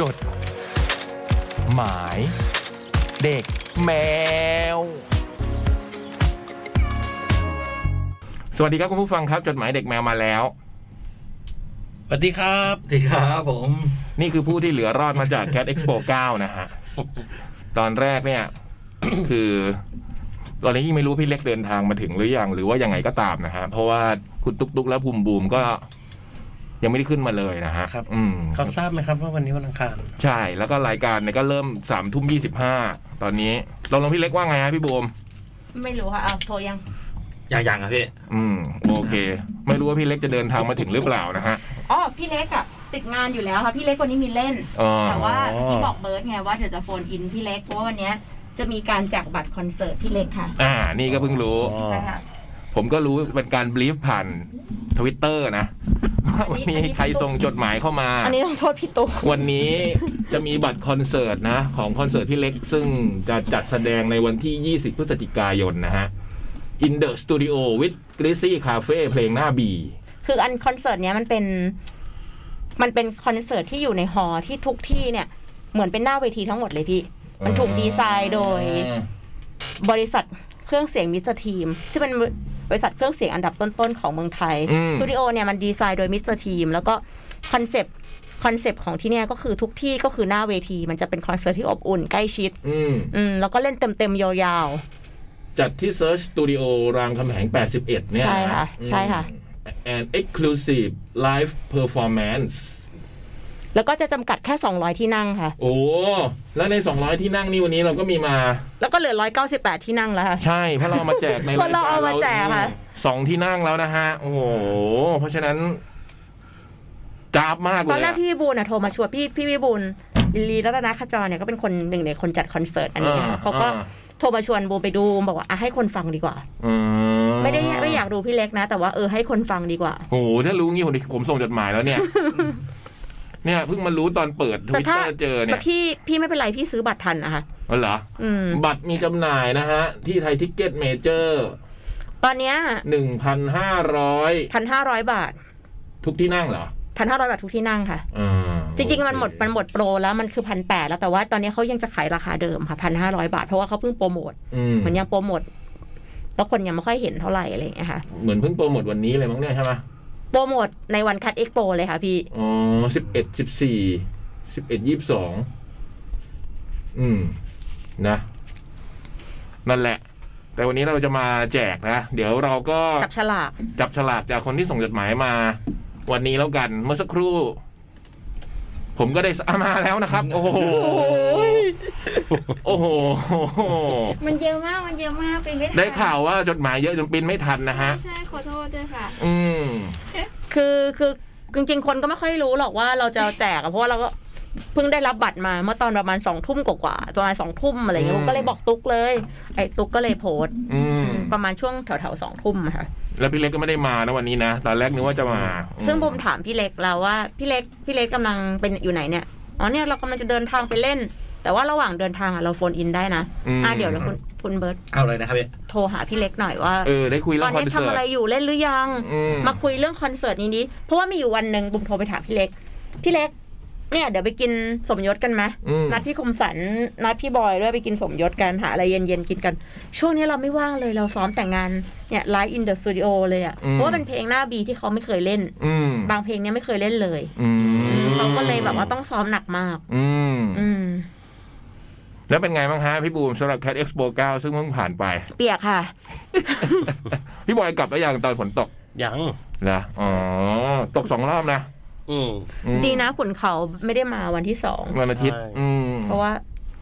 จด หมาย เด็กแมว สวัสดีครับคุณผู้ฟังครับ จดหมายเด็กแมวมาแล้ว สวัสดีครับ สวัสดีครับผม นี่คือผู้ที่เหลือรอดมาจาก Cat Expo 9 นะฮะ ตอนแรกเนี่ย คือ ตอนนี้ยังไม่รู้พี่เล็กเดินทางมาถึงหรือยัง หรือว่ายังไงก็ตามนะฮะ เพราะว่าคุณตุ๊กตุ๊กและภูมิบูมก็ ยังไม่ได้ขึ้นมาเลยนะฮะ ครับ อืม เขาทราบไหมครับว่าวันนี้วันอังคาร ใช่ แล้วก็รายการเนี่ยก็เริ่มสามทุ่มยี่สิบห้าตอนนี้เราลงพี่เล็กว่าไงฮะพี่บูม ไม่รู้ค่ะเอาโทรยัง อย่างอย่างครับพี่ อืม โอเค ไม่รู้ว่าพี่เล็กจะเดินทางมาถึงหรือเปล่านะฮะ อ๋อ พี่เล็กอะติดงานอยู่แล้วค่ะ พี่เล็กวันนี้มีเล่น เออ แต่ว่าที่บอกเบิร์ดไงว่าเดี๋ยวจะโฟนอินพี่เล็ก เพราะว่าวันเนี้ยจะมี การแจกบัตรคอนเสิร์ตพี่เล็กค่ะ อ่า นี่ก็เพิ่งรู้ อ๋อ ใช่ค่ะ ผมก็รู้เป็นการบลีฟผ่านทวิตเตอร์นะ ว่าวันนี้ใครส่งจดหมายเข้ามา อันนี้ต้องโทษพี่ตุ๊ก วันนี้จะมีบัตรคอนเสิร์ตนะ ของคอนเสิร์ตพี่เล็ก ซึ่งจะจัดแสดงในวันที่ 20 พฤศจิกายนนะฮะ In the Studio with Gracie Cafe เพลงหน้าบี คืออันคอนเสิร์ตเนี้ยมันเป็น มันเป็นคอนเสิร์ตที่อยู่ในฮอลล์ที่ทุกที่เนี่ย เหมือนเป็นหน้าเวทีทั้งหมดเลยพี่ มันถูกดีไซน์โดย บริษัทเครื่องเสียงมิสเตอร์ทีมซึ่งเป็นบริษัทเครื่องเสียงอันดับต้นๆของเมืองไทย อืม สตูดิโอเนี่ยมันดีไซน์โดยมิสเตอร์ทีมแล้วก็คอนเซปต์คอนเซปต์ของที่เนี่ยก็คือทุกที่ก็คือหน้าเวที มันจะเป็นคอนเสิร์ตที่อบอุ่นใกล้ชิด อืม อืมแล้วก็เล่นเต็มๆยาวๆ จัดที่ Search Studio รามคำแหง 81 เนี่ยน ใช่ค่ะ อืม ใช่ค่ะ and exclusive live performance แล้วก็จะจำกัดแค่ 200 ที่นั่งค่ะ โอ้ แล้วใน 200 ที่นั่งนี่วันนี้เราก็มีมา แล้วก็เหลือ 198 ที่นั่งแล้วค่ะ ใช่ เพราะเราเอามาแจกใน เพราะเราเอามาแจกค่ะ สองที่นั่งแล้วนะฮะ โอ้โห เพราะฉะนั้นจ้าบมากเลย ต อะ อนแรกพี่วิบูลย์อะโทรมาชวนพี่พี่วิบูลย์ลิลลีรัตนขจรเนี่ยก็เป็นคนหนึ่งในคนจัดคอนเสิร์ตอันนี้นะคะ อ่า เขาก็ อ่า โทรมาชวนบูมไปดูบูมบอกว่าอ่ะให้คนฟังดีกว่า อื ไม่ได้ไม่อยากดูพี่เล็กนะ แต่ว่าเออให้คนฟังดีกว่า โอ้โห ถ้ารู้งี้ผมผมส่งจดหมายแล้ว เนี่ย เนี่ยเพิ่งมารู้ตอนเปิดท แต่ วิต ถ้า เตอร์เจอเนี่ แต่ ย พี่พี่ไม่เป็นไร พี่ซื้อบัตรทันนะคะ อ๋อเหรอ อืม บัตรมีจำหน่ายนะฮะ ที่ไทยทิกเก็ตเมเจอร์ ตอนเนี้ย หนึ่งพันห้าร้อย พันห้าร้อยบาท ทุกที่นั่งเหรอ พันห้าร้อยบาททุกที่นั่งค่ะ อ่า จริงๆ มันหมด โอเค มันหมดโปรแล้วมันคือพันแปดแล้วแต่ว่าตอนนี้เขายังจะขายราคาเดิมค่ะพันห้าร้อยบาท เพราะว่าเขาเพิ่งโปรโมท อืม เหมือนยังโปรโมทแล้วคนยังไม่ค่อยเห็นเท่าไหร่อะไรอย่างเงี้ยค่ะ เหมือนเพิ่งโปรโมทวันนี้เลยมั้งเนี่ยใช่ไหม โปรโมทในวันคัดเอ็กโปเลยค่ะพี่ อ๋อสิบเอ็ดสิบสี่สิบเอ็ดยี่สิบสองอืมนะ นั่นแหละ แต่วันนี้เราจะมาแจกนะ เดี๋ยวเราก็ กับฉลาก จับฉลากจากคนที่ส่งจดหมายมา วันนี้แล้วกันเมื่อสักครู่ ผมก็ได้สามาแล้ว นะครับ โอ้โหโอ้โห มันเยอะมาก มันเยอะมากปีนไม่ทัน ได้ข่าวว่าจดหมายเยอะจนปริ้นไม่ทันนะฮะ ใช่ใช่ขอโทษด้วยค่ะ อืม คือคือจริงๆ คนก็ไม่ค่อยรู้หรอกว่าเราจะแจกอะเพราะว่าเราก็เพิ่งได้รับบัตรมาเมื่อตอนประมาณสองทุ่มกว่าๆประมาณสองทุ่มอะไรเงี้ย อืม ผมก็เลยบอกตุ๊กเลย ไอ้ตุ๊กก็เลยโพสต์ อืม ประมาณช่วงแถวๆสองทุ่มอะค่ะ แล้วพี่เล็กก็ไม่ได้มานะวันนี้นะ ตอนแรกนึกว่าจะมา ซึ่งบุมถามพี่เล็กแล้วว่าพี่เล็กพี่เล็กกำลังเป็นอยู่ไหนเนี่ยอ๋อเนี่ยเรากำลังจะเดินทางไปเล่น แต่ว่าระหว่างเดินทางอะเราโฟนอินได้นะ ม อ่ะเดี๋ยวเราคุณคุณเบิร์ต เอาเลยนะครับพี่ โทรหาพี่เล็กหน่อยว่า เออ ได้คุย ต เรื่ อ อน งคอน นี้ เสิ ทำ ร์ต อะไรอยู่เล่นหรือยัง อื มาคุยเรื่องคอนเสิร์ตนี้ดิเพราะว่ามีอยู่วันหนึ่งบุมโทรไปถามพี่เล็ก พี่เล็ก เนี่ย เดี๋ยวไปกินสมยศกันไหม อืม นัดพี่คมสันนัดพี่บอยด้วยไปกินสมยศกันหาอะไรเย็นๆกินกัน ช่วงนี้เราไม่ว่างเลยเราซ้อมแต่งงานเนี่ยไลฟ์อินเดอะสตูดิโอเลยอะ่ะเพราะว่าเป็นเพลงหน้าบีที่เขาไม่เคยเล่น อืม บางเพลงเนี่ยไม่เคยเล่นเลย อืม เขาก็เลยแบบว่าต้องซ้อมหนักมาก อืม อืม แล้วเป็นไงบ้างฮะพี่บูมสำหรับ Cat Expo 9 ซึ่งเพิ่ง ผ่านไป เปียกค่ะ พี่บอยกลับแล้วยังตอนฝนตก ยัง นะอ๋อ ตกสองรอบนะ อืม อืม ดีนะขุนเขาไม่ได้มาวันที่สอง วันอาทิตย์ ใช่ อืม เพราะว่า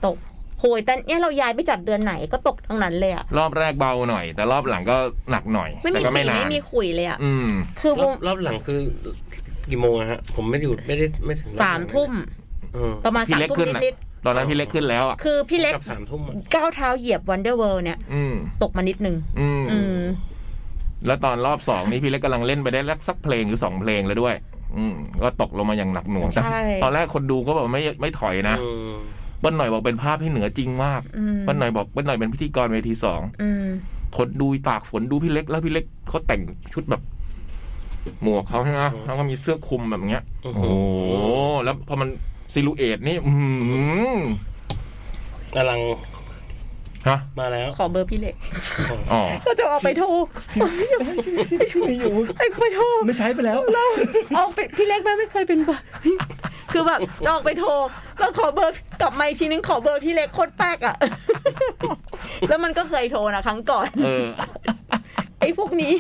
ตกโหยแต่เนี่ยเราย้ายไปจัดเดือนไหนก็ตกทั้งนั้นเลยอะ รอบแรกเบาหน่อย แต่รอบหลังก็หนักหน่อย ไม่มี แต่ก็ ปี ไม่นาน ไม่มีขุยเลยอะ อืม คือ รอบรอบหลังคือกี่โมงอะฮะ ผมไม่ได้อยู่ไม่ได้ไม่ถึงรอบหลัง สามทุ่ม เออ ประมาณ พี่ สาม เล็ก ทุ่ ขึ้น ม นะ นิด ตอนนั้นพี่เล็กขึ้นแล้วอ่ะ ๆคือพี่เล็ก กับสามทุ่มอะ ก้าวเท้าเหยียบวันเดอร์เวิลด์เนี่ย อืม ตกมานิดนึง อืม อืม แล้วตอนรอบสองนี่พี่เล็กกำลังเล่นไปได้สักเพลงหรือสองเพลงแล้วด้วย อืม ก็ตกลงมาอย่างหนักหน่วงแต่ ใช่ ตอนแรกคนดูก็บอกไม่ไม่ถอยนะ อืม เป้นหน่อยบอกเป็นภาพที่เหนือจริงมาก อืม เป้นหน่อยบอกเป้นหน่อยเป็นพิธีกรเวทีสอง อืม คนดูตากฝนดูพี่เล็ก แล้วพี่เล็กเขาแต่งชุดแบบ หมวกเขาใช่ไหมแล้วก็มีเสื้อคลุมแบบเงี้ย โอ้ โอ้ โห โหแล้วพอมัน ซิลูเอตนี่ อืม อลัง ฮะ มาแล้ว ขอเบอร์พี่เล็ก อ๋อ ก็จะเอาไปโทรเอาไปโทร ไม่ใช้ไปแล้ว เอาเป็นพี่เล็กไม่เคยเป็นบ่อย คือแบบจะออกไปโทร แล้วขอเบอร์กลับมาอีกทีนึงขอเบอร์พี่เล็กโคตรแป๊ก อ่ะ แล้วมันก็เคยโทรนะครั้งก่อน เออ ไอ้พวกนี้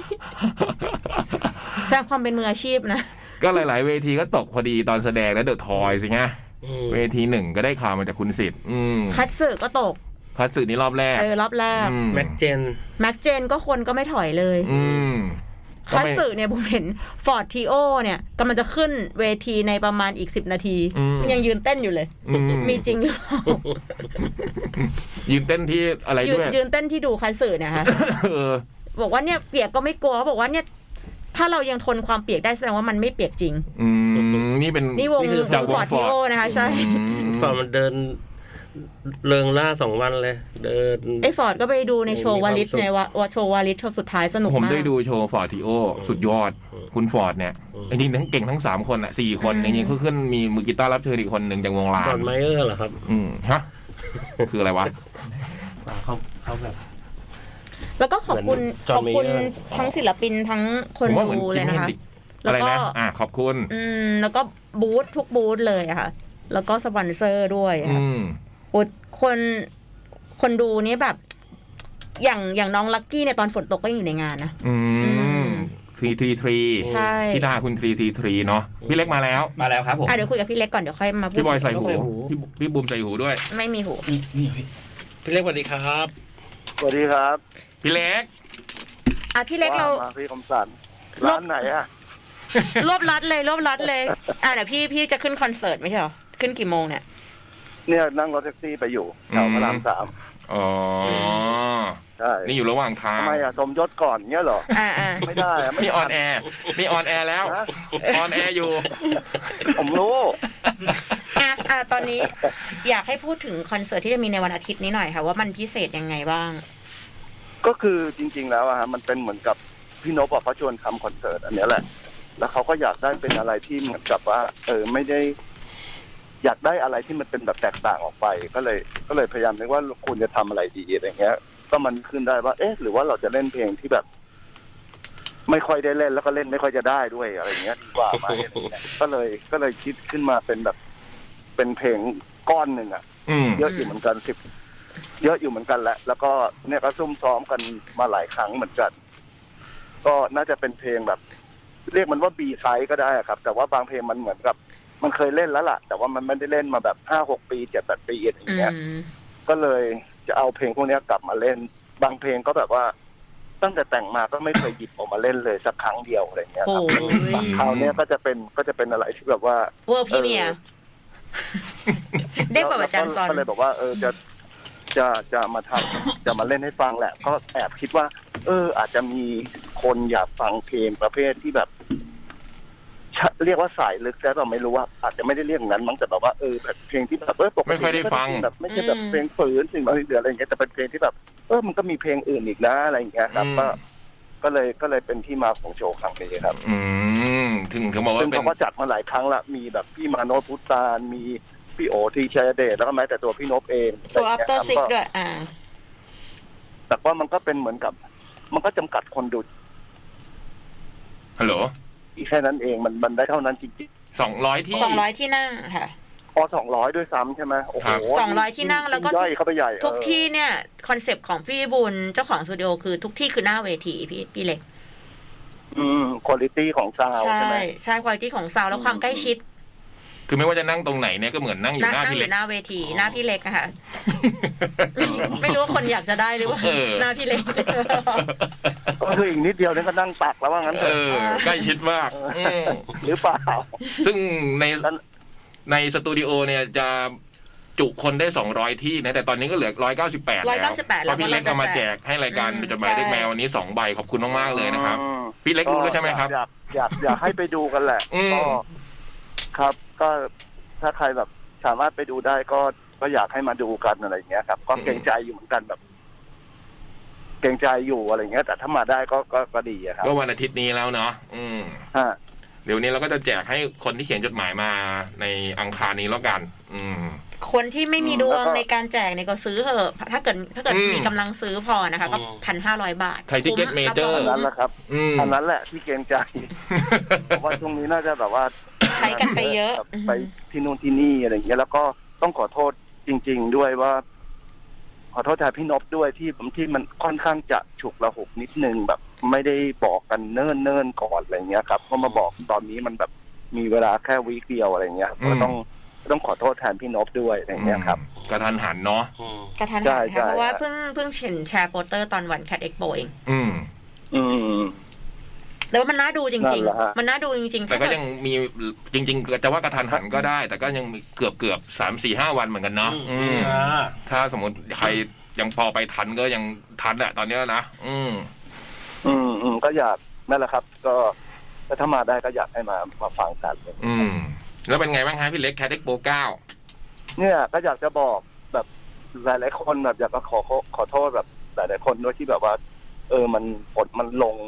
แสดงความเป็นมืออาชีพนะ ก็หลาย ๆ เวทีก็ตกพอดีตอนแสดงแล้วเดอะทอยสิไง อืม เวทีหนึ่งก็ได้ข่าวมาจากคุณสิทธิ์อืม คัดสึก็ตก พัดสื่อนี้รอบแรก เออรอบแรก อื แม็กเจน แม็กเจนก็คนก็ไม่ถอยเลย อืม คัดสึเนี่ยผมเห็นฟอร์ดทีโอเนี่ยกำลังจะขึ้นเวทีในประมาณอีกสิบนาที มันยังยืนเต้นอยู่เลย อื มีจริงหรือเปล่า ยืนเต้นที่อะไร ยื ด้ น วย ยืนเต้นที่ดูคัดสึเนี่ยค่ะ เออ บอกว่าเนี่ยเปียกก็ไม่กลัวเขาบอกว่าเนี่ย ถ้าเรายังทนความเปียกได้แสดงว่ามันไม่เปียกจริง อืมนี่เป็น นี่วง นี่คือ จากวง ฟอร์ดทีโอ Ford นะคะ ใช่ อืม ฟอร์มมันเดินเริงล่าสองวันเลย เดิน ไอ้ฟอร์ดก็ไปดูในโชว์วาลิส มีความสุข ในวะวะโชว์วาลิสโชว์สุดท้ายสนุก ผม มาก ได้ดูโชว์ฟอร์ดทีโอ สุดยอด คุณฟอร์ดเนี่ย อืม จริงๆทั้งเก่งทั้งสามคนอ่ะสี่คน อืม จริงๆเขาขึ้นมีมือกีตาร์รับเชิญอีกคนหนึ่งจากวงลา ก่อน นไมเออร์เหรอครับ อืมฮะ คืออะไรวะ เขาเขาแบบ แล้วก็ขอบคุณ เหมือนจ ข ออห์นบ เม คุณ เยอร์ ทั้งศิลปินทั้งค ผ น มว่าเหมือน ดูเล จิม ย มี่ นะ เฮน คะ ดิก แล้อะวก็ไรนะอ่ะขอบคุณ อืม แล้วก็บูธทุกบูธเลยอะค่ะ แล้วก็สปอนเซอร์ด้วยอะ อื ค่ะ ม โอ้คนคนดูนี่แบบ อย่างอย่างน้องลักกี้เนี่ยตอนฝนตกก็ยังอยู่ในงานนะ อืม ม ทรีทรีทรี ใช่ พี่ดาคุณทรีทรีทรีเนาะพี่เล็กมาแล้ว มาแล้วครับผม อ่ะเดี๋ยวคุยกับพี่เล็กก่อนเดี๋ยวค่อยมาพูด พี่บอยใส่หู ใส่หู พี่บุพี่บุมใส่หูด้วย ไม่มีหู นี่นี่พี่ พี่เล็กสวัสดีครับ สวัสดีครับ พี่เล็ก อ่ะพี่เล็กเรา ว่มาพี่คำสันร้านไหนอะ รวบรัดเลยรวบรัดเลย อ่ะเดี๋ยวพี่พี่จะขึ้นคอนเสิร์ตไม่ใช่เหรอ ขึ้นกี่โมงเนี่ย เนี่ยนั่งรถแท็กซี่ไปอยู่แถวพระรามสาม อ๋อ ใช่ อนี่อยู่ระหว่างทาง ทำไมอะสมยศก่อนเงี้ยเหรอ อ่าอ่า ไม่ได้อะไม่ นี่ออนแอร์นี่ออนแอร์แล้ว นะ ออนแอร์อยู่ ผมรู้ อ่ะอ่ะตอนนี้ อยากให้พูดถึงคอนเสิร์ตที่จะมีในวันอาทิตย์นี้หน่อยค่ะ ว่ามันพิเศษยังไงบ้าง ก็คือจริง ๆ แล้วอะฮะมันเป็นเหมือนกับพี่นพอะเขาชวนทำคอนเสิร์ตอันเนี้ยแหละ แล้วเขาก็อยากได้เป็นอะไรที่เหมือนกับว่า เออไม่ได้ อยากได้อะไรที่มันเป็นแบบแตกต่างออกไป ก็เลย ก็เลยพยายามนึกว่าควรจะทำอะไรดีอะไรเงี้ย ก็มันขึ้นได้ว่า เอ๊ะ หรือว่าเราจะเล่นเพลงที่แบบ ไม่ค่อยได้เล่นแล้วก็เล่นไม่ค่อยจะได้ด้วยอะไรเงี้ยดีกว่าไหมอะไรเงี้ยก็เลยก็เลยคิดขึ้นมาเป็นแบบ เป็นเพลงก้อนหนึ่งอะ อืม เยอะอยู่เหมือนกันสิบเยอะอยู่เหมือนกันแหละ แล้วก็เนี่ยก็ซุ่มซ้อมกันมาหลายครั้งเหมือนกัน ก็น่าจะเป็นเพลงแบบ เรียกมันว่าบีไซก็ได้อะครับ แต่ว่าบางเพลงมันเหมือนกับ มันเคยเล่นแล้วล่ะ แต่ว่ามันไม่ได้เล่นมาแบบห้าหกปีเจ็ดแปดปีอะไรอย่างเงี้ย อืม ก็เลยจะเอาเพลงพวกเนี้ยกลับมาเล่น บางเพลงก็แบบว่า ตั้งแต่แต่งมาก็ไม่เคยหยิบออกมาเล่นเลยสักครั้งเดียวอะไรอย่างเงี้ยครับ โอ้ย คราวเนี้ยก็จะเป็นก็จะเป็นอะไรที่แบบว่า เวอร์พี่เมียได้กว่าอาจารย์สอน ก็เลยบอกว่าเออจะจะจะมาทำจะมาเล่นให้ฟังแหละ ก็แอบคิดว่า เออ อาจจะมีคนอยากฟังเพลงประเภทที่แบบชะเรียกว่าสายลึกแต่เราไม่รู้ว่า อาจจะไม่ได้เรียกอย่างนั้นมั้งแต่แบบว่าเออแบบเพลงที่แบบเออปกติ ไม่ค่อยได้ฟัง แบบไม่ใช่แบบ อืม เพลงฝืนสิ่งบางสิ่งอะไรอย่างเงี้ยแต่เป็นเพลงที่แบบ เออมันก็มีเพลงอื่นอีกนะอะไรอย่างเงี้ยครับก็ก็เลยก็เลยเป็นที่มาของโชว์ครั้งนี้ครับ อืม ถึงถึงบอกว่า ซึ่ง เป็น เขาก็จัดมาหลายครั้งละ มีแบบพี่มาโนตพุทธานมีพี่โอทีชัยเดชแล้วก็แม้แต่ตัวพี่นพเอง โซอัพเตอร์ซิกด้วย อ่า แต่ว่ามันก็เป็นเหมือนกับ มันก็จำกัดคนดู ฮัลโหล แค่นั้นเองมันมันได้เท่านั้นจริง สองร้อยที่ สองร้อยที่นั่งค่ะ ๆพอสองร้อยด้วยซ้ำใช่ไหมโอ้โห ครับ สองร้อยที่นั่งแล้วก็ ย่อยเข้าไปใหญ่ ทุก เออ ที่เนี่ยคอนเซปต์ของพี่บุญเจ้าของสตูดิโอคือทุกที่คือหน้าเวทีพี่พี่เล็ก อืมคุณภาพของซาวด์ ใช่ ใช่ไหม ใช่คุณภาพของซาวด์แล้วความใกล้ชิด คือไม่ว่าจะนั่งตรงไหนเนี่ยก็เหมือนนั่งอยู่ นั่ง หน้า นั่ง พี่ อ เล็ก ยู่หน้าเวทีหน้าพี่เล็กอะค่ะ ไม่รู้ว่าคนอยากจะได้หรือว่า เออ หน้าพี่เล็ก ก็คืออีกนิดเดียวเนี่ยก็นั่งตักแล้วว่างั้นเถ เอ อะ อ ใกล้ชิดมากอืม หรือเปล่า ซึ่งใน นั่น ในสตูดิโอเนี่ยจะจุคนได้สองร้อยที่นะแต่ตอนนี้ก็เหลือร้อยเก้าสิบแปดแล้ว 198 เพราะพี่เล็กก็มาแจกให้รายการ อืม จดหมายเด็ก ใช่ แมววันนี้สองใบขอบคุณมากๆเลยนะครับ อืม พี่เล็กรู้แล้วใช่ไหมครับ อยากอยากอยากอยากให้ไปดูกันแหละ อืม ก็ครับ ก็ถ้าใครแบบสามารถไปดูได้ก็ก็อยากให้มาดูกันอะไรอย่างเงี้ยครับ ก็เกรงใจอยู่เหมือนกันแบบ เกรงใจอยู่อะไรอย่างเงี้ย แต่ถ้ามาได้ก็ก็ก็ดีอะครับ ก็วันอาทิตย์นี้แล้วเนาะอืม ฮะ เดี๋ยวนี้เราก็จะแจกให้คนที่เขียนจดหมายมาในอังคารนี้แล้วกัน อืม คนที่ไม่มี อืม ดวง แล้วก็ ในการแจกเนี่ยก็ซื้อเถอะถ้าเกิดถ้าเกิด อืม มีกำลังซื้อพอนะคะ ก็ อืม พันห้าร้อยบาท ใครที่ คุ้ Get Major อัน รั นั้น บ แห รอง ละครับ อืม อันนั้นแหละที่เกรงใจเพราะว่าช่วงนี้น่าจะแบบว่า ใช้กันไปเยอะ ไปที่นู่นที่นี่อะไรอย่างเงี้ยแล้วก็ต้องขอโทษจริง ๆ ด้วยว่า ขอโทษแทนพี่นพด้วยที่ผมที่มันค่อนข้างจะฉุกระหุกนิดนึงแบบ ไม่ได้บอกกันเนิ่นเนิ่นๆก่อนอะไรเงี้ยครับก็มาบอกตอนนี้มันแบบมีเวลาแค่วีคเดียวอะไรเงี้ย อืม ก็ต้องต้องขอโทษแทนพี่นพด้วยอะไรเงี้ยครับ กระทันหันเนาะ อืม กระทัน ใช่ หันนะ ใช่ คะเพราะว่าเพิ่งเพิ่งเห็นแชร์โปสเตอร์ตอนวันแคดเอ็กโปเอง อืม อืม แล้วมันน่าดูจ นั่ ริง นแหละฮะ ๆ มันน่าดูจริงๆ แต่ก็ถ้าเกิด ยังมีจริง ๆ จะว่ากระทันหันก็ได้ แต่ก็ยังมีเกือบเกือบสามสี่ห้าวันเหมือนกันเนาะอืม อ่า ถ้าสมมติใครยังพอไปทันก็ยังทันอะตอนเนี้ยนะอืม อืมอืมก็อยากนั่นแหละครับ ก็ก็ถ้ามาได้ก็อยากให้มามาฟังกันเลย อืม แล้วเป็นไงบ้างฮะพี่เล็กแคดเอ็กโปเก้า เนี่ยก็อยากจะบอกแบบหลาย ๆ คนแบบอยากจะขอขอขอโทษแบบหลาย ๆ คนด้วยที่แบบว่า เออมันกดมันลง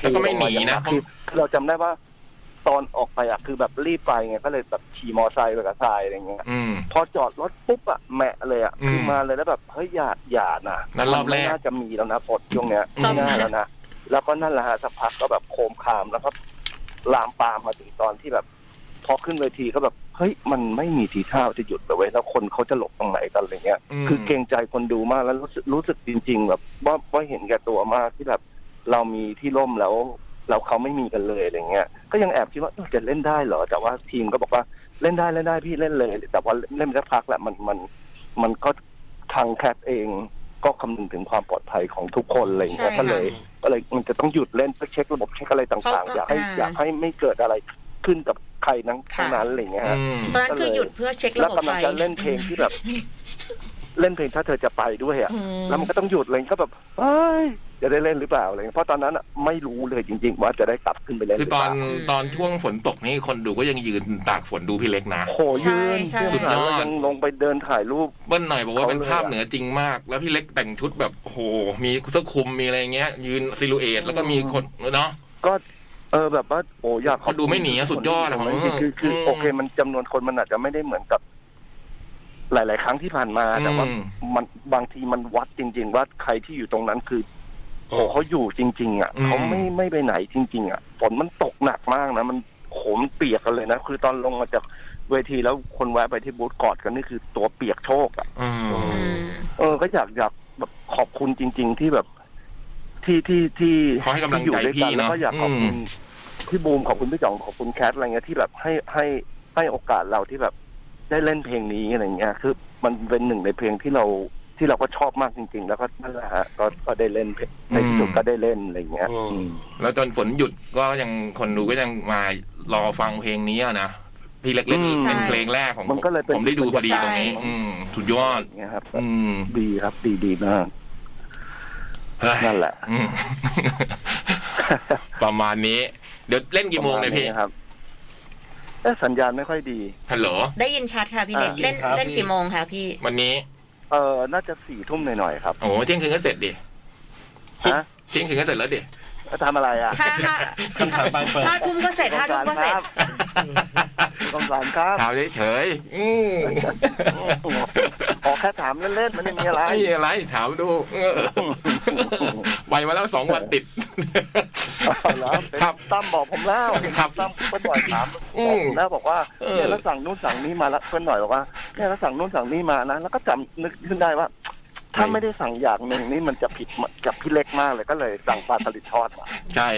แล้วก็ไม่หนีนะ คือเราจำได้ว่า ตอนออกไปอะคือแบบรีบไปไงก็เลยแบบขี่มอไซค์ไปกับทรายอะไรเงี้ย อืม พอจอดรถปุ๊บอะแหมะเลยอะ อืม คือมาเลยแล้วแบบเฮ้ยอย่าอย่านะ นั่นรอบแรก มัไม่น่าจะมีแล้วนะฝนช่วงเนี้ย อืม ไม่น่าแล้วนะแล้วก็นั่นแหละฮะสักพักก็แบบโคมคามแล้วก็ลามปามมาถึงตอนที่แบบ พอขึ้นเวทีก็แบบเฮ้ยมันไม่มีทีท่าจะหยุดเลยเว้ยแล้วคนเขาจะหลบตรงไหนกันอะไรเงี้ย ม คือเกรงใจคนดูมากแล้วรู้สึกรู้สึกจริง ๆ แบบว่าว่าเห็นแก่ตัวมากที่แบบ เรามีที่ร่มแล้วแล้วเขาไม่มีกันเลยอะไรเงี้ยก็ยังแอบคิดว่าเอ้ยจะเล่นได้เหรอแต่ว่าทีมก็บอกว่าเล่นได้เล่นได้พี่เล่นเลย แต่ว่าเล่นไปสักพักแหละมันมันมันก็ทางแคทเองก็คำนึงถึงความปลอดภัยของทุกคนอะไรเงี้ยก็เลย ก็เลยมันจะต้องหยุดเล่นเพื่อเช็คระบบเช็คอะไรต่างๆ อยากให้อยากให้ไม่เกิดอะไรขึ้นกับใครนั้นทั้งนั้นอะไรเงี้ยฮะ อืม ตอนนั้นคือหยุดเพื่อเช็ค แล้ ระ ว บบ กำลั ไฟ งจะเล่นเพลงที่แบบ เล่นเพลงถ้าเธอจะไปด้วยอ่ะ อืม แล้วมันก็ต้องหยุดเลยก็แบบเฮ้ยจะได้เล่นหรือเปล่าอะไรเงี้ยเพราะตอนนั้นอะไม่รู้เลยจริง ๆ ว่าจะได้กลับขึ้นไปเล่นห คื รือ อ ต เป อ ล่าน ตอนช่วงฝนตกนี่คนดูก็ยังยืนตากฝนดูพี่เล็กนะ โอ้โหยืน ใช่ใช่ เพื่อนหาเรายังลงไปเดินถ่ายรูป เบิ้ลหน่อยบอกว่า เขา เป็นภาพ เลยอะ เหนือจริงมาก แล้วพี่เล็กแต่งชุดแบบโอ้โหมีเสื้อคลุมมีอะไรเงี้ย ยืนซิลูเอตแล้วก็มีคนเนาะ ก็เออแบบว่าโอ้อยาก เขาดูไม่หนีอะสุดยอดอะผมว่า คือคือคือ ม โอเค มันจำนวนคนมันอาจจะไม่ได้เหมือนกับ หลาย ๆ ครั้งที่ผ่านมาแต่ว่า อืม มันบางทีมันวัดจริง ๆ ว่าใครที่อยู่ตรงนั้นคือโอ้โหเขาอยู่จริง ๆ อ่ะ อืม เขาไม่ไม่ไปไหนจริง ๆ อ่ะฝนมันตกหนักมากนะ มันโขมนเปียกกันเลยนะ คือตอนลงมาจากเวทีแล้วคนแวะไปที่บูธกอดกันนี่คือตัวเปียกโชกอ่ะ อืม อืม เออก็อยากอยากแบบขอบคุณจริง ๆ ที่แบบ ที่ที่ที่ ขอให้กำลังใจ ที่อพี่ยู่ด้วยกัเนอะ แล้วก็อยากขอบคุ อื ณ ม พี่บูมขอบคุณพี่จ่องขอบคุณแคทอะไรเงี้ยที่แบบให้ให้ให้โอกาสเราที่แบบ ได้เล่นเพลงนี้อะไรเงี้ย คือมันเป็นหนึ่งในเพลงที่เราที่เราก็ชอบมากจริง ๆ แล้วก็นั่นแหละฮะก็ก็ได้เล่นเพลงในที่สุดก็ได้เล่นอะไรเงี้ย อืม อืม แล้วจนฝนหยุดก็ยังคนดูก็ยังมารอฟังเพลงนี้อะนะพี่เล็กเล่น อืม เป็นเพลงแรกของผ มันก็เลยเป็น ผมได้ดูพอดีตรงนี้ ใช่ อืมสุดยอด อย่างเงี้ยครับ อืม ดีครับดีดีมาก เฮ้ย นั่นแหละ อืม ประมาณนี้ เดี๋ยวเล่นกี่โมงเนี่ยพี่ ประาณครับเอ๊ะสัญญาณไม่ค่อยดี ฮัลโหล ได้ยินชัดค่ะพี่เล็ก อ่า เล่น ครับ เล่นกี่โมงคะพี่ วันนี้ เออน่าจะสี่ทุ่มหน่อยๆครับ โอ้โหเที่ยงคืนก็เสร็จดิ ฮะ เที่ยงคืนก็เสร็จแล้วดิ ทำอะไรอ่ะ ถ้าถ้า คำถามปลายเปิด ถ้าทุ่มก็เสร็จถ้าทุ่มก็เสร็จ สงสารครับ ถามเฉยๆอืม ขอแค่ถามเล่นๆมันไม่มีอะไร ไม่มีอะไร ถามดูเออไปมาแล้วสองวันติด เอาเหรอ ครับ ตั้มบอกผมแล้ว ครับ ตั้มเพื่อนหน่อยถาม อืม ผมแล้วบอกว่า เออ เนี่ยแล้วสั่งนู่นสั่งนี่มาแล้วเพื่อนหน่อยบอกว่าเนี่ยแล้วสั่งนู่นสั่งนี่มานะแล้วก็จำนึกขึ้นได้ว่า ถ้าไม่ได้สั่งอย่างหนึ่งนี่มันจะผิดกับพี่เล็กมากเลยก็เลยสั่งปลาสลิดทอดมา ใช่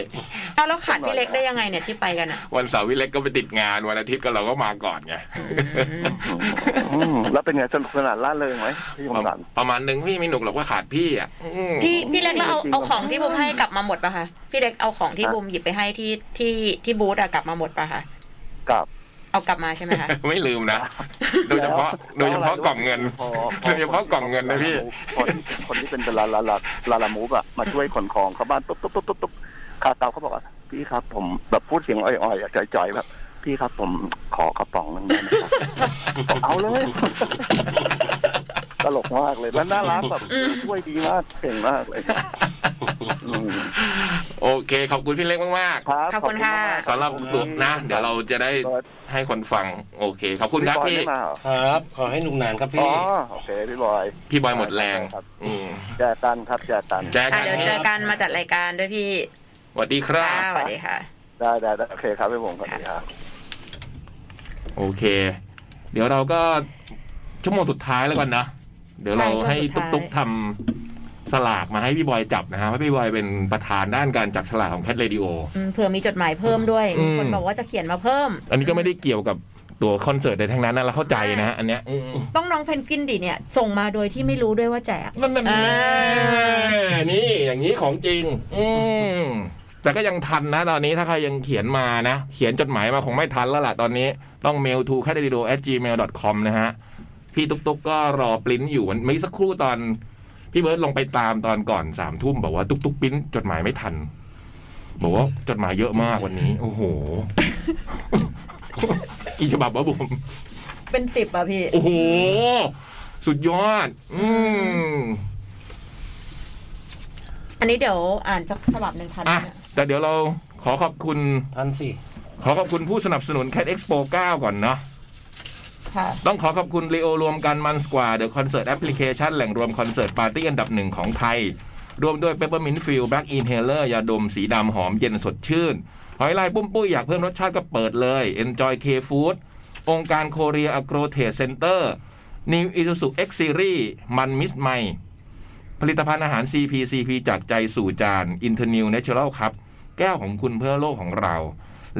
เอาแล้วขาดพี่เล็กได้ยังไงเนี่ยที่ไปกันอ่ะ วันเสาร์วิเล็กก็ไปติดงานวันอาทิตย์ก็เราก็มาก่อนไง อืมแล้วเป็นไงสนุกสนานล่าเริงไหมพี่ผมถาม ประมาณหนึ่งพี่ไม่หนุกหรอกว่าขาดพี่อ่ะอืม พี่พี่เล็กแล้วเอาเอาของที่บูมให้กลับมาหมดปะคะพี่เล็กเอาของที่บูมหยิบไปให้ที่ที่ที่บูธอะกลับมาหมดปะคะ กลับ เอากลับมาใช่ไหมคะ ไม่ลืมนะ โดยเฉพาะ โดยเฉพาะกล่องเงิน พอ โดยเฉพาะกล่องเงินนะพี่ คนที่คนที่เป็นลาลาลาลาลามูฟอะมาช่วยขนของเขาบ้านตุ๊บตุ๊บตุ๊บตุ๊บตุ๊บคาเตาเขาบอกว่าพี่ครับ ผมแบบพูดเสียงอ่อยๆอะจ่อยๆแบบพี่ครับผมขอกระป๋องนึงได้ไหมครับ บอกเอาเลย ตลกมากเลย แล้วน่ารักแบบช่วยดีมากเก่งมากเลย อืม โอเค ขอบคุณพี่เล็กมาก รับ ขอบคุณค่ะ มาก ๆสำหรับตัวนะ เดี๋ยวเราจะได้ให้คนฟัง โอเค ขอบคุณครับ พี่ พี่ บอยไม่มาเหรอ ครับ ขอให้หนุกหนานครับ อ๋ พี่ อโอเคพี่บอย พี่บอยหมดแรง ครับ อืม แจกตันครับแจกตัน แจ๊ก อ่ะ กัน เดี๋ยวเจอกันมาจัดรายการด้วยพี่ สวัสดีครั ค่ะ บ สวัสดีค่ะ ได้ได้ได้โอเคครับพี่ผมขอบคุณครับ โอเค เดี๋ยวเราก็ชั่วโมงสุดท้ายแล้วกันนะ เดี๋ยวเราให้ ใช่ชั่ ตุ๊ ว ก โมงตุ๊กสุดท้าย ทำสลากมาให้พี่บอยจับนะฮะเพราะพี่บอยเป็นประธานด้านการจับฉลากของแคทเรดิโอ อืมเผื่อมีจดหมายเพิ่มด้วย อืม มีคนบอกว่าจะเขียนมาเพิ่ม อันนี้ก็ไม่ได้เกี่ยวกับตัวคอนเสิร์ตใดทั้งนั้นนะเราเข้าใจนะฮะอันเนี้ยอืม ต้องน้องเพนกวินดิเนี่ยส่งมาโดยที่ไม่รู้ด้วยว่าแจก นั่นนั่น อ่า นี่อย่างนี้ของจริง อืมแต่ก็ยังทันนะ ตอนนี้ถ้าใครยังเขียนมานะ เขียนจดหมายมาคงไม่ทันแล้วล่ะตอนนี้ต้อง mail to c a t r a d i o gmail com นะฮะ พี่ตุ๊กตุ๊กก็รอปริ้นอยู่วันเมื่อสักครู่ตอน พี่เบิร์ดลงไปตามตอนก่อนสามทุ่มบอกว่าตุ๊กตุ๊กปริ้นจดหมายไม่ทัน บอกว่าจดหมายเยอะมากวันนี้ โอ้โห กี่ฉบับวะบุ๋ม เป็นสิบอ่ะพี่ โอ้โห สุดยอด อืม อันนี้เดี๋ยวอ่านสักฉบับหนึ่งทันไหม อ่ะ เนี่ย แต่เดี๋ยวเราขอขอบคุณ ท่านสิ ขอขอบคุณผู้สนับสนุน Cat Expo 9 ก่อนเนาะ ค่ะ ต้องขอขอบคุณเลโอรวมกันมันสกวาเดอะคอนเสิร์ตแอปพลิเคชันแหล่งรวมคอนเสิร์ตปาร์ตี้อันดับหนึ่งของไทย รวมด้วยเป p เปอร์มินต์ฟิลแบล็กอินเฮเลอร์ยาดมสีดำหอมเย็นสดชื่น หอยลายปุ้มปุ้ยอยากเพิ่มรสชาติก็เปิดเลย Enjoy K Food องค์การโคเรียอ r กรเทสเซ็นเตอร์ New Isuzu X Series มันมิสไมผลิตภัณฑ์อาหาร CP CP จากใจสู่จาน Internew Natural ครับ แก้วของคุณเพื่อโลกของเรา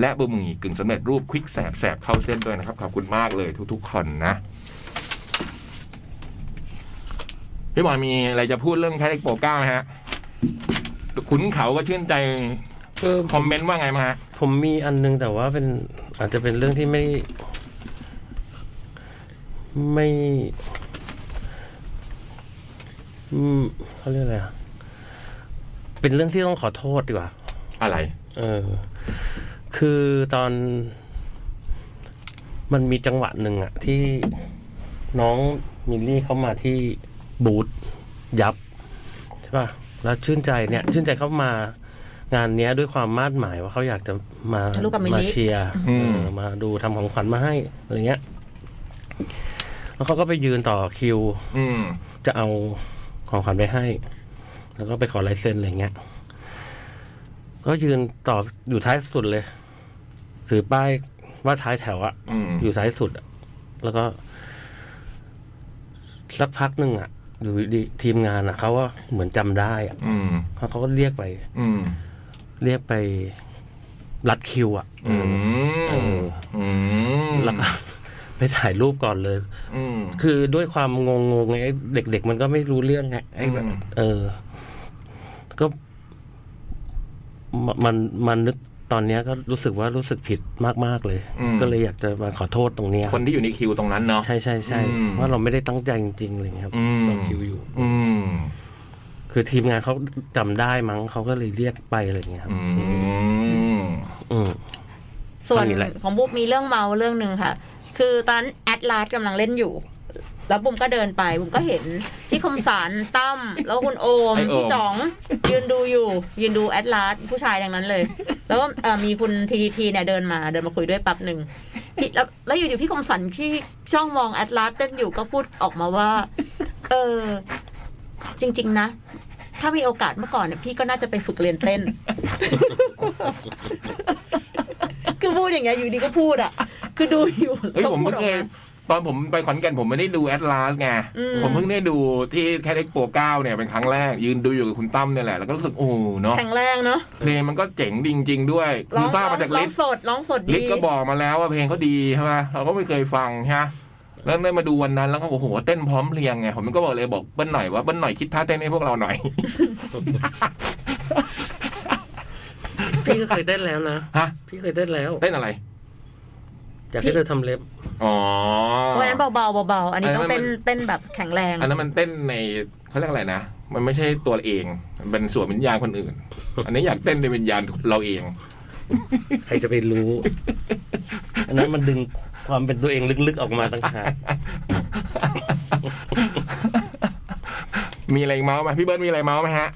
และบะหมี่กึ่งสำเร็จรูปควิกแสบแสบเข้าเส้นด้วยนะครับ ขอบคุณมากเลยทุกๆ คนนะ พี่บอยมีอะไรจะพูดเรื่องแคทเอ็กโปเก้าไหมฮะ ขุนเขาก็ชื่นใจคอมเมนต์ว่าไงมาฮะ ผมมีอันนึงแต่ว่าเป็นอาจจะเป็นเรื่องที่ไม่ ไม่อืมเขาเรียกอะไรอะเป็นเรื่องที่ต้องขอโทษดีกว่า อะไร เออ คือตอน มันมีจังหวะหนึ่งอะที่น้องมิลลี่เข้ามาที่บูธยับ ใช่ป่ะ แล้วชื่นใจเนี่ย ชื่นใจเข้ามางานเนี้ยด้วยความมาดหมายว่าเขาอยากจะมา ลูกกับมิลลี่ เชียร์ อืม เออมาดูทำของขวัญมาให้อะไรเงี้ย แล้วเขาก็ไปยืนต่อคิว อืม จะเอาของขวัญไปให้ แล้วก็ไปขอลายเซ็นอะไรเงี้ย ก็ยืนตอบอยู่ท้ายสุดเลย ถือป้ายว่าท้ายแถวอะ อืม อยู่ท้ายสุดอะแล้วก็ สักพักหนึ่งอะอยู่ดีทีมงานอะเขาว่าเหมือนจำได้อะ อืม เขาเขาก็เรียกไป อืม เรียกไปรัดคิวอะ อืม อืม แล้วก็ ไปถ่ายรูปก่อนเลย อืม คือด้วยความงงงๆไงไอ้เด็ก ๆ มันก็ไม่รู้เรื่องไงไอ้แบบ อืม เออ ก็มมันมันนึกตอนเนี้ยก็รู้สึกว่ารู้สึกผิดมาก ๆ เลย อืม ก็เลยอยากจะมาขอโทษตรงเนี้ย คนที่อยู่ในคิวตรงนั้นเนาะ ใช่ใช่ใช่ อืม ว่าเราไม่ได้ตั้งใจจริงๆอะไรเลยครับ อืม เราคิวอยู่ อืม คือทีมงานเขาจำได้มั้งเขาก็เลยเรียกไปอะไรอย่างเงี้ยครับ อืม อืม ส่วน เท่านี้แหละ ของบุ๊มมีเรื่องเมาเรื่องหนึ่งค่ะ คือตอนแอดลาสกำลังเล่นอยู่ แล้วบุมก็เดินไปบุมก็เห็นพี่คมสารตั้มแล้วคุณโอม ไอ้โอม พี่จ๋อง ยืนดูอยู่ ยืนดูแอดลาสผู้ชายดังนั้นเลย แล้วก็เอ่อมีคุณทีทีเนี่ยเดินมาเดินมาคุยด้วยแป๊บหนึ่งพี่แล้วแล้วอยู่ๆพี่คมสันที่ช่องมองแอดลาสเต้นอยู่ก็พูดออกมาว่า เออ จริง ๆ นะ ถ้ามีโอกาสเมื่อก่อนเนี่ยพี่ก็น่าจะไปฝึกเรียนเต้น คือพูดอย่างเงี้ยอยู่ดีก็พูดอ่ะ คือดูอยู่ เอ้ยผม พู เพิ่ ด ง ออ เค ก ย มา ตอนผมไปขอนแก่นผมไม่ได้ดูแอ l ลาสไง อืม ผมเพิ่งได้ดูที่แคทเอ็กโปเก้าเนี่ยเป็นครั้งแรก ยืนดูอยู่กับคุณตั้มเนี่ยแหละ แล้วก็รู้สึกโอ้โหเนาะ แข็งแรงเนาะ เพลงมันก็เจ๋งจริง ๆ ด้วยคื ร้อ อง ทราบมาจาก ร้ ลิ อง ส สดร้องสดดี ลิศก็บอกมาแล้วว่าเพลงเขาดีใช่ไหมเราก็ไม่เคยฟังใช่ไหมแล้วได้มาดูวันนั้นแล้วก็โอ้โหเต้นพร้อมเพรียงไงผมก็บอกเลยบอกเบิ้ลหน่อยว่าเบิ้ลหน่อยคิดท่าเต้นให้พวกเราหน่อย พี่ก็เคยเต้นแล้วนะ ฮะ พี่เคยเต้นแล้ว เต้นอะไร อยากให้เธอทำเล็บ อ๋อ วันนั้นเบาๆเบาๆอันนี้ต้อง อันนั้ เต้นมันน เต้นแบบแข็งแรง อันนั้นมันเต้นในเขาเรียกอะไรนะมันไม่ใช่ตัวเองมันเป็นส่วนวิญญาณคนอื่น อันนี้อยากเต้นในวิญญาณเราเอง ใครจะไปรู้ อันนั้นมันดึงความเป็นตัวเองลึกๆออกมาต่างหาก มีอะไรเมาส์ไหมพี่เบิ้ลมีอะไรเมาส์ไหมฮะ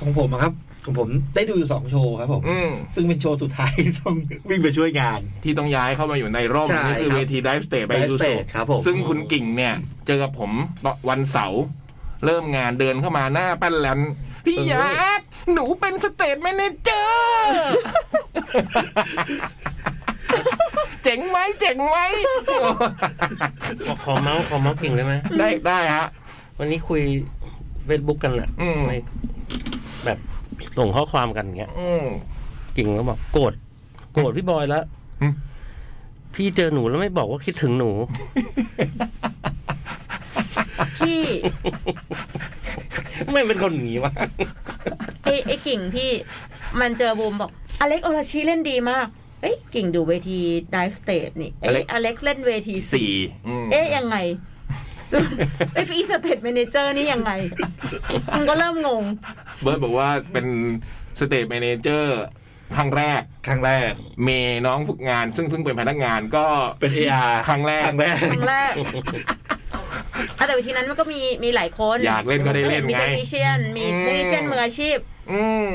ของผมอะครับของผมได้ดูอยู่สองโชว์ครับผม อืม ซึ่งเป็นโชว์สุดท้าย ต้องวิ่งไปช่วยงาน ที่ต้องย้ายเข้ามาอยู่ในร่ม ใช่ นี่คือ ครับ เวทีไดฟ์สเต e ไป Dive ดูสุ Stage ครับผม ซึ่งคุณกิ่งเนี่ย เจอกับผมวันเสาร์เริ่มงานเดินเข้ามาหน้าปั้นแลนพี่ยาร์ดหนูเป็นสเตทแมเนเจอร์เจ๋งไหมเจ๋งไหม ขอขอเมาส์ขอเมาส์กิ่งได้ไหม ได้ได้ฮะ วันนี้คุยเฟซบุ๊กกันแหละ อืม ในแบบส่งข้อความกันเงี้ย อืม กิ่งก็บอกโกรธโกรธพี่บอยแล้ว อืม พี่เจอหนูแล้วไม่บอกว่าคิดถึงหนู พี่ ไม่เป็นคนอย่างนี้วะ ไอ้ไอ้กิ่งพี่มันเจอบูมบอก อเล็กโอราชิเล่นดีมาก เอ้ยกิ่งดูเวทีไดฟ์สเตจนี่เอ้ยอเล็กเล่นเวทีสี่ สี่อืม เอ๊ะยังไง ไอ้ฟีสเตทแมเนเจอร์นี่ยังไงมันก็เริ่มงง เบิร์ดบอกว่าเป็นสเตทแมเนเจอร์ครั้งแรก ครั้งแรก เมย์น้องฝึกงาน ซึ่งเพิ่งเป็นพนักงานก็ เป็น AR ครั้งแรก ครั้งแรก ครั้งแรกอ่ะแต่วิธีนั้นมันก็มีมีหลายคน อยากเล่นก็ได้เล่นไง มีเทคนิเชียน มี อืม เทคนิเชียนมืออาชีพ อืม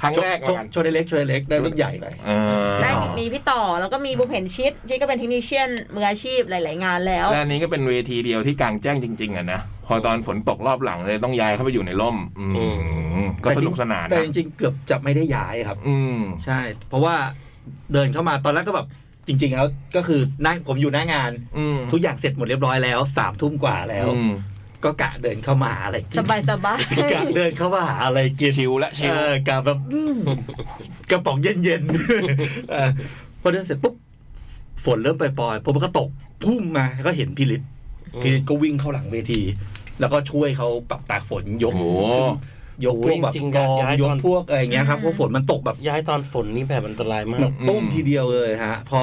ครั้ง โช แร ว์ กเหมื โช อนกัว์น โชว์ได้เล็กโชว์ได้เล็กได้รุ่นใหญ่ไป เออ ได้ อ๋อ มีพี่ต่อแล้วก็มีบุมเห็นชิดชิดก็เป็นเทคนิเชียนมืออาชีพหลาย ๆ งานแล้ว และอันนี้ก็เป็นเวทีเดียวที่กลางแจ้งจริง ๆอะนะ พอตอนฝนตกรอบหลังเลยต้องย้ายเข้าไปอยู่ในร่ม อืมก็สนุกสนาน แต่ นะ จริงๆเกือบจะไม่ได้ย้ายครับ อืม ใช่ เพราะว่าเดินเข้ามาตอนแรกก็แบบจริง ๆ แล้วก็คือหนั่งผมอยู่หน้างาน อืม ทุกอย่างเสร็จหมดเรียบร้อยแล้วสามทุ่มกว่าแล้ว อืม ก็กะเดินเข้ามาหาอะไรกิ ส น บายสบาย กะเดินเข้ามาหาอะไรกิน ชิวและชิ เอ ว อกะ แบบอืมกระป๋องเย็นๆ เออพอเดินเสร็จปุ๊บฝนเริ่มปล่อยๆผมก็ตกพุ่มมาก็เห็นพี่ฤทธิ์พี่ฤทธิ์ก็วิ่งเข้าหลังเวที แล้วก็ช่วยเขาปรับตากฝนย โอ้ ก โห ยกพวกแบบ จริง ก ๆ อง ย้าย ย ต ก อน พวกอะไรอย่างเงี้ยครับเพราะฝนมันตกแบบ ย้ายตอนฝนนี่แบบอันตรายมา ห ก นักตุ้ม อืม ทีเดียวเลยฮะ พอ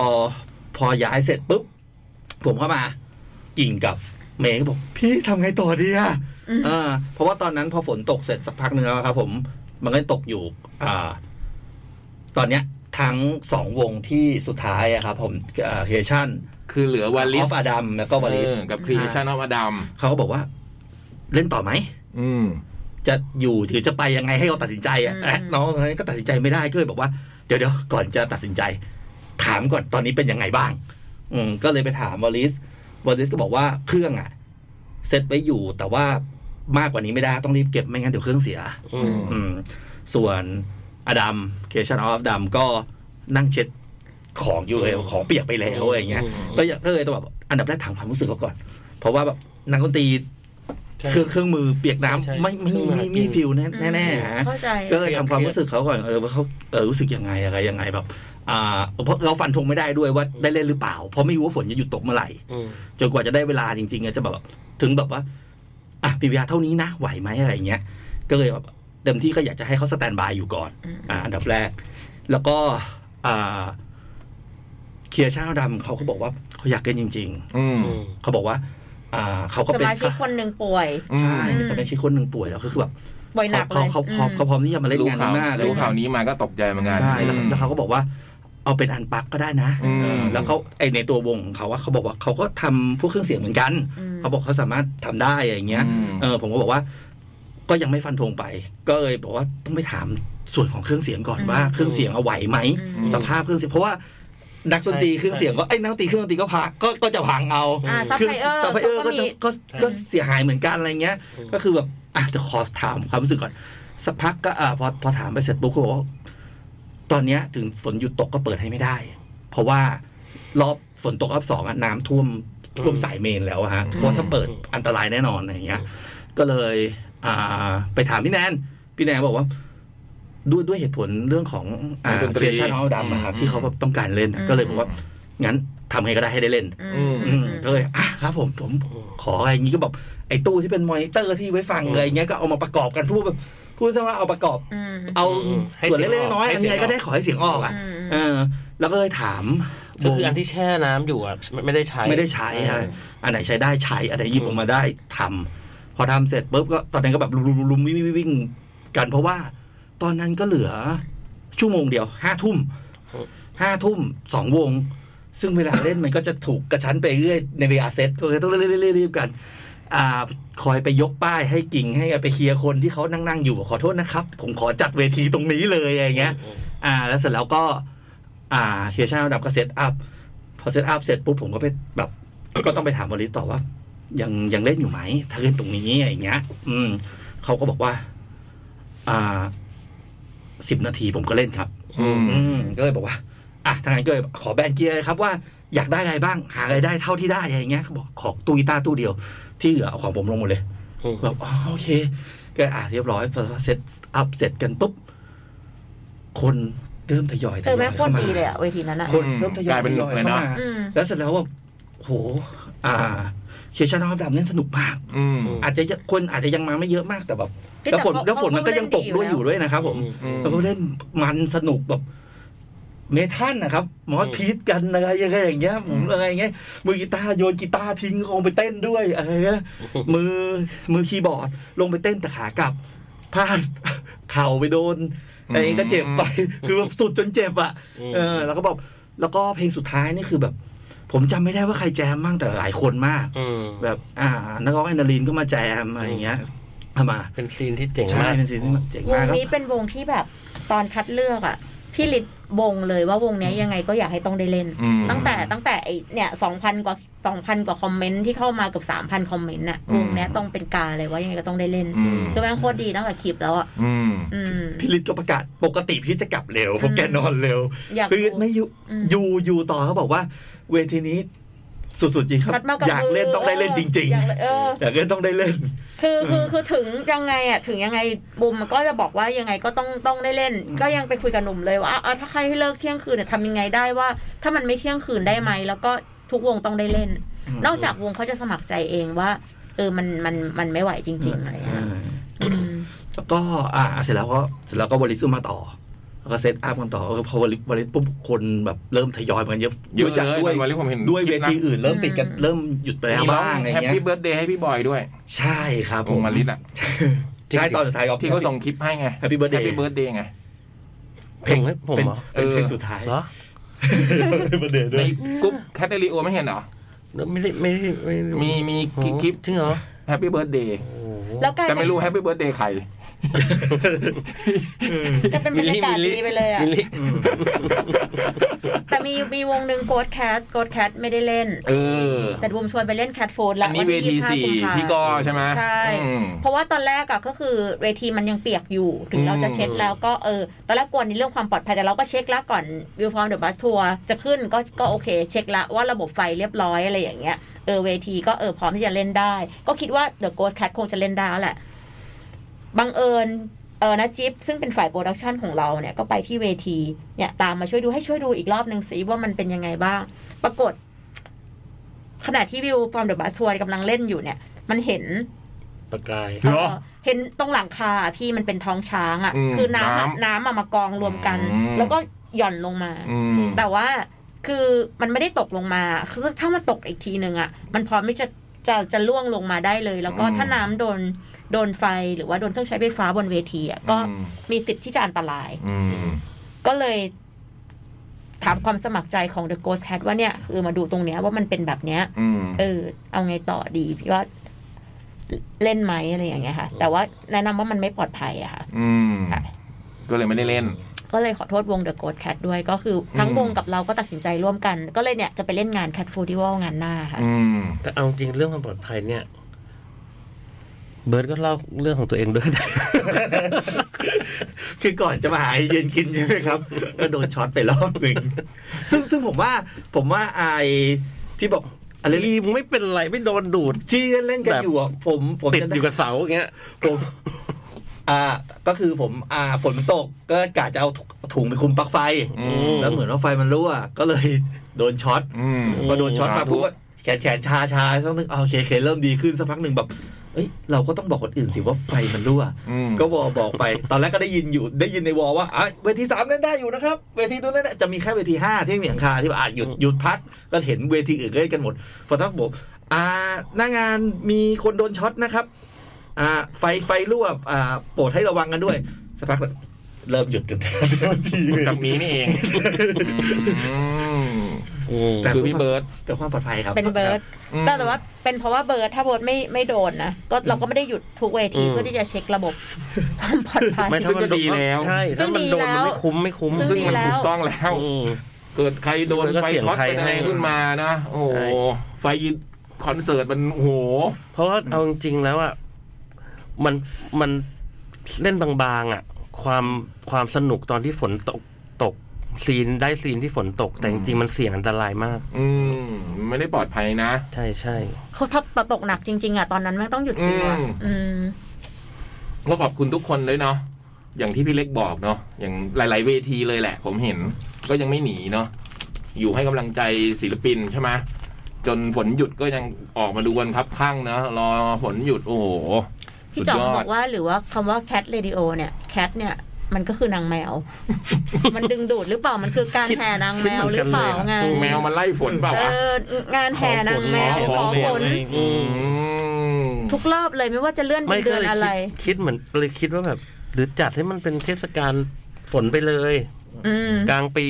พอย้ายเสร็จปุ๊บผมเข้ามากิ่งกับเมย์ก็บอกพี่ทำไงต่อดีอะเออเพราะว่าตอนนั้นพอฝนตกเสร็จสักพักหนึ่งแล้วครับ ผมมันก็ตกอยู่ อ่า ตอนเนี้ยทั้งสองวงที่สุดท้ายอะครับ ผมเคชั่น คือเหลือวา ลิ ลิ ฟ ส อดัมแล้วก็วาลิส เออกับครีเอชั่นออฟอดัม เขาก็บอกว่า เล่นต่อไหม อืม จะอยู่หรือจะไปยังไงให้เราตัดสินใจอ่ะและน้องคนนั้นก็ตัดสินใจไม่ได้ก็เลยบอกว่าเดี๋ยวเดี๋ยวก่อนจะตัดสินใจ ถามก่อนตอนนี้เป็นยังไงบ้าง อืมก็เลยไปถามวอลิสวอลิสก็บอกว่าเครื่องอ่ะเซตไว้อยู่แต่ว่ามากกว่านี้ไม่ได้ต้องรีบเก็บไม่งั้นเดี๋ยวเครื่องเสีย อืม อืม ส่วนอดัมเคชันออฟดัมก็นั่งเช็ดของอยู่เลย อืม ของเปียกไปแล้วอะไรอย่างเงี้ย อืม ก็อยากก็เลยต้องแบบอันดับแรกถามความรู้สึกเขาก่อน เพราะว่าแบบนักดนตรี ใช่ เครื่องเครื่องมือเปียกน้ำ ใช่ ไม่ไม่ เครื่องมือ ไม่ หากิน ไม่ฟิลแน่แน่ๆฮะ เข้าใจ ก็เลยทำความรู้สึกเขาก่อนเออว่าเขาเออรู้สึกยังไงอะไรยังไงแบบ อ่าเพราะเราฟันธงไม่ได้ด้วยว่าได้เล่นหรือเปล่า เพราะไม่รู้ว่าฝนจะหยุดตกเมื่อไหร่ อืม จนกว่าจะได้เวลาจริงๆอะจะแบบถึงแบบว่าอ่ะมีเวลาเท่านี้นะไหวไหมอะไรอย่างเงี้ย ก็เลยแบบเต็มที่ก็อยากจะให้เขาสแตนบายอยู่ก่อน อืม อ่าอันดับแรก แล้วก็อ่าเคลียร์ชาดำเขาก็บอกว่าเขาอยากเล่นจริง อืม อืม ๆเขาบอกว่า อ่าเขาก็ ส เป็น มาชิกคนหนึ่งป่วย อืม ใช่ อืม สมาชิกคนหนึ่งป่วยแล้วก็คือแบบ ป่วยหนักเล เขา ย เขาเขาเขาพร้อมที่จะมาเล่น รู้ งาน ข่าว หน้าเลย รู้ข่าวนี้มาก็ตกใจเหมือนกัน ใช่แล้ว อืม แล้วเขาก็บอกว่า เอาเป็นอันปลักก็ได้นะ อืม เออแล้วเขาไอในตัววงของเขาว่าเขาบอกว่าเขาก็ทำพวกเครื่องเสียงเหมือนกัน อืม เขาบอกเขาสามารถทำได้อะไรอย่างเงี้ย อืม เออผมก็บอกว่า ก็ยังไม่ฟันธงไป ก็เลยบอกว่าต้องไปถามส่วนของเครื่องเสียงก่อนว่าเครื่องเสียงเอาไหวไหม อืม สภาพเครื่องเสียงเพราะว่านักดนตรี ใช่ เครื่องเสียงก็ไอ้ยนักดนตรีเครื่องดนตรีก็พังก็ก็จะพังเอา อ่าซัพ เครื่ พลายเออร์ ซัพพลายเออร์ ก็ ก็จะ มี ก็ก็เสียหายเหมือนกันอะไรเงี้ย อืม ก็คือแบบอ่ะจะขอถามความรู้สึกก่อน สักพักก็อ่าพอพอถามไปเสร็จปุ๊บเขาบอกว่าตอนเนี้ยถึงฝนหยุดตกก็เปิดให้ไม่ได้ เพราะว่ารอบฝนตกรอบสองอะน้ำท่วมท่วมสายเมนแล้วอะฮะเพราะถ้าเปิดอันตรายแน่นอนอะไรอย่างเงี้ย ก็เลย อ่า ไปถามพี่แนนพี่แนนบอกว่า ด้วยด้วยเหตุผลเรื่องของอ่า ดนต เค รี ชันออดำอะครับ อืม ที่เขาแบบต้องการเล่นอะ อืม ก็เลยบอกว่า งั้นทำไงก็ได้ให้ได้เล่น อืม อืมก็เลยอ่ะครับ ผมผมขออะไรอย่างงี้ก็บอกไอ้ตู้ที่เป็นมอนิเตอร์ที่ไว้ฟังเลยอย่างเงี้ยก็เอามาประกอบกันพูดแบบพูดซะว่าเอาประกอบ อืม เอา อืมให้ ส่วน เสียง เล็กๆน้อยๆออกให้ อัน เสียง ไงก็ ออก ได้ขอให้เสียงออกอ่ะ อืม เออ แล้วก็เลยถาม ก็คืออันที่แช่น้ำอยู่อ่ะไม่ไม่ได้ใช้ ไม่ได้ใช้อะไรอันไหนใช้ได้ใช้อันไหนหยิบ อืม ออกมาได้ทำพอทำเสร็จปุ๊บก็ตอนนั้นก็แบบลุมๆๆวิ่งๆวิ่งๆกันเพราะว่า ตอนนั้นก็เหลือ ชั่วโมงเดียวห้าทุ่มห้าทุ่มสองวง ซึ่งเวลาเล่นมันก็จะถูกกระชั้นไปเรื่อยในเวลาเซตก็เลยต้องเรื่อยๆๆๆกัน อ่าคอยไปยกป้ายให้กิ่งให้ไปเคลียร์คนที่เขานั่งนั่งๆอยู่ขอโทษนะครับ ผมขอจัดเวทีตรงนี้เลยอะไรเงี้ย อ่า แล้วเสร็จแล้วก็ อ่าเคลียร์ช่างระดับก็เซตอัพพอเซตอัพเสร็จปุ๊บผมก็ไปแบบ ก็ต้องไปถามบริษัทต่อว่า ยังยังเล่นอยู่ไหม ถ้าเล่นตรงนี้อะไรเงี้ย อืมเขาก็บอกว่า อ่าสิบนาทีผมก็เล่นครับ อืม อืมก็เลยบอกว่า อ่ะทางนั้นก็เลยขอแบนเกียร์เลยครับว่าอยากได้อะไรบ้าง หาอะไรายได้เท่าที่ได้อะไรอย่างเงี้ยเขาบอกขอตู้กีตาร์ตู้เดียว ที่เหลือเอาของผมลงหมดเลย อืม แบบอ๋อโอเค ก็อ่ะเรียบร้อยพอเสร็จอัพเสร็จกันปุ๊บ คนเริ่มทยอยท เออย แม่ อง โค เข้า ตร มา ดีเลยอะเวทีนั้นอะ คนเริ่มทยอย กลายเป็น ท หนุ ย ก อย เลยเนอะ เข้ามา อืม แล้วเสร็จแล้วว่าโห อ่าเคียร์ชานอฟดับเล่นสนุกมาก อืม อาจจะยังคนอาจจะยังมาไม่เยอะมากแต่แบบ แต่ แล้วฝน เขา แล้วฝนมันก็ยังตกด้วยอ เขาก็เล่นดีอยู่ ยู่ด้วยนะครับผม อืม แล้วก็เล่นมันสนุกแบบเมทัลนะครับหมอสพีทกันอะไรยังไงอย่างเงี้ยผมอะไรอย่างเงี้ยมือกีตาร์โยนกีตาร์ทิ้งลงไปเต้นด้วยอะไรเงี้ยมือมือคีย์บอร์ดลงไปเต้นแต่ขากลับพลาด เข่าไปโดนอะไรก็เจ็บไป คือแบบสุดจนเจ็บอ่ะเออ แล้วก็แบบแล้วก็เพลงสุดท้ายนี่คือแบบ ผมจำไม่ได้ว่าใครแจมมั่งแต่หลายคนมาก อืม แบบอ่านักร้องแอนดาลินก็มาแจมอะไรอย่างเงี้ยเอามา เป็นซีนที่เจ๋ง ใช่ มาก เป็นสิ่งที่แบบเจ๋ง ว มาง กครับ นี้เป็นวงที่แบบตอนคัดเลือกอะพี่ลิศวงเลยว่าวงเนี้ยยังไงก็อยากให้ต้องได้เล่น อืม ตั้งแต่ตั้งแต่ไอเนี่ยสองพันกว่าสองพันกว่าคอมเมนต์ที่เข้ามาเกือบสามพันคอมเมนต์อะ อื ว ม งเนี้ยต้องเป็นกาเลยว่ายังไงก็ต้องได้เล่น อืม คือแม่งโคตรดีตั้งแต่คลิปแล้วอะ อืม อืม พี่ฤทธิ์ก็ประกาศปกติพี่จะกลับเร็วเพราะแกนอนเร็ว อยาก พี่ฤทธิ์ไม่อยู่ อืม อยู่อยู่ต่อเขาบอกว่า เวทีนี้สุดๆจริงครับ คัดมากับ อยากเล่นต้องได้เล่นจริง อยากเล่นเออ ๆ อยากเล่นต้องได้เล่น คือ อื คือ ม คือถึงยังไงอะถึงยังไงบุมก็จะบอกว่ายังไงก็ต้องต้องได้เล่น อืม ก็ยังไปคุยกับหนุ่มเลยว่าอ่ะอ่ะถ้าใครให้เลิกเที่ยงคืนเนี่ยทำยังไงได้ว่า ถ้ามันไม่เที่ยงคืนได้ไหมแล้วก็ทุกวงต้องได้เล่น นอกจากวงเขาจะสมัครใจเองว่า เออมันมันมันไม่ไหวจริงๆอะไรอย่างเงี้ย อ่า อืม แล้วก็อ่าเสร็จแล้วก็เสร็จแล้วก็วอลลิซึมมาต่อแล้วก็เซตอัพกันต่อเออพอวอลลิวอลลิปุ๊บคนแบบเริ่มทยอยมากันเยอะ เยอะ รู้จัก เลย ด้วย ตอนวอลลิผมเห็น ด้วย คลิ เว ปนะ ทีอื่นเริ่มปิดกันเริ่มหยุดไปแล้วบ้างอะไร แฮป เงี้ย ปี้เบิร์ดเดย์ให้พี่บอยด้วย ใช่ครับ ว ผ ง ม มาลิสอ่ะ ใช่ตอนสุดท้ายก็ ที่เขาส่งคลิปให้ไง Happy Birthday แฮปปี้เบิร์ดเดย์ไง เพลง ส่งให้ผม เป็น เหรอ เป็นเพลงสุดท้าย เหรอ ประเด็นด้ ใน วย กรุ๊ปแคทเ e อรีโอไม่เห็นเหรอ ไม่ได้ไม่ได้ไได้ มีมี โอ้โห คลิป จริงเหรอ แฮปปี้เบิร์ดเดย์ โอ้โห แล้วกลาย แต่ เป็ ไม่ น รู้แฮปปี้เบิร์ดเดย์ใคร กลายเป็นบรรยากาศดีไปเลยอะ มิลลิ แต่มีมีวงหนึ่งโกดแคทโกดแคทไม่ได้เล่น เออ แต่บุมชวนไปเล่นแคทโฟน อั ละ นนี้เวที 25 สี่ กุมภา พี่กอใช่ไหม ใช่ อืม เพราะว่าตอนแรกอะก็คือเวทีมันยังเปียกอยู่ ถึงเราจะเช็ดแล้วก็เออ ตอนแรกกลัวในเรื่องความปลอดภัยแต่เราก็เช็คละก่อนวิวฟอร์มเดอะบัสทัวร์จะขึ้นก็ก็โอเค เช็คละว่าระบบไฟเรียบร้อยอะไรอย่างเงี้ย เออเวทีก็เออพร้อมที่จะเล่นได้ ก็คิดว่าเดอะโกสแคทคงจะเล่นได้แล้วแหละ บังเอิญเออนะจิ๊บซึ่งเป็นฝ่ายโปรดักชันของเราเนี่ยก็ไปที่เวทีเนี่ยตามมาช่วยดูให้ช่วยดูอีกรอบหนึ่งสิว่ามันเป็นยังไงบ้าง ปรากฏ ขณะที่วิวฟอร์มเดอะบัสทัวร์กำลังเล่นอยู่เนี่ย มันเห็น ประกาย เหรอ เออเห็นตรงหลังคาอะพี่มันเป็นท้องช้างอ่ะ อืม คือน้ำอะ น้ำ น้ำอะมากองรวมกัน อืม แล้วก็หย่อนลงมา อืม แต่ว่าคือมันไม่ได้ตกลงมา คือถ้ามันตกอีกทีหนึ่งอ่ะ มันพร้อมที่จะจะจะล่วงลงมาได้เลย แล้วก็ อืม ถ้าน้ำโดนโดนไฟหรือว่าโดนเครื่องใช้ไฟฟ้าบนเวทีอ่ะก็มีติดที่จะอันตราย อืม ก็เลยถามความสมัครใจของ The Ghost Cat ว่าเนี่ยคือมาดูตรงเนี้ยว่ามันเป็นแบบเนี้ย อืม เออ เอาไงต่อดีพี่ว่าเล่นไหมอะไรอย่างเงี้ยค่ะ แต่ว่าแนะนำว่ามันไม่ปลอดภัยอะค่ะ อืม ค่ะ ก็เลยไม่ได้เล่น ก็เลยขอโทษวง The Ghost Cat ด้วยก็คือทั้งวงกับเราก็ตัดสินใจร่วมกัน ก็เลยเนี่ยจะไปเล่นงาน Cat Festival งานหน้าค่ะ อืม แต่เอาจริงเรื่องความปลอดภัยเนี่ย เบิร์ดก็เล่าเรื่องของตัวเองด้วย คือก่อนจะมาหาไอ้เย็นกินใช่ไหมครับ ก็โดนช็อตไปรอบหนึ่งซึ่งซึ่งผมว่าผมว่าไอ้ที่บอกอะไร ลีมไม่เป็นไรไม่โดนดูด ที่เล่นกันอยู่อ่ะผมผม ติด จะ อยู่กับเสาอย่างเงี้ย ผมอ่า ก็คือผม อ่าฝนมันตกก็กะจะเอาถุงไปคลุมปลั๊กไฟ อืม แล้วเหมือนว่าไฟมันรั่วก็เลยโดนช็อต อืม พอโดนช็อตมา สาธุ ปุ๊บก็แขนแขนชาชาสักนึงอ่าโอเคโอเคเริ่มดีขึ้นสักพักหนึ่งแบบเอ้ยเราก็ต้องบอกคนอื่นสิว่าไฟมันรั่ว อืม ก็วอบอกไป ตอนแรกก็ได้ยินอยู่ได้ยินในวอว่าอ่ะเวทีสามเล่นได้อยู่นะครับ เวทีนู้นเล่นได้จะมีแค่เวทีห้าที่มีหลังคาที่แบบอ่ะหยุดหยุดพักก็เห็นเวทีอื่นเล่นกันหมดพอทักบอกอ่าหน้างานมีคนโดนช็อตนะครับอ่าไฟไฟรั่วอ่าโปรดให้ระวังกันด้วยสักพักเริ่มหยุดกัน เวที กับมีนี่เองอืม อืม แต่ คือพี่เบิร์ต เพื่อความปลอดภัยครับ เป็นเบิร์ด อืม แต่แต่ว่าเป็นเพราะว่าเบิร์ดถ้าเบิร์ดไม่ไม่โดนนะก็เราก็ไม่ได้หยุดทุกเวทีเพื่อที่จะเช็คระบบความปลอดภัย ไม่ถ้ามันซึ่งโดนก็ดีแล้ว ใช่ถ้ามันโดนมัน ซึ่งดีแล้ ไม่ ว คุ้มไม่คุ้ม ซึ่ง ดี มัน แล้ว ถูกต้องแล้ว อืม เกิดใครโดน แล้วก็ ไฟ เสี่ยง ช็อต ภัย เป็นอะไร ให้ ขึ้นมานะ โอ้โห ใช่ ไฟคอนเสิร์ตมันโอ้โห เพราะว่าเอาจริงๆแล้วอ่ะมันมันเล่นบางๆอ่ะ ความความสนุกตอนที่ฝนตกตกซีนได้ซีนที่ฝนตก แต่ อื จ ม ริงๆมันเสี่ยงอันตรายมาก อืมไม่ได้ปลอดภัยนะ ใช่ใช่ เขาถ้าตะตกหนักจริง ๆอ่ะตอนนั้นแม่งต้องหยุดจริงว่ะ อืม อืม ก็ขอบคุณทุกคนด้วยเนาะอย่างที่พี่เล็กบอกเนาะอย่างหลาย ๆ เวทีเลยแหละ ผมเห็นก็ยังไม่หนีเนาะอยู่ให้กำลังใจศิลปินใช่ไหมจนฝนหยุดก็ยังออกมาดูกันครับข้างเนาะรอฝนหยุดโอ้โห พี่ สุด จ๋อง ยอ บ ด อกว่าหรือว่าคำว่า cat radio เนี่ย cat เนี่ยมันก็คือนางแมว มันดึงดูดหรือเปล่ามันคือการแห่นางแมวหรือเปล่า คิดเหมือนกัน ไง เลยอะ แมวมันไล่ฝนเปล่าวะ เอองานแห่นางแมว ข ข อ องง ฝฝนน อืม ทุกรอบเลยไม่ว่าจะเลื่อนเป็ ไม่ น ก็ เดือน เลย อะไร คิดคิดเหมือนเลยคิดว่าแบบ หรือจัดให้มันเป็นเทศกาลฝนไปเลย อืม กลางปี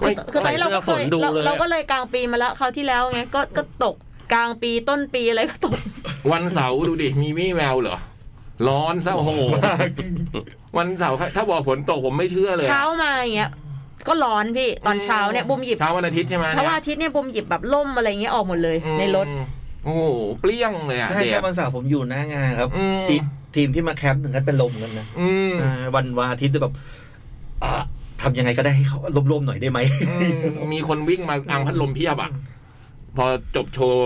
คือคือตอนนี้เรา ใส่ ก็ เสื้ เค อย ฝนดู เรา เลยอะ เราก็เลยกลางปีมาแล้วคราวที่แล้วไงก็ก็ตกกลางปีต้นปีอะไรก็ตก วันเสาร์ดูดิ มีวี่แววเหรอ ร้อนซะโอ้โห วันเสาร์ถ้าบอกฝนตกผมไม่เชื่อเลยอะ เช้ามาอย่างเงี้ยก็ร้อนพี่ตอน อืม เช้าเนี่ยบุมหยิบ เช้าวันอาทิตย์ใช่ไหม เพราะว่าอาทิตย์เนี่ยบุมหยิบแบบล่มอะไรอย่างเงี้ยออกหมดเลย อืม ในรถ โอ้โห เปรี้ยงเลยอะ ใช่ เด็ ใช่ ก วันเสาร์ผมอยู่หน้างานครับ อืม ทีมทีมที่มาแคมป์ถึงขั้นเป็นลมกันนะ อืม อ่าวันวันอาทิตย์แบบอ่าทำยังไงก็ได้ให้เขาล่มๆหน่อยได้ไหม อืมมีคนวิ่งมาอังพัดลมเพียบอ่ะ พอจบโชว์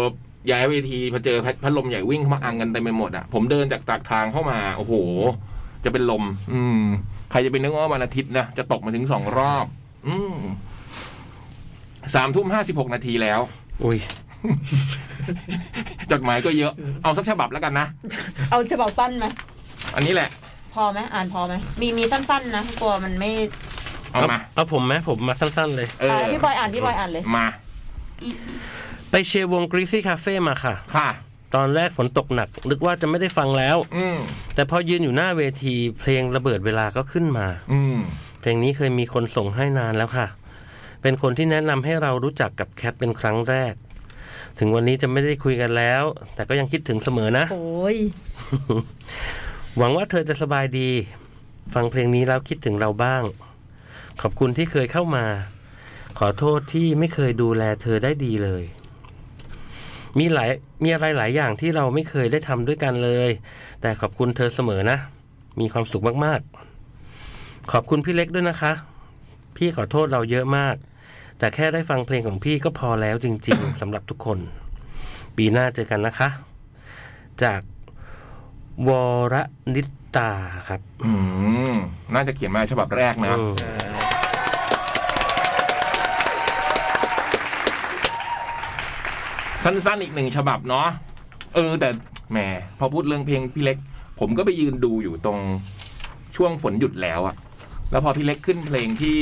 ย้ายเวทีพอเจอพัดลมใหญ่วิ่งเข้ามาอังกันเต็มไปหมดอ่ะ ผมเดินจากตากทางเข้ามา โอ้โห จะเป็นลม อืม ใครจะเป็นนึกว่าวันอาทิตย์นะ จะตกมาถึงสองรอบ อืมสามทุ่มห้าสิบหกนาทีแล้ว อุ้ย จดหมายก็เยอะ เอาสักฉบับแล้วกันนะ เอาจะบอกสั้นไหม อันนี้แหละ พอไหมอ่านพอไหมมีมีสั้นๆนะกลัวมันไม่ เอามา เอาผมไหมผมมาสั้น ๆ เลย เออ อ่าพี่บอยอ่านพี่บอยอ่านเลย มา ไปเชียร์วงกรีซี่คาเฟ่มาค่ะ ค่ะ ตอนแรกฝนตกหนักนึกว่าจะไม่ได้ฟังแล้ว อืม แต่พอยืนอยู่หน้าเวทีเพลงระเบิดเวลาก็ขึ้นมา อืม เพลงนี้เคยมีคนส่งให้นานแล้วค่ะ เป็นคนที่แนะนำให้เรารู้จักกับแคทเป็นครั้งแรก ถึงวันนี้จะไม่ได้คุยกันแล้ว แต่ก็ยังคิดถึงเสมอนะ โอ้ย หวังว่าเธอจะสบายดี ฟังเพลงนี้แล้วคิดถึงเราบ้าง ขอบคุณที่เคยเข้ามา ขอโทษที่ไม่เคยดูแลเธอได้ดีเลย มีหลายมีอะไรหลายอย่างที่เราไม่เคยได้ทำด้วยกันเลย แต่ขอบคุณเธอเสมอนะ มีความสุขมากๆ ขอบคุณพี่เล็กด้วยนะคะ พี่ขอโทษเราเยอะมาก แต่แค่ได้ฟังเพลงของพี่ก็พอแล้วจริง ๆ สำหรับทุกคน ปีหน้าเจอกันนะคะ จาก วรนิตาครับ อืม น่าจะเขียนมาฉบับแรกนะ อืม สั้นๆอีกหนึ่งฉบับเนาะ เออ แต่แหม พอพูดเรื่องเพลงพี่เล็ก ผมก็ไปยืนดูอยู่ตรงช่วงฝนหยุดแล้วอะแล้วพอพี่เล็กขึ้นเพลงที่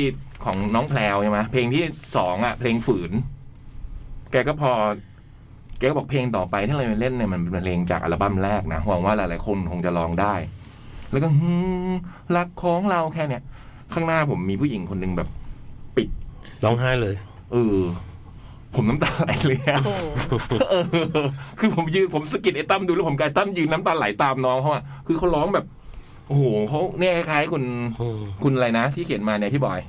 ของน้องแพลวใช่ไหมเพลงที่สองอะเพลงฝืน แกก็พอ แกก็บอกเพลงต่อไปที่เราจะเล่นเนี่ยมันเป็นเพลงจากอัลบั้มแรกนะหวังว่าหลายๆคนคงจะลองได้ แล้วก็ฮึมรักของเราแค่เนี่ย ข้างหน้าผมมีผู้หญิงคนหนึ่งแบบ ร้องไห้เลย เออ ผมน้ำตาไหลเลยอะ โอ้โห เอ อคือผมยืนผมสะกิดไอ้ตั้มดูแล้วผมกายตั้มยืนน้ำตาไหลตามน้องเขาอะคือเขาร้องแบบ โอ้โหเขาเนี่ยคล้ายๆคุณ อืม คุณอะไรนะ ที่เขียนมาเนี่ยพี่บอย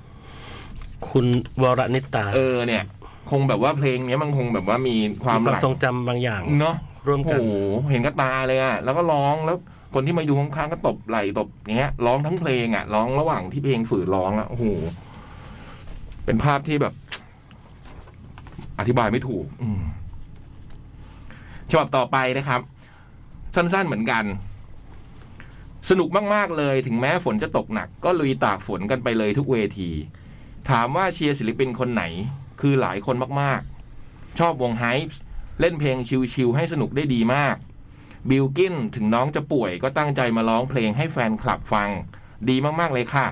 คุณวรนิตา เออเนี่ย คงแบบว่าเพลงเนี้ยมันคงแบบว่ามีความหมีความ ลัก ทรงจำบางอย่าง เนาะ ร่วม โอ้โห กัน เห็นก็ตาเลยอะแล้วก็ร้องแล้วคนที่มาอยู่ข้างๆก็ตบไหลตบอย่างเงี้ยร้องทั้งเพลงอะร้องระหว่างที่เพลงฝืนร้องอะโอ้โหเป็นภาพที่แบบ อธิบายไม่ถูก อืมฉบับต่อไปนะครับ สั้นๆเหมือนกัน สนุกมาก ๆ เลย ถึงแม้ฝนจะตกหนัก ก็ลุยตากฝนกันไปเลยทุกเวที ถามว่าเชียร์ศิลปินคนไหน คือหลายคนมากๆ ชอบวงไฮส์เล่นเพลงชิลๆให้สนุกได้ดีมาก บิลกินถึงน้องจะป่วยก็ตั้งใจมาร้องเพลงให้แฟนคลับฟัง ดีมากๆเลยค่ะ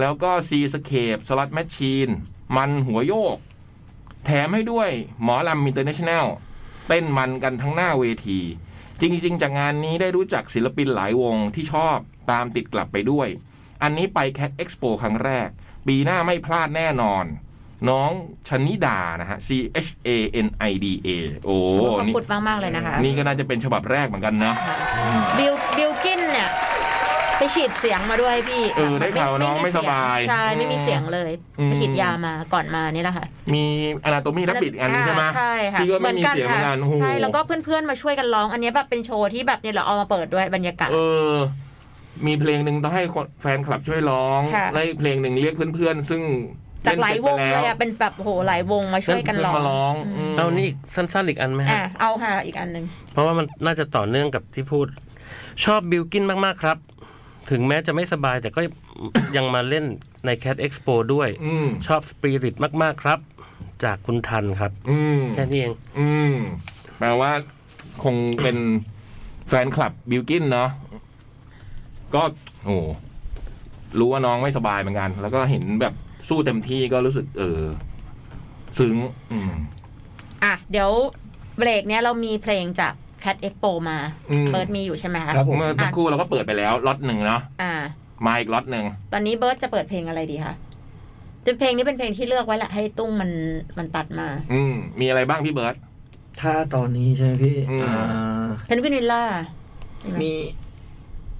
แล้วก็ซีสเคปสล็อตแมชชีนมันหัวโยก แถมให้ด้วยหมอลำอินเตอร์เนชั่นแนลเต้นมันกันทั้งหน้าเวที จริงๆ จากงานนี้ได้รู้จักศิลปินหลายวงที่ชอบตามติดกลับไปด้วย อันนี้ไปแค t เอ็กซ์โปครั้งแรก ปีหน้าไม่พลาดแน่นอน น้องชนิดานะฮะ C H A N I D A โอ้ ขอบ นี่ คุณมากมากๆเลยนะคะ นี่ก็น่าจะเป็นฉบับแรกเหมือนกันนะ บิลบิลกินเนี่ย ไปฉีดเสียงมาด้วยพี่ เออได้ข่าวน้องไม่สบาย ใช่ไม่มีเสียงเลย อืม ไปฉีดยามาก่อนมานี่แหละค่ะ มี Anatomy และปิดอันนี้ใช่ไหม ใช่ค่ะ ที่ก็ไม่มีเสียงเหมือนกันโอ้โห ใช่แล้วก็เพื่อนๆมาช่วยกันร้อง อันนี้แบบเป็นโชว์ที่แบบเนี่ยเราเอามาเปิดด้วยบรรยากาศ เออ มีเพลงหนึ่งต้องให้คนแฟนคลับช่วยร้อง ค่ะ และอีกเพลงหนึ่งเรียกเพื่อนๆ ซึ่ง จากหลา เส ย ร็จ ว ไป ง แล้ เล วย อะเป็นแบบโอ้โหหลายวงมาช่วยกันร้ เพื่ อ ๆ ง มาร้องม เอานี่อีกสั้นๆอีกอันไหมฮะ อ่ะเอาค่ะอีกอันหนึ่ง เพราะว่ามันน่าจะต่อเนื่องกับที่พูด ชอบบิลกินมาก ๆ ครับ ถึงแม้จะไม่สบายแต่ก็ยังมาเล่นใน Cat Expo ด้วย อืม ชอบสปิริตมาก ๆ ครับ จากคุณทันครับ อืม แค่นี้เอง อืม แปลว่าคงเป็นแฟนคลับบิลกินเนาะ ก็ โอ้รู้ว่าน้องไม่สบายเหมือนกัน แล้วก็เห็นแบบสู้เต็มที่ก็รู้สึก เออ ซึ้ง อืม อ่ะเดี๋ยวเบรกเนี้ยเรามีเพลงจาก Cat Expo มา อืม เบิร์ดมีอยู่ใช่ไหมคะ ครับผม เมื่อสักครู่เราก็เปิดไปแล้วล็อตหนึ่งเนาะ อ่า มาอีกล็อตหนึ่ง ตอนนี้เบิร์ดจะเปิดเพลงอะไรดีคะจะเพลงนี้เป็นเพลงที่เลือกไว้แหละให้ตุ้งมันมันตัดมา อืม มีอะไรบ้างพี่เบิร์ต ถ้าตอนนี้ใช่ไหมพี่ อืม อ่า เพนกวินวิลล่า มี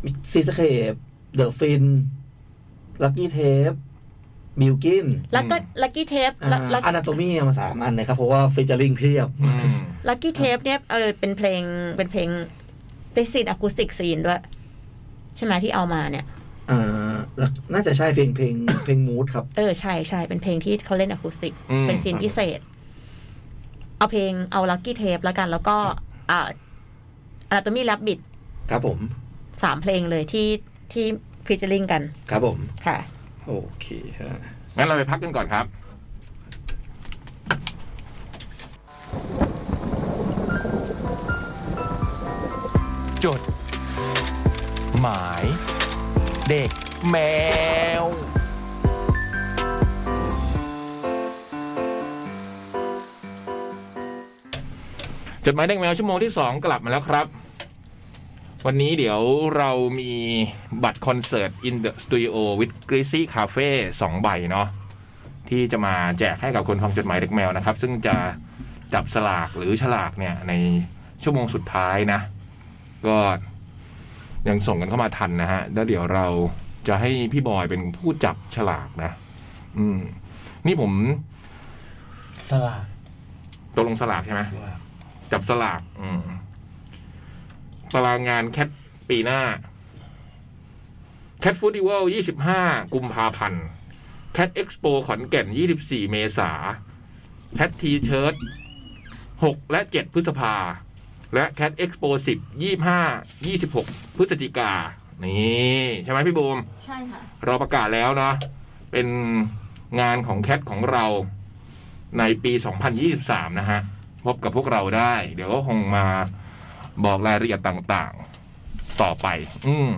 มีซีสเคปเดอะฟิน ลักกี้เทปบิลกิน แล้วก็ลักกี้เทปลัก อานาโตมี่า Anatomy เอามาสามอันนะครับ เพราะว่าฟิจอริงเพียบ อืม ลักกี้เทปเนี่ยเออเป็นเพลงเป็นเพลงเป็นซีนอะคูสติกซีนด้วย ใช่ไหมที่เอามาเนี่ย อ่าแล้วน่าจะใช่เพลงเพลง เพลงมูดครับ เออใช่ใช่เป็นเพลงที่เขาเล่นอะคูสติก อืม เป็นซีนพิเศษ เอาเพลงเอาลักกี้เทปแล้วกันแล้วก็อ่าอาตมีรับบิด ครับผม สามเพลงเลยที่ที่ฟีเจอริงกัน ครับผม ค่ะ โอเคฮะ งั้นเราไปพักกันก่อนครับ จด หมาย เด็กแมว จดหมายเด็กแมวชั่วโมงที่สองกลับมาแล้วครับ วันนี้เดี๋ยวเรามีบัตรคอนเสิร์ต In the Studio with Greasy Cafe สองใบเนาะที่จะมาแจกให้กับคนฟังจดหมายเด็กแมวนะครับ ซึ่งจะจับสลากหรือฉลากเนี่ย ในชั่วโมงสุดท้ายนะ ก็ยังส่งกันเข้ามาทันนะฮะ แล้วเดี๋ยวเราจะให้พี่บอยเป็นผู้จับฉลากนะ อืม นี่ผม สลาก ตกลงสลากใช่ไหม สลาก จับสลาก อืมตารางงานแคทปีหน้า แคทฟูดิวัล25 กุมภาพันธ์ แคทเอ็กซ์โปขอนแก่น 24 เมษา แคททีเชิร์ต6และ 7 พฤษภา และแคทเอ็กซ์โป10 25 26 พฤศจิกา นี่ ใช่ไหมพี่บูม ใช่ค่ะ เราประกาศแล้วเนาะเป็นงานของแคทของเราในปี 2023 นะฮะ พบกับพวกเราได้ เดี๋ยวก็คงมาบอกรายละเอียดต่างๆ ต่อไป อืม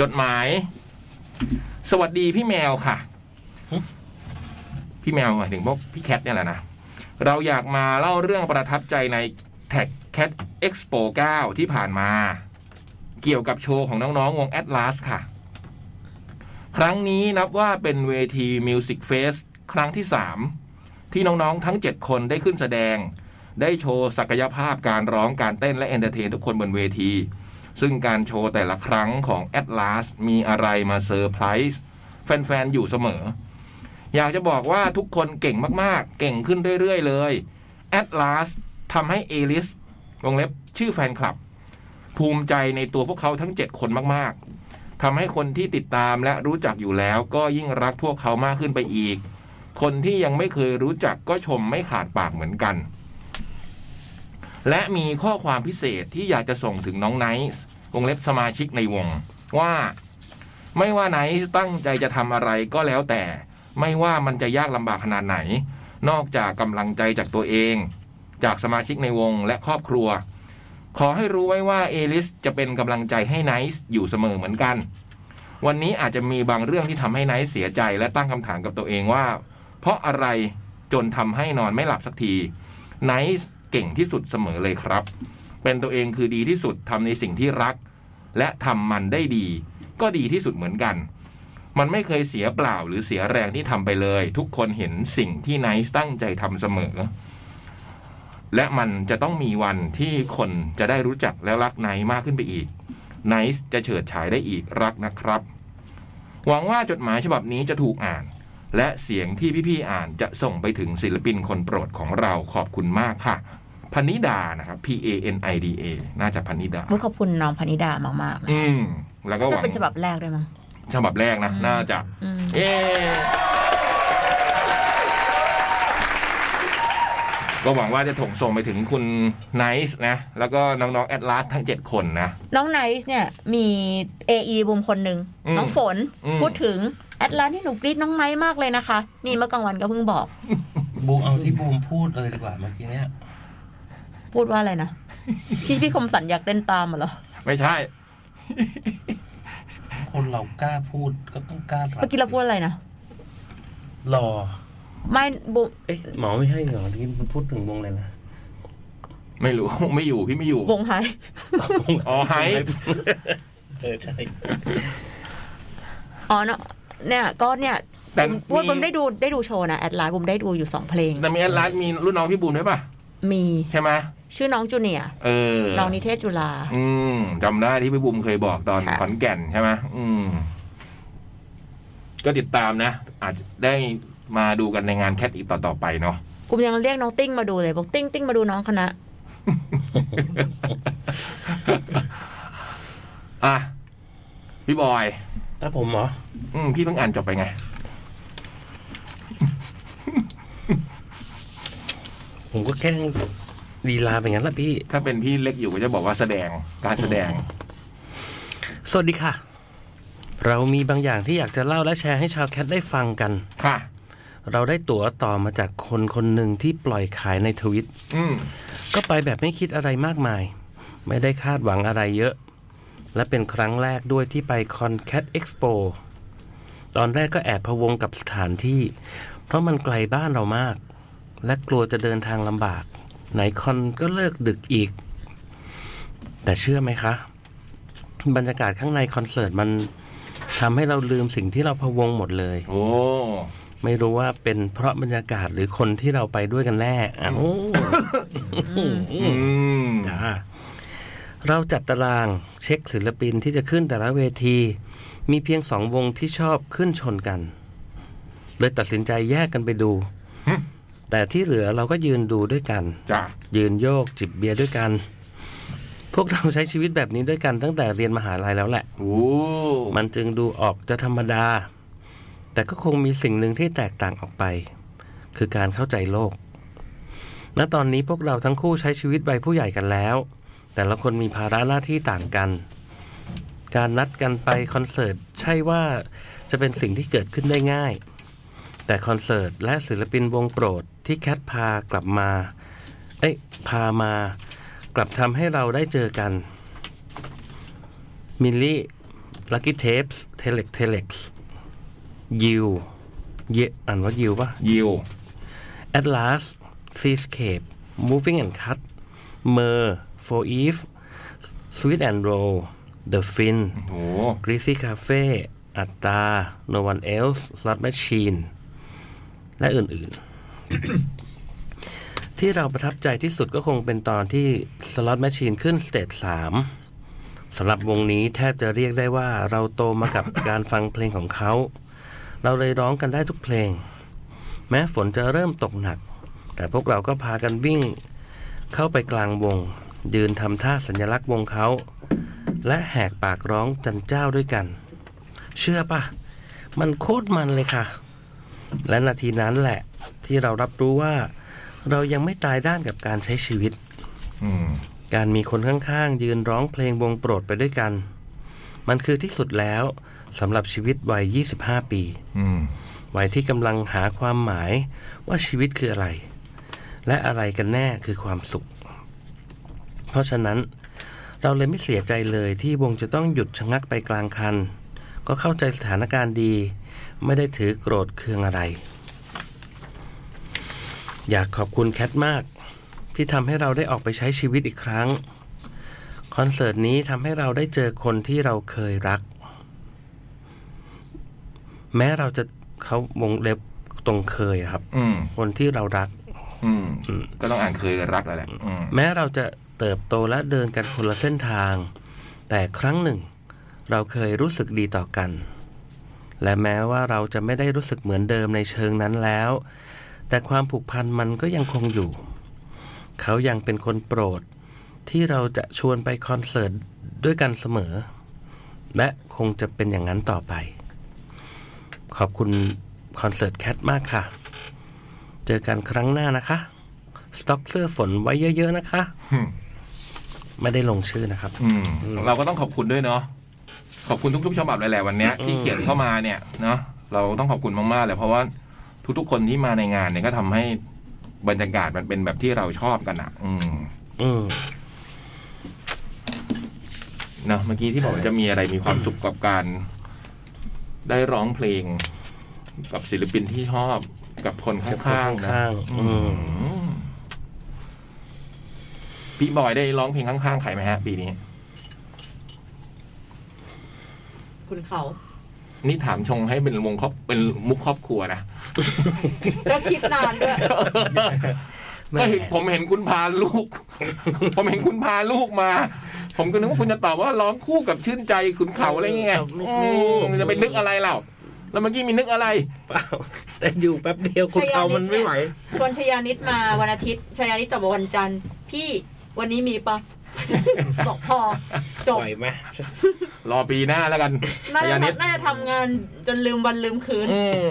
จดหมาย สวัสดีพี่แมวค่ะ พี่แมวหมายถึงพวกพี่แคทเนี่ยแหละนะ เราอยากมาเล่าเรื่องประทับใจในแท็กแคทเอ็กซ์โป9ที่ผ่านมา เกี่ยวกับโชว์ของน้องๆวงแอตลาสค่ะ ครั้งนี้นับว่าเป็นเวทีมิวสิกเฟสครั้งที่ 3 ที่น้องๆทั้ง 7 คนได้ขึ้นแสดง ได้โชว์ศักยภาพการร้องการเต้นและเอนเตอร์เทนทุกคนบนเวที ซึ่งการโชว์แต่ละครั้งของแอตลาสมีอะไรมาเซอร์ไพรส์แฟนๆ อยู่เสมอ อยากจะบอกว่าทุกคนเก่งมากๆ เก่งขึ้นเรื่อยๆ เลยแอตลาสทำให้เอลิสวงเล็บชื่อแฟนคลับ ภูมิใจในตัวพวกเขาทั้ง 7 คนมาก ๆ ทำให้คนที่ติดตามและรู้จักอยู่แล้วก็ยิ่งรักพวกเขามากขึ้นไปอีก คนที่ยังไม่เคยรู้จักก็ชมไม่ขาดปากเหมือนกัน และมีข้อความพิเศษที่อยากจะส่งถึงน้องไนซ์วงเล็บสมาชิกในวง ว่า ไม่ว่าไนซ์ตั้งใจจะทำอะไรก็แล้วแต่ ไม่ว่ามันจะยากลำบากขนาดไหน นอกจากกำลังใจจากตัวเอง จากสมาชิกในวงและครอบครัว ขอให้รู้ไว้ว่าเอลิสจะเป็นกำลังใจให้ไนซ์อยู่เสมอเหมือนกัน วันนี้อาจจะมีบางเรื่องที่ทำให้ไนซ์เสียใจและตั้งคำถามกับตัวเองว่า เพราะอะไรจนทำให้นอนไม่หลับสักทีไนซ์เก่งที่สุดเสมอเลยครับ เป็นตัวเองคือดีที่สุดทำในสิ่งที่รัก และทำมันได้ดี ก็ดีที่สุดเหมือนกัน มันไม่เคยเสียเปล่าหรือเสียแรงที่ทำไปเลย ทุกคนเห็นสิ่งที่ไนท์ตั้งใจทำเสมอ และมันจะต้องมีวันที่คนจะได้รู้จักและรักไนท์มากขึ้นไปอีกไนท์จะเฉิดฉายได้อีกรักนะครับ หวังว่าจดหมายฉบับนี้จะถูกอ่าน และเสียงที่พี่ๆอ่านจะส่งไปถึงศิลปินคนโปรดของเราขอบคุณมากค่ะพนิดานะครับ P A N I D A น่าจะพนิดา อุ๊ยขอบคุณน้องพนิดามากๆนะ อืม แล้วก็ห ก็ วัง เป็นฉบับแรกด้วยมั้ง ฉบับแรกนะ น่าจะ อืม เย้ก็หวังว่าจะถงส่งไปถึงคุณไนซ์นะ แล้วก็น้องๆ แอดลาสทั้งเจ็ดคนนะ น้องไนท์เนี่ยมี AE บุมคนหนึ่ง อืม น้องฝน อืม พูดถึงแอดลานี่หนูกรี๊ดน้องไนท์มากเลยนะคะ นี่เมื่อกลางวันก็เพิ่งบอก บูมเอาที่บูมพูดเลยดีกว่าเมื่อกี้เนี้ย พูดว่าอะไรนะที่พี่คมสันอยากเต้นตามเหรอ ไม่ใช่ คนเรากล้าพูดก็ต้องกล้ารับ เมื่อกี้เราพูดอะไรนะ รอ ไม่บุม เอ๊ะหมอไม่ให้เหรอที่มันพูดถึงวงเลยนะ ไม่รู้ ไม่อยู่พี่ไม่อยู่ วงไฮ อ๋อไฮ เออใช่ อ๋อเนาะเนี่ยก็เนี่ย แต่ บุมพูด มี บุมได้ดูได้ดูโชว์นะแอดลาบุมได้ดูอยู่สองเพลง แต่มีแอดลาสมีรุ่นน้องพี่บูมด้วยป่ะ มี ใช่ไหม ชื่อน้องจูเนียร์ เออ น้องนิเทศจุฬา อืมจำได้ที่พี่บุมเคยบอกตอน ค่ะ ขอนแก่นใช่ไหมอืม ก็ติดตามนะ อาจจะได้มาดูกันในงานแคทอีกต่อ ๆ ไปเนาะ กูยังเรียกน้องติ้งมาดูเลยบอกติ้งติ้งมาดูน้องคณะ อ่ะ พี่บอย แต่ผมเหรอ อืม พี่เพิ่งอ่านจบไปไง ผมก็แค่ลีลาแบบนั้นแหละพี่ ถ้าเป็นพี่เล็กอยู่ก็จะบอกว่าแสดงการแสดง สวัสดีค่ะ เรามีบางอย่างที่อยากจะเล่าและแชร์ให้ชาวแคทได้ฟังกัน ค่ะ เราได้ตั๋วต่อมาจากคนคนหนึ่งที่ปล่อยขายในทวิต อืม ก็ไปแบบไม่คิดอะไรมากมาย ไม่ได้คาดหวังอะไรเยอะ และเป็นครั้งแรกด้วยที่ไปคอนแคทเอ็กซ์โปตอนแรกก็แอบพะวงกับสถานที่ เพราะมันไกลบ้านเรามาก และกลัวจะเดินทางลำบาก ไหนคอนก็เลิกดึกอีก แต่เชื่อไหมคะ บรรยากาศข้างในคอนเสิร์ตมันทำให้เราลืมสิ่งที่เราพะวงหมดเลย โอ้ ไม่รู้ว่าเป็นเพราะบรรยากาศหรือคนที่เราไปด้วยกันแน่อ้าว อืม จ้าเราจัดตารางเช็คศิลปินที่จะขึ้นแต่ละเวที มีเพียงสองวงที่ชอบขึ้นชนกัน เลยตัดสินใจแยกกันไปดู ฮึ แต่ที่เหลือเราก็ยืนดูด้วยกัน จ้ะ ยืนโยกจิบเบียร์ด้วยกัน พวกเราใช้ชีวิตแบบนี้ด้วยกันตั้งแต่เรียนมหาลัยแล้วแหละ โอ้ มันจึงดูออกจะธรรมดา แต่ก็คงมีสิ่งหนึ่งที่แตกต่างออกไป คือการเข้าใจโลก ณ ตอนนี้พวกเราทั้งคู่ใช้ชีวิตใบผู้ใหญ่กันแล้ว แต่ละคนมีภาระหน้าที่ต่างกัน การนัดกันไปคอนเสิร์ตใช่ว่าจะเป็นสิ่งที่เกิดขึ้นได้ง่าย แต่คอนเสิร์ตและศิลปินวงโปรดที่แคทพากลับมา เอ้ยพามากลับทำให้เราได้เจอกัน มิลลี่ ลักกี้เทปส์เทเล็กเทเล็กส์ยิวเยอ่านว่ายิวปะ ยิว แอตลาสซีสเคป moving and cut เมอร์โฟอีฟสวิตแอนด์โรเดอะฟิน โอ้ กรีซี่คาเฟ่อัตตา no one else slot machine และอื่นๆ ที่เราประทับใจที่สุดก็คงเป็นตอนที่ slot machine ขึ้นสเตจสาม สำหรับวงนี้แทบจะเรียกได้ว่าเราโตมากับ การฟังเพลงของเขา เราเลยร้องกันได้ทุกเพลง แม้ฝนจะเริ่มตกหนัก แต่พวกเราก็พากันวิ่ง เข้าไปกลางวง ยืนทำท่าสัญลักษณ์วงเขา และแหกปากร้องจันเจ้าด้วยกัน เชื่อปะมันโคตรมันเลยค่ะ และนาทีนั้นแหละที่เรารับรู้ว่า เรายังไม่ตายด้านกับการใช้ชีวิต อืม การมีคนข้างๆ ยืนร้องเพลงวงโปรดไปด้วยกัน มันคือที่สุดแล้วสำหรับชีวิตวัย 25 ปี อืม วัยที่กำลังหาความหมายว่าชีวิตคืออะไร และอะไรกันแน่คือความสุข เพราะฉะนั้นเราเลยไม่เสียใจเลยที่วงจะต้องหยุดชะงักไปกลางคัน ก็เข้าใจสถานการณ์ดี ไม่ได้ถือโกรธเคืองอะไร อยากขอบคุณแคทมาก ที่ทำให้เราได้ออกไปใช้ชีวิตอีกครั้ง คอนเสิร์ตนี้ทำให้เราได้เจอคนที่เราเคยรัก แม้เราจะเขาวงเล็บตรงเคยอะครับ อืม คนที่เรารัก อืม อืม ก็ต้องอ่านเคยรักแล้วแหละอืม แม้เราจะเติบโตและเดินกันคนละเส้นทาง แต่ครั้งหนึ่ง เราเคยรู้สึกดีต่อกัน และแม้ว่าเราจะไม่ได้รู้สึกเหมือนเดิมในเชิงนั้นแล้ว แต่ความผูกพันมันก็ยังคงอยู่ เขายังเป็นคนโปรด ที่เราจะชวนไปคอนเสิร์ตด้วยกันเสมอ และคงจะเป็นอย่างนั้นต่อไป ขอบคุณคอนเสิร์ตแคทมากค่ะ เจอกันครั้งหน้านะคะ สต็อกเสื้อฝนไว้เยอะ ๆ นะคะ ไม่ได้ลงชื่อนะครับ อืม เราก็ต้องขอบคุณด้วยเนาะขอบคุณทุกๆฉบับเลยแหละวันเนี้ย ที่เขียนเข้ามาเนี่ยเนาะเราต้องขอบคุณมากๆเลยเพราะว่าทุกๆคนที่มาในงานเนี่ยก็ทำให้บรรยากาศมันเป็นแบบที่เราชอบกันอ่ะ อืม อืม เนาะเมื่อกี้ที่บอกว่าจะมีอะไรมีความสุขกับการ ได้ร้องเพลง กับศิลปินที่ชอบกับคนข้างๆนะ ข้างๆอืม อืมพี่บอยได้ร้องเพลงข้างๆใครไหมฮะ ปีนี้ คุณเขา นี่ถามชงให้เป็นวงครอบเป็นมุกครอบครัวนะ ก็คิดนานด้วย แม่ ก็เห็นผมเห็นคุณพาลูก ผมเห็นคุณพาลูกมา ผมก็นึกว่าคุณจะตอบว่าร้องคู่กับชื่นใจคุณเขาอะไรอย่างเงี้ย กับลูก อืมจะไปนึกอะไรเล่าแล้วเมื่อกี้มีนึกอะไร เปล่าแต่อยู่แป๊บเดียวคุณเขามันไม่ไหว ชวนชยานิดมาวันอาทิตย์ชยานิดตอบว่าวันจันทร์ พี่วันนี้มีปะ บอกพอจบ ไหวไหม รอปีหน้าแล้วกัน น่า พ จะ ยานิด ทำน่าจะทำงานจนลืมวันลืมคืน อืม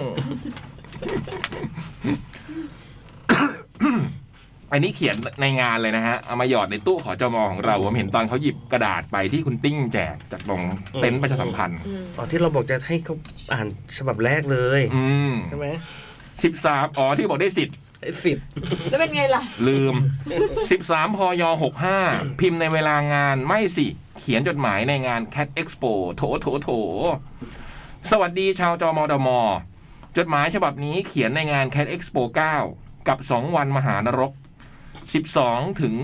อันนี้เขียนในงานเลยนะฮะเอามาหยอดในตู้ขอจมอของเราผมเห็นตอนเขาหยิบกระดาษไปที่คุณติ้งแจกจากตรงเต็นท์ประชาสัมพันธ์ อืม อ๋อที่เราบอกจะให้เขาอ่านฉบับแรกเลย อืม ใช่ไหม สิบสามอ๋อที่บอกได้สิทธิ์ ไอ้สิทธิ์ แล้วเป็นไงล่ะ ลืม 13 พย 65 พิมพ์ในเวลางานไม่สิ เขียนจดหมายในงาน Cat Expo โถโถโถ สวัสดีชาวจอมอดม จดหมายฉบับนี้เขียนในงาน Cat Expo 9 กับ 2 วันมหานรก 12 ถึง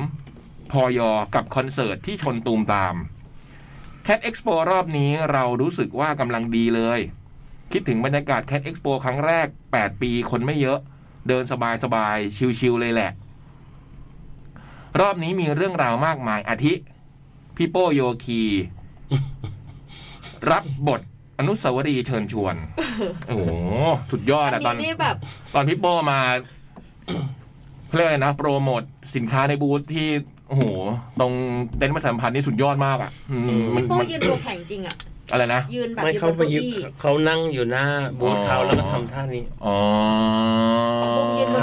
13 พย กับคอนเสิร์ตที่ชนตูมตาม Cat Expo รอบนี้เรารู้สึกว่ากำลังดีเลย คิดถึงบรรยากาศ Cat Expo ครั้งแรก 8 ปีคนไม่เยอะ เดินสบายสบายๆชิวๆเลยแหละ รอบนี้มีเรื่องราวมากมายอาทิ พี่โป้โยคี รับบทอนุสาวรีย์เชิญชวน โอ้โห สุดยอดอะตออัน น นี้นี่แบบ ตอนพี่โป้มา เขาเรียกอะไรนะ โปรโมทสินค้าในบูธที่ โอ้โห ตรงเต็นท์ประชาสัมพันธ์นี่สุดยอดมากอ่ะอืมมัน พว มั ก น ยืนตัวแข็งจริงอ่ะ อะไรนะ ยืนแบบ ไม่ ยืน เขา บน ไป เก้า ยืน อี้ เขานั่งอยู่หน้าบูธเขา อ๋อ แล้วก็ทำท่านี้ อ๋อ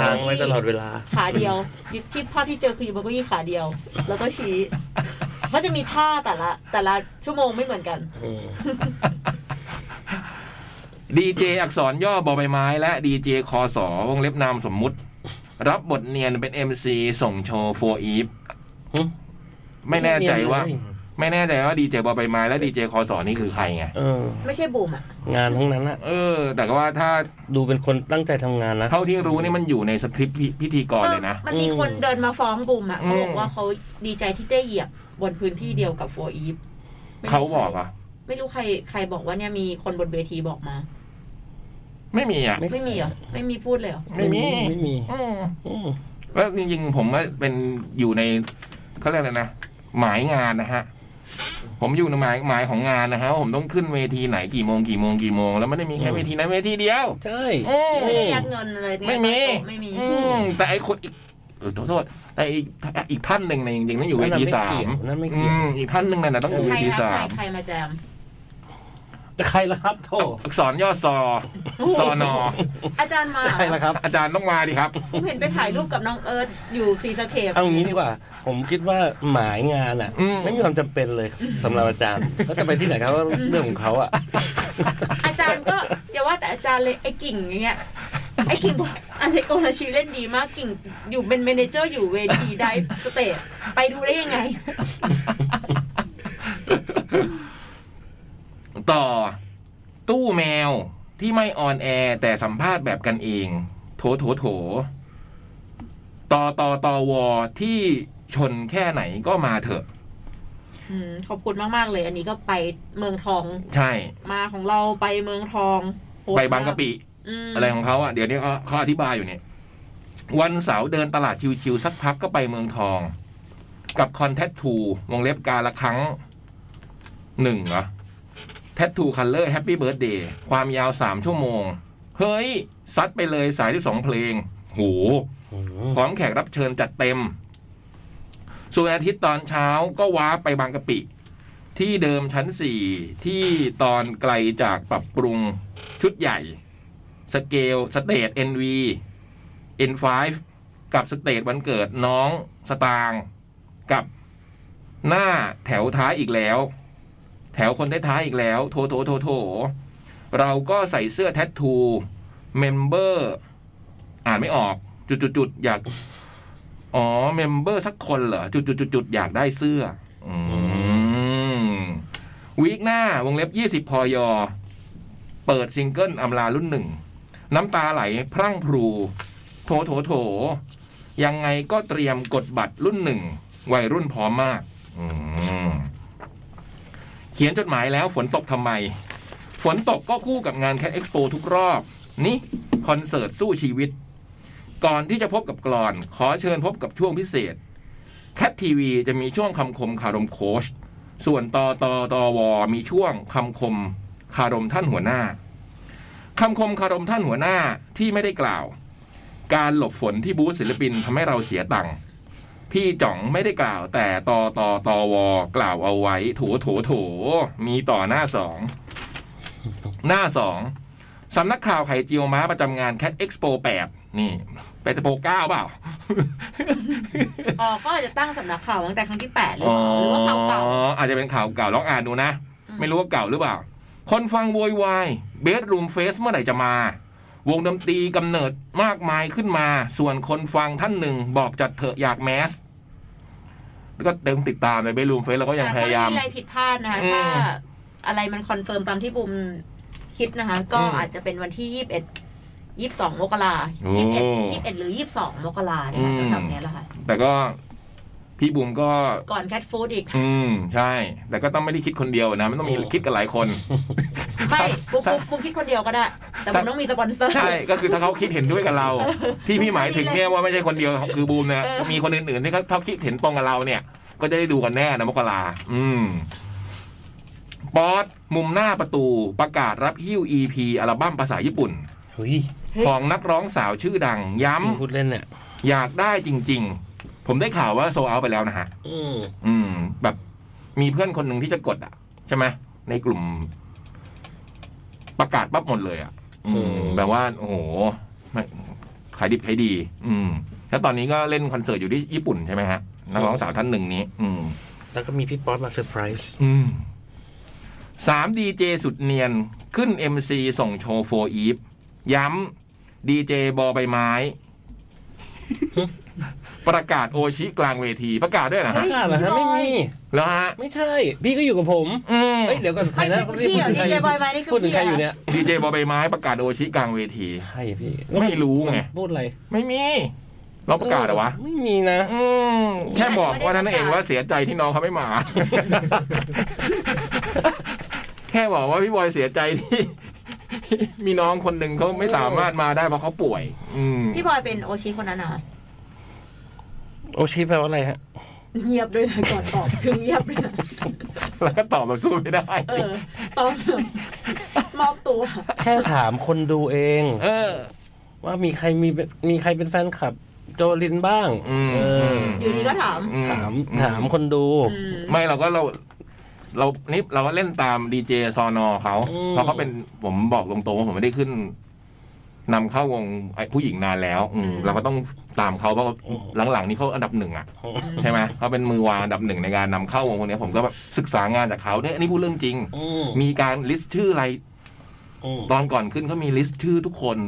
ค้างไว้ตลอดเวลา ขาเดียวยึดที่ภาพที่เจอคืออยู่บนเก้าอี้ขาเดียว แล้วก็ชี้ก็จะมีท่าแต่ละแต่ละชั่วโมงไม่เหมือนกัน อืม ดีเจอักษรย่อบอใบไม้ และดีเจคอสอวงเล็บนามสมมุติ รับบทเนียนเป็น MC ส่งโชว์โฟอีฟไม่แน่ใจว่า ไม่แน่ใจว่าดีเจบอใบไม้และดีเจคอสอนี่คือใครไง เออ ไม่ใช่บูมอ่ะ งานทั้งนั้นอะ เออ แต่ก็ว่าถ้า ดูเป็นคนตั้งใจทำงานนะ เท่าที่รู้นี่มันอยู่ในสคริปต์พิพิธีกรเลยนะ ออมันมีคน อืม เดินมาฟ้องบุ๋มอ่ะเขาบอ อื ก ม ว่าเขาดีใจที่ได้เหยียบบนพื้นที่เดียวกับโฟอีฟ เขาบอกอ่ะ ไม่รู้ใครใครบอกว่าเนี่ยมีคนบนเวทีบอกมา ไม่มีอ่ะ ไม่มีเหรอ ไม่มีพูดเลยเหรอ ไม่มี ไม่มี อืม อืม แล้วจริงๆผมก็เป็นอยู่ในเขาเรียกอะไรนะ หมายงานนะฮะ ผมอยู่ในหมายหมายของงานนะฮะว่าผมต้องขึ้นเวทีไหนกี่โมงกี่โมงกี่โมง แล้วไม่ได้มีแค่ อืม เวทีนั้นเวทีเดียว ใช่ อืม ไม่ได้ยัดเงินอะไรเนี่ย ไม่มี ไม่มี อืมแต่ไอ้คนอีกเออขอโทษแต่อีกอีกท่านหนึ่งเนี่ยจริงๆต้องอยู่เวทีสาม นั่นไม่เกี่ อื ยว มอีกท่านหนึ่งเนี่ยนะต้องอยู่เว ใคร ที รับ สามใครใครมาแจม ใครล่ะครับโถ อักษรย่อซอซอนอ อาจารย์มาเหรอ ใช่แล้วครับ อาจารย์ต้องมาดิครับ ผมเห็นไปถ่ายรูปกับน้องเอิร์ธอยู่ซีสะเคป เอางี้ดีกว่า ผมคิดว่าหมายงานอ่ะ อืม ไม่มีความจำเป็นเลยสำหรับอาจารย์เขาจะไปที่ไหนเขาก็เรื่องของเขาอ่ะ อาจารย์ก็อย่าว่าแต่อาจารย์เลยไอ้กิ่งอย่างเงี้ย ไอ้กิ่งบอกอะไรโกนาชีเล่นดีมากกิ่ง อยู่เป็นเมเนเจอร์อยู่เวทีได้สเตจไปดูได้ยังไง ต่อตู้แมวที่ไม่ออนแอร์แต่สัมภาษณ์แบบกันเอง โถโถโถต่อต่อต่อวอที่ชนแค่ไหนก็มาเถอะ อืมขอบคุณมาก ๆ เลย อันนี้ก็ไปเมืองทอง ใช่ มาของเราไปเมืองทองโพสต์ ไปบางกะปิ ม อะไรของเขาอ่ะ เดี๋ยวนี้เขาเขาอธิบายอยู่เนี่ย วันเสาร์เดินตลาดชิวๆสักพักก็ไปเมืองทอง กับคอนแท t ทูวงเล็บการละครั้งหนึ่งเหรอแท t ทูคัลเลอร์แฮปปี้เบิร์ดเดย์ความยาวสามชั่วโมง เฮ้ย ซัดไปเลยสายที่สองเพลง โห อืม พร้อมแขกรับเชิญจัดเต็ม ส่วนอาทิตย์ตอนเช้าก็ว้าไปบางกะปิ ที่เดิมชั้นสี่ที่ตอนไกลจากปรับปรุงชุดใหญ่ สเกลสเตท NV N5 กับสเตทวันเกิดน้องสตางค์กับหน้าแถวท้ายอีกแล้ว แถวคนท้ายๆอีกแล้ว โถโถโถโถเราก็ใส่เสื้อแทททูเมมเบอร์ อ่านไม่ออก จุดๆๆอยาก อ๋อ เมมเบอร์สักคนเหรอ จุดๆๆอยากได้เสื้อ อืมวีคหน้าวงเล็บยี่สิบพอยอ เปิดซิงเกิลอำลารุ่นหนึ่ง น้ำตาไหลพรั่งพรู โถโถโถ ยังไงก็เตรียมกดบัตรรุ่นหนึ่ง วัยรุ่นพร้อมมาก อืม เขียนจดหมายแล้วฝนตกทำไม ฝนตกก็คู่กับงานแค t เอ็กซ์โปทุกรอบ นี่ คอนเสิร์ตสู้ชีวิต ก่อนที่จะพบกับกรอน ขอเชิญพบกับช่วงพิเศษแคททีวีจะมีช่วงคำคมคารมโค้ชส่วนตอตอตอวอมีช่วงคำคมคารมท่านหัวหน้าคำคมคารมท่านหัวหน้าที่ไม่ได้กล่าว การหลบฝนที่บูธศิลปินทำให้เราเสียตังค์พี่จ่องไม่ได้กล่าว แต่ตอตอตอวอกล่าวเอาไว้ โถโถโถ มีต่อหน้าสองหน้าสองสำนักข่าวไข่เจียวม้าประจำงานแคทเอ็กซ์โปแปดนี่ ไปตะโปเก้าเปล่า อ๋อก็อาจจะตั้งสำนักข่าวตั้งแต่ครั้งที่แปดหรือเปล่าหรือว่าข่าวเก่า อ๋ออาจจะเป็นข่าวเก่าลองอ่านดูนะ อืม ไม่รู้ว่าเก่าหรือเปล่า คนฟังโวยวายเบสรูมเฟสเมื่อไหร่จะมา วงดนตรีกำเนิดมากมายขึ้นมา ส่วนคนฟังท่านหนึ่งบอกจัดเถอะอยากแมส แล้วก็เต็มติดตามในเบสรูมเฟสเราก็ยังพยายาม ถ้ไอะไรผิดพลาดนะคะ อืม ถ้าอะไรมันคอนเฟิร์มตามที่บุมคิดนะคะ ก็ อืม อาจจะเป็นวันที่ยี่สิบเอ็ดยี่สิบสองมกรา โอ้ ยี่สิบเอ็ดยี่สิบเอ็ดหรือยี่สิบสองมกราเนี่ย อืม แบบเนี้ยแหละค่ะ แต่ก็พี่บุ๋มก็ ก่อนแคทฟู้ดอีก อืม ใช่ แต่ก็ต้องไม่ได้คิดคนเดียวนะ มันต้องมีคิดกันหลายคน ไม่บุมบุมบุมคิดคนเดียวก็ได้ แต่ แต่ มันต้องมีสปอนเซอร์ ใช่ ก็คือถ้าเขาคิดเห็นด้วยกับเรา ที่พี่หมายถึงเนี่ยว่าไม่ใช่คนเดียวคือบูมนะก็มีคนอื่นๆที่เขาเขาคิดเห็นตรงกับเราเนี่ย ก็จะได้ดูกันแน่นะมกราอืมป๊อตมุมหน้าประตูประกาศรับฮิ้ว EP อัลบั้มภาษาญี่ปุ่น เฮ้ย เฮ้ย ของนักร้องสาวชื่อดัง ย้ พูดเล่นเนี่ย ำอยากได้จริง ๆ ผมได้ข่าวว่าโซเอาไปแล้วนะฮะ อืม อืม แบบมีเพื่อนคนหนึ่งที่จะกดอ่ะ ใช่ไหมในกลุ่ม ประกาศปั๊บหมดเลยอ่ะ อืมแบบว่า โอ้โหไม่ขายดิบขายดี อืม แล้วตอนนี้ก็เล่นคอนเสิร์ตอยู่ที่ญี่ปุ่นใช่ไหมฮะนักร้องสาวท่านหนึ่งนี้ อืม แล้วก็มีพี่ป๊อตมาเซอร์ไพรส์ อืมสามดีเจสุดเนียนขึ้น MC ส่งโชว์โฟอีฟย้ำดีเจบอใบไม้ ประกาศโอชิกลางเวทีประกาศด้วยนะฮะ ไม่ค่ะเหรอฮะไม่มี แล้วฮะ ไม่ใช่ พี่ก็อยู่กับผม อืม เอ้ยเดี๋ยวก่อนใครนะ ไม่พี่เหรอ DJ บอยไม้นี่คือ พูดถึงใคร พี่เหรอออยู่เนี่ย ดีเจบอใบไม้ประกาศโอชิกลางเวที ใช่พี่ ไม่รู้ไง พูดอะไร ไม่มี เราประกาศเหรอวะ ไม่มีนะ อืม แค่บอกว่าท่านเองว่าเสียใจที่น้องเขาไม่มา แค่บอกว่าพี่บอยเสียใจที่ มีน้องคนหนึ่งเขาไม่สามารถมาได้เพราะเขาป่วย อืม พี่บอยเป็นโอชิคนนั้นเหรอ โอชิแปลว่าอะไรฮะ เงียบด้วยนะก่อนตอบคือเงียบด้วยนะ แล้วก็ตอบแบบสู้ไม่ได้ เออตอบแบบมอบตัว แค่ถามคนดูเอง เออ ว่ามีใครมีมีใครเป็นแฟนคลับ โจลินบ้าง อืม เออ อยู่ดีก็ถาม อื ถามถามคนดู อืม ไม่เราก็เรา เรานี่เราก็เล่นตามดีเจซอนอเขา อืม เพราะเขาเป็นผมบอกตรงๆว่าผมไม่ได้ขึ้นนำเข้าวงไอ้ผู้หญิงนานแล้ว อืม อืม เราก็ต้องตามเขาเพราะหลังๆนี้เขาอันดับหนึ่งอะ ใช่ไหมเขาเป็นมือวางอันดับหนึ่งในการนำเข้าวงพวกเนี้ยผมก็แบบศึกษางานจากเขาเนี่ยอันนี่พูดเรื่องจริง อืม มีการลิสต์ชื่ออะไร อืม ตอนก่อนขึ้นเขามีลิสต์ชื่อทุกคน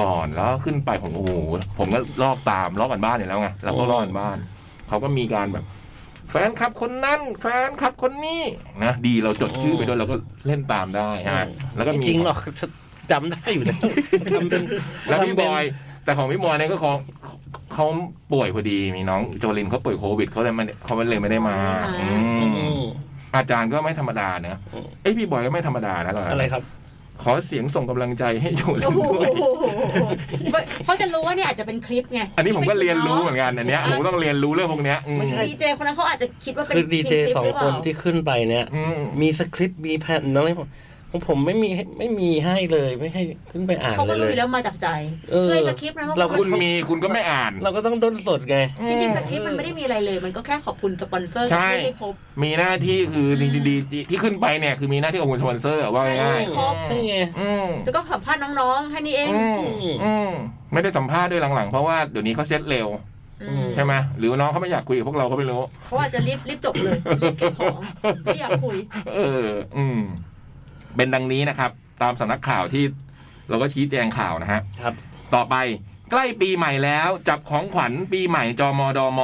ก่อนแล้วขึ้นไปผมโอ้โหผมก็ลอกตามลอกกันบ้านอยู่แล้วไงเราก็ลอกกันบ้านเขาก็มีการแบบ แฟนคลับคนนั้นแฟนคลับคนนี้นะดีเราจดชื่อไปด้วยเราก็เล่นตามได้ฮะแล้วก็ ไม่ มี จริงหรอกจำได้อยู่ แล้วทำเป็น แล้วพี่ ทำเป็ บ น อย แต่ของพี่บอยเนี่ยก็ของเขาป่วยพอดีมีน้องโจลินเขาป่วยโควิดเขาเลยไมันเขาเลยไม่ได้มา อื อื ม ม อาจารย์ก็ไม่ธรรมดาเนอะเอ้ยพี่บอยก็ไม่ธรรมดานะตอนนั้น อะไรครับ ขอเสียงส่งกำลังใจให้โจเล่ โอ้ น โห ด้วย เขาจะรู้ว่าเนี่ยอาจจะเป็นคลิปไง อันนี้ผมก็เรียนรู้เหมือนกันอันเนี้ยผมต้องเรียนรู้เรื่องพวกเนี้ยอืม ไม่ใช่ ดีเจคนนั้นเขาอาจจะคิดว่าเป็น คือดีเจ ลิป สอง หรืเป ค ล่าน ที่ขึ้นไปเนี่ย อืม มีสคริปต์มีแผ่นอะไรผมของผมไม่มีไม่มีให้เลยไม่ให้ขึ้นไปอ่าน เขาก็ เลยเล รู้อย ยู่แล้วมาจากใจ เออ เคยสคริปต์นะ เรา ว่า ก็ คุณมีคุณก็ไม่อ่าน เราก็ต้องด้นสดไง จริงๆสคริปต์มันไม่ได้มีอะไรเลย มันก็แค่ขอบคุณสปอนเซอร์ ใช่ ที่ให้ครบ มีหน้าที่คือจริงๆดีที่ขึ้นไปเนี่ยคือมีหน้าที่ของคุณสปอนเซอร์อะว่าง่าย ใช่ ๆ ใช่ไง อืม แล้วก็สัมภาษณ์น้องๆแค่นี้เอง อืมอืมไม่ได้สัมภาษณ์ด้วยหลังๆ เพราะว่าเดี๋ยวนี้เขาเซ็ตเร็ว อืม ใช่ไหมหรือน้องเขาไม่อยากคุยกับพวกเราเขาไม่รู้ เขาอาจจะรีบรีบจบเลยรีบเก็บของไม่อยากคุย เออ อืม เป็นดังนี้นะครับ ตามสำนักข่าวที่เราก็ชี้แจงข่าวนะฮะ ครับ ต่อไปใกล้ปีใหม่แล้ว จับของขวัญปีใหม่จมดม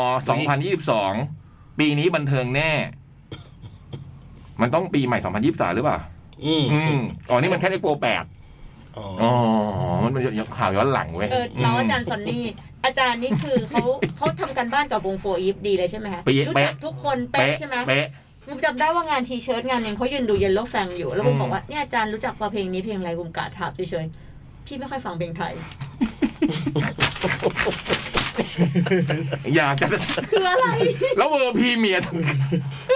2022 ปีนี้บันเทิงแน่ มันต้องปีใหม่ 2023 หรือเปล่า อืม อืมอ๋อนี่มันแค่เอ็กโปแปด อ๋อ อ๋อ มันเป็นข่าวย้อนหลังเว้ย เออน้องอาจารย์ซอนนี่ อาจารย์นี่คือ เขาเขาทำการบ้านกับวงโฟอีฟดีเลยใช่ไหมฮะ เป๊ะ รู้ เป๊ะ จักทุกคนเป๊ะใช่ไหม เป๊ะ ผมจำได้ว่างานทีเชิร์ตงานหนึ่งเขายืนดูเยลโล่แฟงอยู่ แล้วผม อืม บอกว่าเนี่ยอาจารย์รู้จักป่ะเพลงนี้เพลงอะไรผมกาดถามเฉยๆพี่ไม่ค่อยฟังเพลง ไทย อยากจะ คืออะไร แล้วเวอร์พรีเมียร์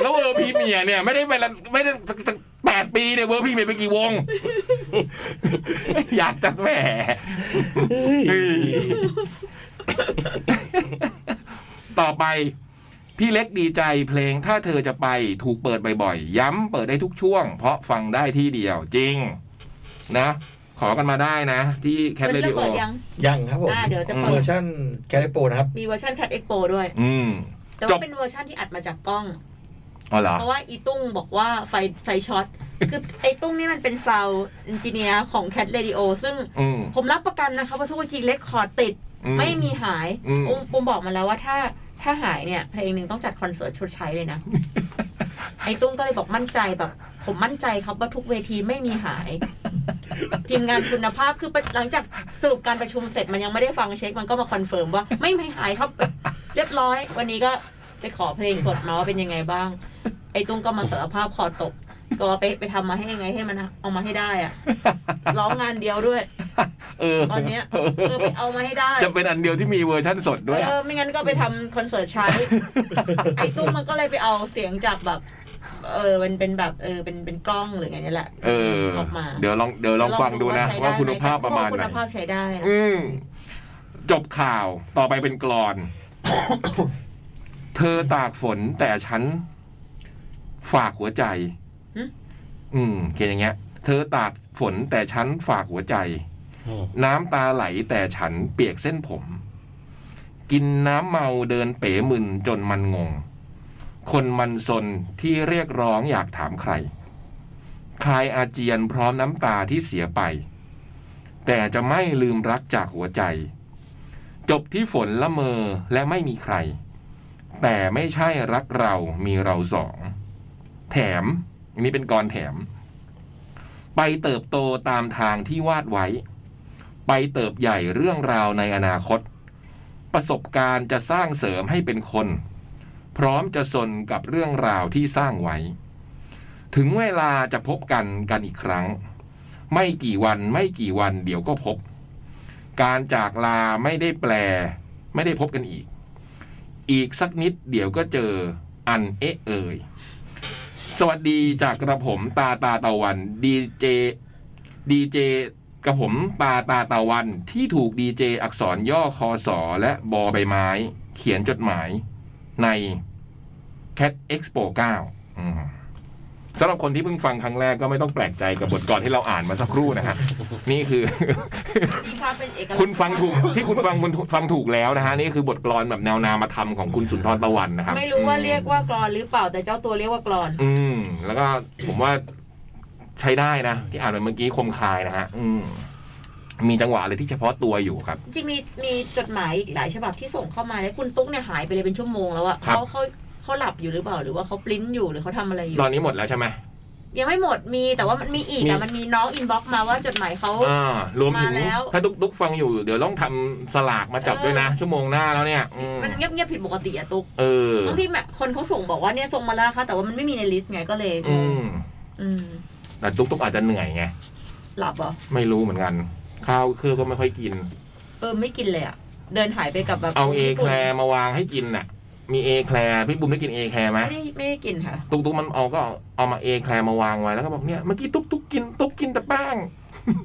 แล้วเวอร์พรีเมียร์เนี่ยไม่ได้ไปละไม่ได้สักสักแปดปีเนี่ยเวอร์พรีเมียร์ไปกี่วง อยากจัดแหมเฮ้ยต่อไป พี่เล็กดีใจเพลงถ้าเธอจะไปถูกเปิดบ่อยๆ ย้ำเปิดได้ทุกช่วง เพราะฟังได้ที่เดียวจริง นะ ขอกันมาได้นะ ที่แคท มัน เร เริ่ ดิ ม โอ เปิดยัง ยังครับผม อ่าเดี๋ยวจะ อื เปิ ม เว ด อร์ชันแคริโปนะครับ มีเวอร์ชันแคดเอ็กโปด้วย อืม แต่ จบ ว่าเป็นเวอร์ชันที่อัดมาจากกล้อง อ๋อเหรอ เพราะว่าอีตุ้งบอกว่าไฟไฟช็อต คือไอตุ้งนี่มันเป็นซาวเอนจิเนียร์ของแคทเรดิโอซึ่ง อืม ผมรับประกันนะคะว่าทุกทีเลคคอร์ดติด อื ไม่มีหาย อืม ปุมปุมบอกมาแล้วว่าถ้าถ้าหายเนี่ย เพลงหนึ่งต้องจัดคอนเสิร์ตชดใช้เลยนะ ไอ้ตุ้มก็เลยบอกมั่นใจแบบ ผมมั่นใจครับว่าทุกเวทีไม่มีหาย ทีมงานคุณภาพคือหลังจากสรุปการประชุมเสร็จมันยังไม่ได้ฟังเช็ค มันก็มาคอนเฟิร์มว่าไม่มีหายครับ เรียบร้อย วันนี้ก็ไปขอเพลงสดมาว่าเป็นยังไงบ้าง ไอ้ตุ้มก็มาสารภาพคอตก ก็ว่าไปไปทำมาให้ยังไงให้มันเอามาให้ได้อะร้องงานเดียวด้วย เออ ตอนเนี้ยเออไปเอามาให้ได้ จะเป็นอันเดียวที่มีเวอร์ชั่นสดด้วย เอ อะ อไม่งั้นก็ไปทำคอนเสิร์ตใช้ ไอ้ตุ้มมันก็เลยไปเอาเสียงจากแบบ เออเป็นเป็นแบบเออเป็นเป็นกล้องหรือไงนี่แหละ เออ ออกมา เดี๋ยวลองเดี๋ยวลองฟังดูนะ ลอง ว่า ใช้ได้ คุณภาพประมาณ คุ ไหน ณภาพใช้ได้นะ อืมจบข่าวต่อไปเป็นกรอน เธอตากฝนแต่ฉัน ฝากหัวใจ อืมเขียนอย่างเงี้ย เธอตากฝนแต่ฉันฝากหัวใจ อืม น้ำตาไหลแต่ฉันเปียกเส้นผม กินน้ำเมาเดินเป๋มึนจนมันงง คนมันซนที่เรียกร้องอยากถามใคร คลายอาเจียนพร้อมน้ำตาที่เสียไป แต่จะไม่ลืมรักจากหัวใจ จบที่ฝนละเมอและไม่มีใคร แต่ไม่ใช่รักเรามีเราสอง แถม อันนี้เป็นกรแถม ไปเติบโตตามทางที่วาดไว้ ไปเติบใหญ่เรื่องราวในอนาคต ประสบการณ์จะสร้างเสริมให้เป็นคน พร้อมจะสนกับเรื่องราวที่สร้างไว้ ถึงเวลาจะพบกันกันอีกครั้ง ไม่กี่วันไม่กี่วันเดี๋ยวก็พบ การจากลาไม่ได้แปล ไม่ได้พบกันอีก อีกสักนิดเดี๋ยวก็เจออันเอะเอ่ยสวัสดีจากกระผมตาตาตะวันดีเจ ดีเจกับผมปาตาตะวันที่ถูกดีเจอักษรย่อคอสอและบอใบไม้ เขียนจดหมายใน Cat Expo 9อืมสำหรับคนที่เพิ่งฟังครั้งแรกก็ไม่ต้องแปลกใจกับบทกลอนที่เราอ่านมาสักครู่นะ ฮะนี่คือ มีความเป็นเอกลักษณ์ คุณฟังถูกที่คุณฟังคุณฟังถูกแล้วนะฮะนี่คือบทกลอนแบบแนวนามาทำของคุณสุนทรตะวันนะครับ ไม่รู้ว่าเรียกว่ากรอนหรือเปล่าแต่เจ้าตัวเรียกว่ากรอน อืม แล้วก็ผมว่าใช้ได้นะ ที่อ่านไปเมื่อกี้คมคายนะฮะอืม มีจังหวะอะไรที่เฉพาะตัวอยู่ครับ จริงๆมีมีจดหมายอีกหลายฉบับที่ส่งเข้ามาแล้วคุณตุ๊กเนี่ยหายไปเลยเป็นชั่วโมงแล้วอะ ครับ เขาเขาเขาหลับอยู่หรือเปล่าหรือว่าเขาปริ้นอยู่หรือเขาทำอะไรอยู่ ตอนนี้หมดแล้วใช่ไหม ยังไม่หมดมีแต่ว่ามันมีอีก มี อะมันมีน้องอินบ็อกมาว่าจดหมายเขา อ่ารวมถึง มาแล้ว ถ้าดุกดุกฟังอยู่เดี๋ยวต้องทำสลากมาจับด้วยนะ ชั่วโมงหน้าแล้วเนี่ยอืม มันเงียบเงียบๆผิดปกติอะตุ๊ก เออ บางทีแบบคนเขาส่งบอกว่าเนี่ยส่งมาแล้วนะค่ะแต่ว่ามันไม่มีในลิสต์ไงก็เลย อืม อืม แต่ดุกดุกอาจจะเหนื่อยไง หลับเหรอ ไม่รู้เหมือนกัน ข้าวเครื่องก็ไม่ค่อยกิน เออไม่กินเลยอะเดินหายไปกับแบบ เอาเอ ญี่ แค ปุ่น ลมาวางให้กินน่ะ มีเอแคลพี่บุ๋มได้กินเอแคลไหม ไม่ได้ไม่ได้กินค่ะ ตุ๊กตุ๊กมันเอาก็เอามาเอแคลมาวางไว้แล้วก็บอกเนี่ยเมื่อกี้ตุ๊กตุ๊กกินตุ๊กกินแต่แป้ง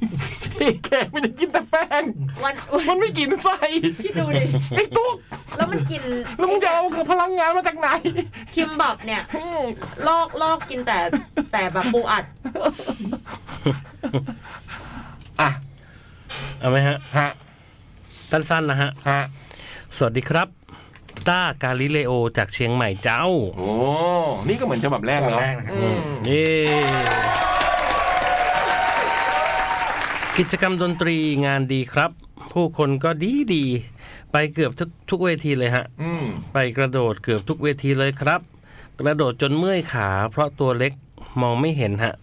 เอแคลมันจะกินแต่แป้ง วันวัน มันไม่กินไส้ คิดดูดิ ไอ้ตุ๊ก แล้วมันกิน แล้วมึงจะเอาพลังงานมาจากไหน คิมบับเนี่ย ลอกลอกกินแต่แต่แบบปูอัด อ่ะ เอาไหมฮะ ฮะ สั้นๆนะฮะ ฮะ สวัสดีครับ ต้ากาลิเลโอจากเชียงใหม่เจ้า โอ้นี่ก็เหมือนฉบับแรก ฉบั เนาะ บแรกนะครับ อืม เย้กิจกรรมดนตรีงานดีครับ ผู้คนก็ดีดีๆไปเกือบทุกทุกเวทีเลยฮะ อืม ไปกระโดดเกือบทุกเวทีเลยครับ กระโดดจนเมื่อยขา เพราะตัวเล็กมองไม่เห็นฮะ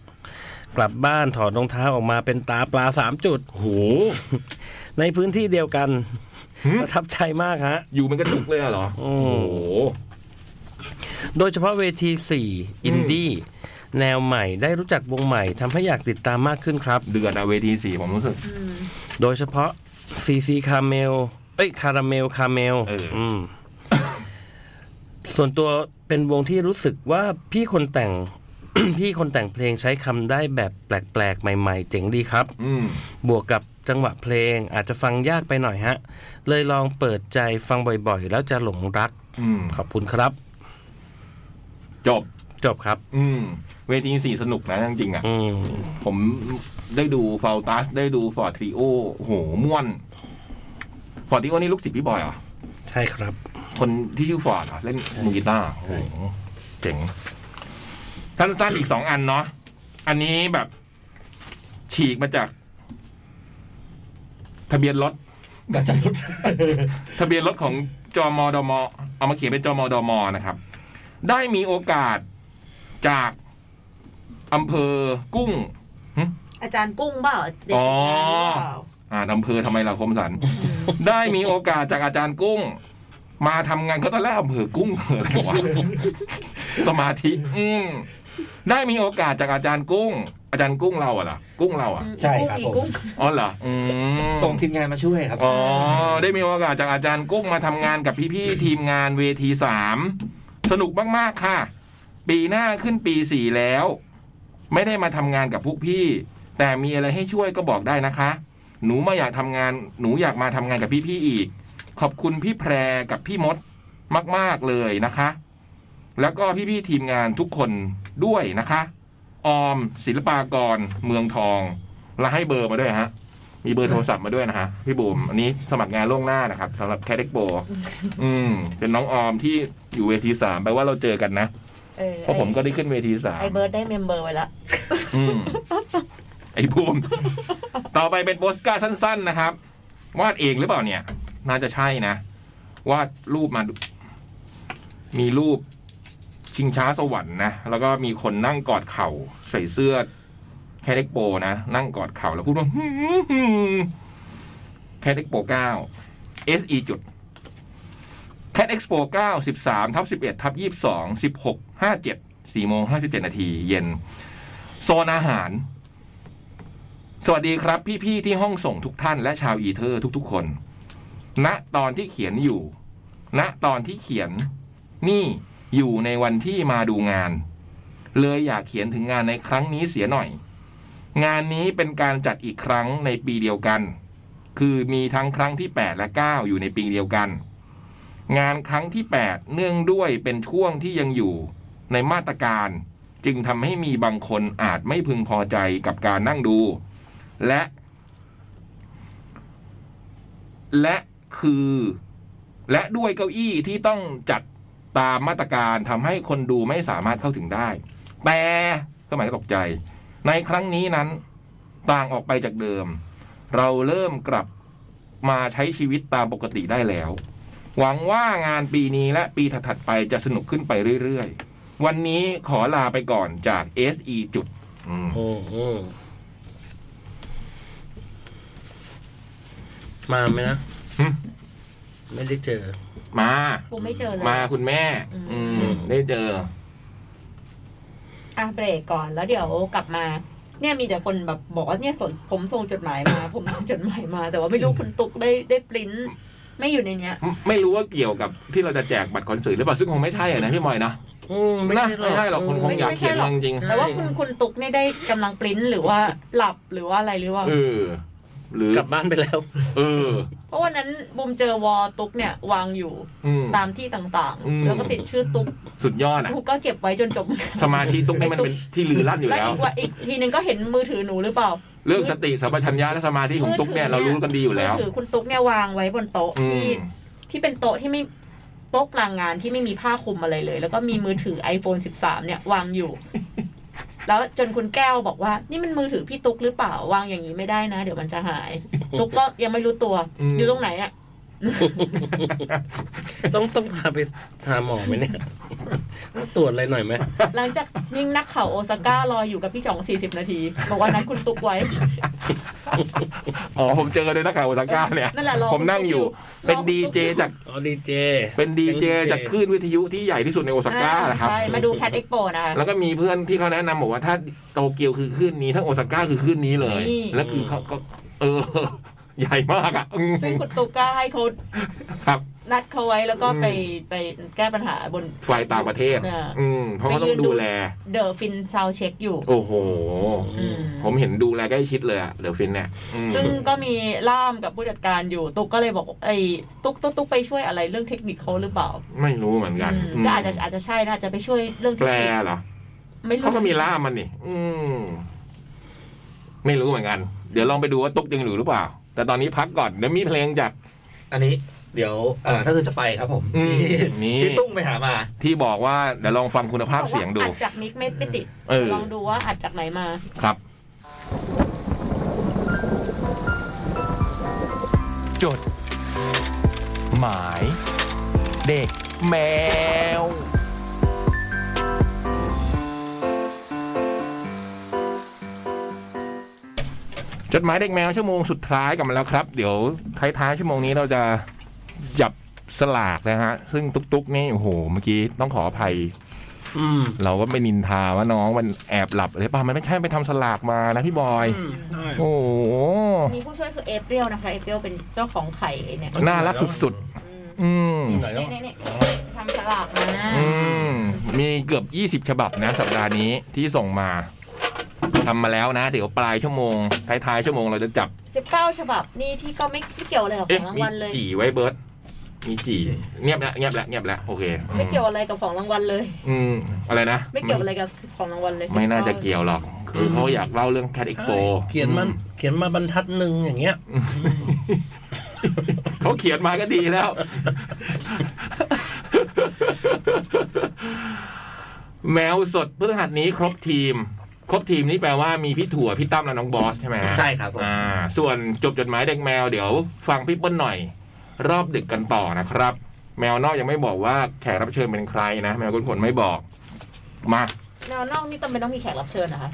กลับบ้านถอดรองเท้าออกมาเป็นตาปลาสามจุด โอ้โห ในพื้นที่เดียวกัน หืม ประทับใจมากฮะ อยู่เป็นกระจุกเลยเหรอ โอ้ โอ้โห โดยเฉพาะเวที 4 อินดี้ แนวใหม่ได้รู้จักวงใหม่ทำให้อยากติดตามมากขึ้นครับ เดือดอะเวทีสี่ผมรู้สึก อืม โดยเฉพาะซีซีคาเมล เอ้ยคาราเมลคาเมล เอออื มส่วนตัวเป็นวงที่รู้สึกว่าพี่คนแต่ง พี่คนแต่งเพลงใช้คำได้แบบแปลกๆ ใหม่ๆ เจ๋งดีครับ อืม บวกกับจังหวะเพลงอาจจะฟังยากไปหน่อยฮะ เลยลองเปิดใจฟังบ่อยๆ แล้วจะหลงรัก อืม ขอบคุณครับ จบ จบครับ อืมเวทีสี่สนุกนะจริงๆอ่ะ อืม ผมได้ดูฟาวตัสได้ดูฟอร์ทริโอโหม่วนฟอร์ทริโอนี่ลูกศิษย์พี่บอยเหรอ ใช่ครับ คนที่ชื่อฟอร์ดเหรอ เล่นมือกีตาร์โอ้โหเจ๋งสั้นๆอีกสองอันเนาะอันนี้แบบ ฉีกมาจาก ทะเบียนรถ กระจายรถ ทะเบียนรถของจมดม เอามาเขียนเป็นจมดมนะครับ ได้มีโอกาสจากอำเภอกุ้ง อาจารย์กุ้งเปล่าเด็ก อ๋อ งานหรือเปล่า อ่านอำเภอทำไมล่ะคมสัน ได้มีโอกาสจากอาจารย์กุ้ง มาทำงานก็ตอนแรกอำเภอกุ้งเหรอวะสมาธิ อืมได้มีโอกาสจากอาจารย์กุ้ง อาจารย์กุ้งเราอะล่ะ กุ้งเราอะ ใช่ครับ กุ้งอีก ผม กุ้ง อ๋อเหรออืม ส่งทีมงานมาช่วยครับ อ๋อได้มีโอกาสจากอาจารย์กุ้งมาทำงานกับพี่ๆทีมงานเวทีสามสนุกมากๆค่ะ ปีหน้าขึ้นปีสี่แล้ว ไม่ได้มาทำงานกับพวกพี่ แต่มีอะไรให้ช่วยก็บอกได้นะคะ หนูมาอยากทำงาน หนูอยากมาทำงานกับพี่พี่ๆอีก ขอบคุณพี่แพรกับพี่มดมาก ๆ เลยนะคะ แล้วก็พี่พี่ๆทีมงานทุกคนด้วยนะคะ ออมศิลปากรเมืองทอง และให้เบอร์มาด้วยฮะ มีเบอร์โทรศัพท์มาด้วยนะฮะ พี่บุ๋มอันนี้สมัครงานล่วงหน้านะครับสำหรับแคดเด็กโบอืม เป็นน้องออมที่อยู่เวทีสามแปลว่าเราเจอกันนะ เออ เพราะผมก็ได้ขึ้นเวทีสาม ไอเบิร์ดได้เมมเบอร์ไว้ละ อืม ไอ้ภูมิ ต่อไปเป็นโปสการ์ดสั้น ๆ นะครับ วาดเองหรือเปล่าเนี่ย น่าจะใช่นะ วาดรูปมา มีรูปชิงช้าสวรรค์นะ แล้วก็มีคนนั่งกอดเข่า ใส่เสื้อ แคดเด็กโปนะ นั่งกอดเข่าแล้วพูดว่าหืมหืมแคดเด็กโปเก้า SE จุด แคดเอ็กซ์โปเก้าสิบสามทับสิบเอ็ดทับยี่สิบสองสิบหกห้าเจ็ดสี่โมงห้าสิบเจ็ดนาทีเย็น โซนอาหาร สวัสดีครับ พี่ ๆ ที่ห้องส่งทุกท่านและชาวอีเทอร์ทุก ๆ คน ณ ตอนที่เขียนอยู่ ณ ตอนที่เขียน นี่อยู่ในวันที่มาดูงาน เลยอยากเขียนถึงงานในครั้งนี้เสียหน่อย งานนี้เป็นการจัดอีกครั้งในปีเดียวกัน คือมีทั้งครั้งที่ 8 และ 9 อยู่ในปีเดียวกัน งานครั้งที่ 8 เนื่องด้วยเป็นช่วงที่ยังอยู่ในมาตรการ จึงทำให้มีบางคนอาจไม่พึงพอใจกับการนั่งดู และ และคือ และด้วยเก้าอี้ที่ต้องจัดตามมาตรการทำให้คนดูไม่สามารถเข้าถึงได้ แต่ก็หมายก็ตกใจ ในครั้งนี้นั้น ต่างออกไปจากเดิม เราเริ่มกลับมาใช้ชีวิตตามปกติได้แล้ว หวังว่างานปีนี้และปีถัดๆไปจะสนุกขึ้นไปเรื่อยๆ วันนี้ขอลาไปก่อนจาก SE จุดอืม อืมอืมมาไหมนะ หึ ไม่ได้เจอ มา กูไม่เจอเลย มาคุณแม่ อืม ได้เจอ อ่ะเบรกก่อนแล้วเดี๋ยวกลับมา เนี่ยมีแต่คนแบบบอกว่าเนี่ยสนผมส่งจดหมาย มา ผมส่งจดหมายมา แต่ว่าไม่รู้คุณตุกได้ได้ปริ้นไม่อยู่ในเนี้ย ไม่ไม่รู้ว่าเกี่ยวกับที่เราจะแจกบัตรคอนเสิร์ตหรือเปล่าซึ่งคงไม่ใช่อะนะพี่มอยนะ อืมไม่ นะ ใช่หรอก ไม่ใช่หรอกคนคงอยากเขียนมาจริง แต่ว่าคุณคุณตุกเนี่ยได้กำลังปริ้นหรือว่าหลับหรือว่าอะไรหรือว่า ๆเออ หรือ กลับบ้านไป แล้ว เออ เพราะวันนั้นบุมเจอวอลตุกเนี่ยวางอยู่ อืม ตามที่ต่าง อืม ๆ แล้วก็ติดชื่อตุก สุดยอดอ่ะ ตุกก็เก็บไว้จนจบ สมาธิตุ๊กนี่มันเป็นที่ลือลั่นอยู่ แล้ว แล้ว อีกวันอีกทีนึงก็เห็นมือถือหนูหรือเปล่า เรื่องสติสัมปชัญญะและสมาธิของตุ๊กเนี่ยเรารู้กันดีอยู่แล้ว มืถือคุณตุ๊กเนี่ยวางไว้บนโต๊ะ อื ที่ ม ที่เป็นโต๊ะที่ไม่โต๊ะกลางงานที่ไม่มีผ้าคลุมอะไรเลย แล้วก็มีมือถือ iPhone 13 เนี่ยวางอยู่ แล้วจนคุณแก้วบอกว่า นี่มันมือถือพี่ตุ๊กหรือเปล่าวางอย่างนี้ไม่ได้นะ เดี๋ยวมันจะ หาย ตุ๊กก็ยังไม่รู้ตัว อืม อยู่ตรงไหนอ่ะ ต้องต้องพาไปหาหมอไหมเนี่ย ตรวจอะไรหน่อยไหม หลังจากยิ่งนักข่าวโอซาก้ารออยู่กับพี่จ่อง 40 นาที บอกว่านั้นคุณตุ๊กไว้ อ๋อผมเจอเลยนะข่าวโอซาก้าเนี่ย นั่นแหละรอ ผมนั่งอยู่ รอ เป็น คุณ ดีเจ ตุ๊กอยู่ จาก อ๋อดีเจ เป็นดีเจ เป็น DJ จากคลื่นวิทยุที่ใหญ่ที่สุดในโอซาก้านะครับ ใช่มาดูแคดเอ็กโปนะคะ แล้วก็มีเพื่อนที่เขาแนะนำบอกว่าถ้าโตเกียวคือคลื่นนี้ถ้าโอซาก้าคือคลื่นนี้เลย นี่ แล้วคือเขาก็ เอ อ ใหญ่มากอ่ะอืม ซึ่งคุณตุ๊กก็ให้เขา ครับ นัดเขาไว้แล้วก็ไปไปแก้ปัญหาบน ไฟล์ต่างประเทศ อ่า อืมเพราะเขาต้องดูแล เดอะฟินซาวเช็คอยู่ โอ้โห อืม ผมเห็นดูแลใกล้ชิดเลยอะเดี๋ยวฟินเนี่ยอืม ซึ่งก็มีล่ามกับผู้จัดการอยู่ ตุ๊กก็เลยบอกไอ้ตุ๊กตุ๊กตุ๊กไปช่วยอะไรเรื่องเทคนิคเขาหรือเปล่า ไม่รู้เหมือนกัน อืม ม ก็อาจจะอาจจะใช่นะอาจจะไปช่วยเรื่องเท แปลคนิค เหรอ ไม่รู้ เขาก็มีล่ามมันนี่ อืม ไม่รู้เหมือนกัน เดี๋ยวลองไปดูว่าตุ๊กยังอยู่หรือเปล่า แต่ตอนนี้พักก่อน เดี๋ยวมีเพลงจาก อันนี้เดี๋ยวเอ่อถ้าเธอจะไปครับผม อืม ที่ นี่ ที่ตุ้งไปหามา ที่บอกว่าเดี๋ยวลองฟังคุณภาพเสียงดู อัดจากมิกไม่ไม่ติด เออ ลองดูว่าอัดจากไหนมา ครับ จด หมาย เด็ก แมว จดหมายเด็กแมวชั่วโมงสุดท้ายกลับมาแล้วครับ เดี๋ยวท้ายๆชั่วโมงนี้เราจะจับสลากนะฮะ ซึ่งตุ๊กๆนี่โอ้โห เมื่อกี้ต้องขออภัย อืม เราก็ไปนินทาว่าน้องมันแอบหลับเลยป่ะมันไม่ใช่ไปทำสลากมานะพี่บอย โอ้โห มีผู้ช่วยคือเอเปรียวนะคะ เอเปรียวเป็นเจ้าของไข่เนี่ย น่ารักสุด ๆ อืม ๆไหนแล้ว นี่นี่นี่ทำสลากมา อืม มีเกือบ 20 ฉบับนะ สัปดาห์นี้ที่ส่งมาทำมาแล้วนะ เดี๋ยวปลายชั่วโมง ท้าย ๆ ชั่วโมงเราจะจับ สิบเก้าฉบับนี่ที่ก็ไม่ไม่เกี่ยวอะไรกับข เอ๊ะ องราง มี วัลเลย จี่ไว้เบิร์ดมีจี่เงียบแล้วเงียบแล้วเงียบแล้วโอเคอื ไม่เกี่ยวอะไรกับของรางวัลเลย อืม อะไรนะ ไม่เกี่ยวอะไรกับของรางวัลเลย ไม่น่าจะ 19 เกี่ยวหรอก คือเขาอยากเล่าเรื่องแคดเอ็กโป เขียนมัน เขียนมาบรรทัดหนึ่งอย่างเงี้ย เขาเขียนมาก็ดีแล้ว แมวสดพฤหัสนี้ครบทีม ครบทีมนี้แปลว่ามีพี่ถั่วพี่ตั้มและน้องบอสใช่ไหม ใช่ครับผม อ่า ส่วนจบจดหมายเด็กแมวเดี๋ยว ฟังพี่เปิ้ลหน่อย รอบดึกกันต่อนะครับ แมวนอกยังไม่บอกว่าแขกรับเชิญเป็นใครนะ แมวคุณผลไม่บอก มา แนวนอกนี่จำเป็นต้องมีแขกรับเชิญนะคะ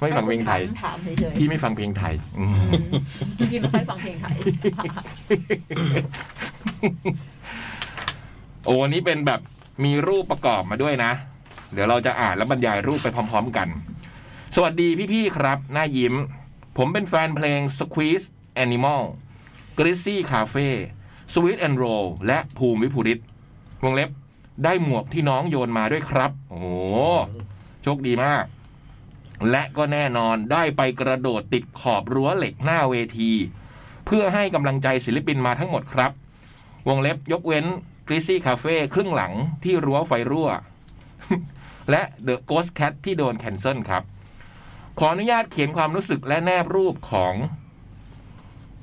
ไม่ฟังเพลงไทย ถามเฉยๆ พี่ไม่ฟังเพลงไทย อืม พี่ไม่ค่อยฟังเพลงไทย โอ้อันนี้เป็นแบบมีรูปประกอบมาด้วยนะ เดี๋ยวเราจะอ่านและบรรยายรูปไปพร้อม ๆ กัน สวัสดีพี่ ๆ ครับ หน้ายิ้ม ผมเป็นแฟนเพลง Squeeze Animal Greasy Cafe Sweet and Roll และภูมิวิภูริตวงเล็บได้หมวกที่น้องโยนมาด้วยครับ โอ้โห โชคดีมาก และก็แน่นอนได้ไปกระโดดติดขอบรั้วเหล็กหน้าเวที เพื่อให้กำลังใจศิลปินมาทั้งหมดครับ วงเล็บยกเว้นกริซี่คาเฟ่ครึ่งหลังที่รั้วไฟรั่ว และ The Ghost Cat ที่โดนแคนเซิลครับ ขออนุญาตเขียนความรู้สึกและแนบรูปของ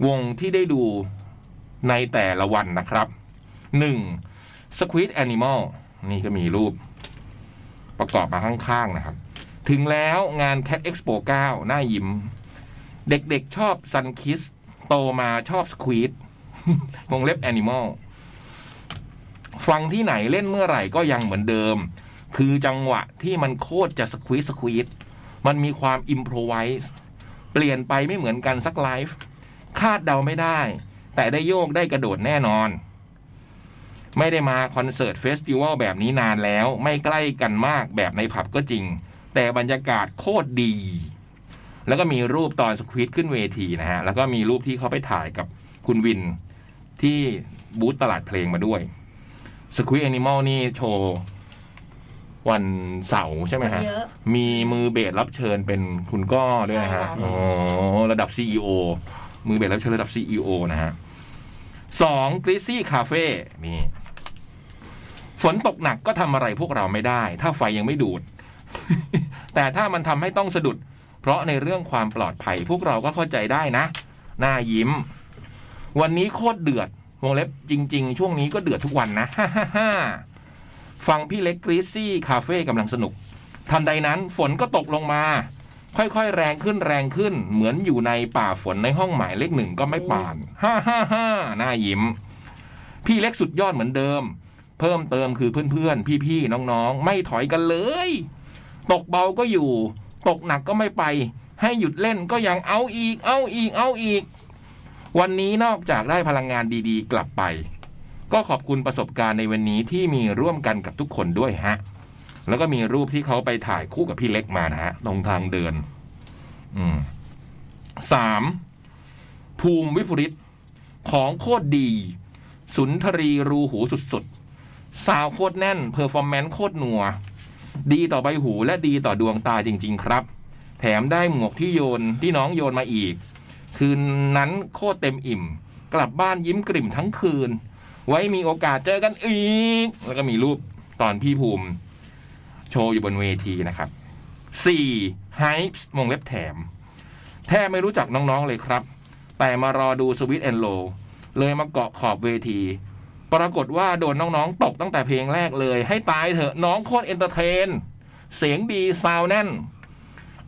วงที่ได้ดูในแต่ละวันนะครับ 1. Squid Animal นี่ก็มีรูป ประกอบมาข้างๆนะครับ ถึงแล้วงาน Cat Expo 9 หน้ายิ้ม เด็กๆชอบ Sun Kiss โตมาชอบ Squid วงเล็บ Animal ฟังที่ไหนเล่นเมื่อไหร่ก็ยังเหมือนเดิม คือจังหวะที่มันโคตรจะสควีสสควีสมันมีความอิมโพรไวส์เปลี่ยนไปไม่เหมือนกันสักไลฟ์คาดเดาไม่ได้ แต่ได้โยกได้กระโดดแน่นอน ไม่ได้มาคอนเสิร์ตเฟสติวัลแบบนี้นานแล้ว ไม่ใกล้กันมากแบบในผับก็จริง แต่บรรยากาศโคตรดี แล้วก็มีรูปตอนสควิตขึ้นเวทีนะฮะ แล้วก็มีรูปที่เขาไปถ่ายกับคุณวินที่บูธตลาดเพลงมาด้วยสควิตแอนิมอลนี่โชว์วันเสาร์ใช่ไหมฮะ เยอะ มีมือเบสรับเชิญเป็นคุณก้อด้วยนะฮะ ใช่ค่ะ โอ้ระดับ CEO มือเบสรับเชิญระดับ CEO นะฮะสองกริซี่คาเฟ่นี่ ฝนตกหนักก็ทำอะไรพวกเราไม่ได้ ถ้าไฟยังไม่ดูด แต่ถ้ามันทำให้ต้องสะดุด เพราะในเรื่องความปลอดภัย พวกเราก็เข้าใจได้นะ หน้ายิ้ม วันนี้โคตรเดือดวงเล็บจริง ๆ ช่วงนี้ก็เดือดทุกวันนะ ฟังพี่เล็กกรีซี่คาเฟ่กำลังสนุก ทันใดนั้นฝนก็ตกลงมา ค่อยๆ แรงขึ้นแรงขึ้น เหมือนอยู่ในป่าฝนในห้องหมายเลขหนึ่งก็ไม่ป่าน ฮ่าฮ่าฮ่าหน้ายิ้ม พี่เล็กสุดยอดเหมือนเดิม เพิ่มเติมคือเพื่อนๆ พี่ๆ น้องๆ ไม่ถอยกันเลย ตกเบาก็อยู่ ตกหนักก็ไม่ไป ให้หยุดเล่นก็ยังเอาอีก เอาอีก เอาอีก วันนี้นอกจากได้พลังงานดีๆ กลับไป ก็ขอบคุณประสบการณ์ในวันนี้ที่มีร่วมกันกับทุกคนด้วยฮะ แล้วก็มีรูปที่เขาไปถ่ายคู่กับพี่เล็กมานะฮะลงทางเดิน อืมสามภูมิวิปริตของโคตรดี สุนทรีรูหูสุดๆ สาวโคตรแน่น เพอร์ฟอร์แมนซ์โคตรนัว ดีต่อใบหูและดีต่อดวงตาจริง ๆ ครับ แถมได้หมวกที่โยนที่น้องโยนมาอีก คืนนั้นโคตรเต็มอิ่ม กลับบ้านยิ้มกลิ่มทั้งคืน ไว้มีโอกาสเจอกันอีก แล้วก็มีรูปตอนพี่ภูมิ โชว์อยู่บนเวทีนะครับ 4. h y p e s วงเล็บแถม แทบไม่รู้จักน้องๆเลยครับ แต่มารอดูสวิตแอนโลเลยมาเกาะขอบเวที ปรากฏว่าโดนน้องๆ ตกตั้งแต่เพลงแรกเลย ให้ตายเถอะน้องโคตรเอนเตอร์เทน เสียงดีซาวแน่น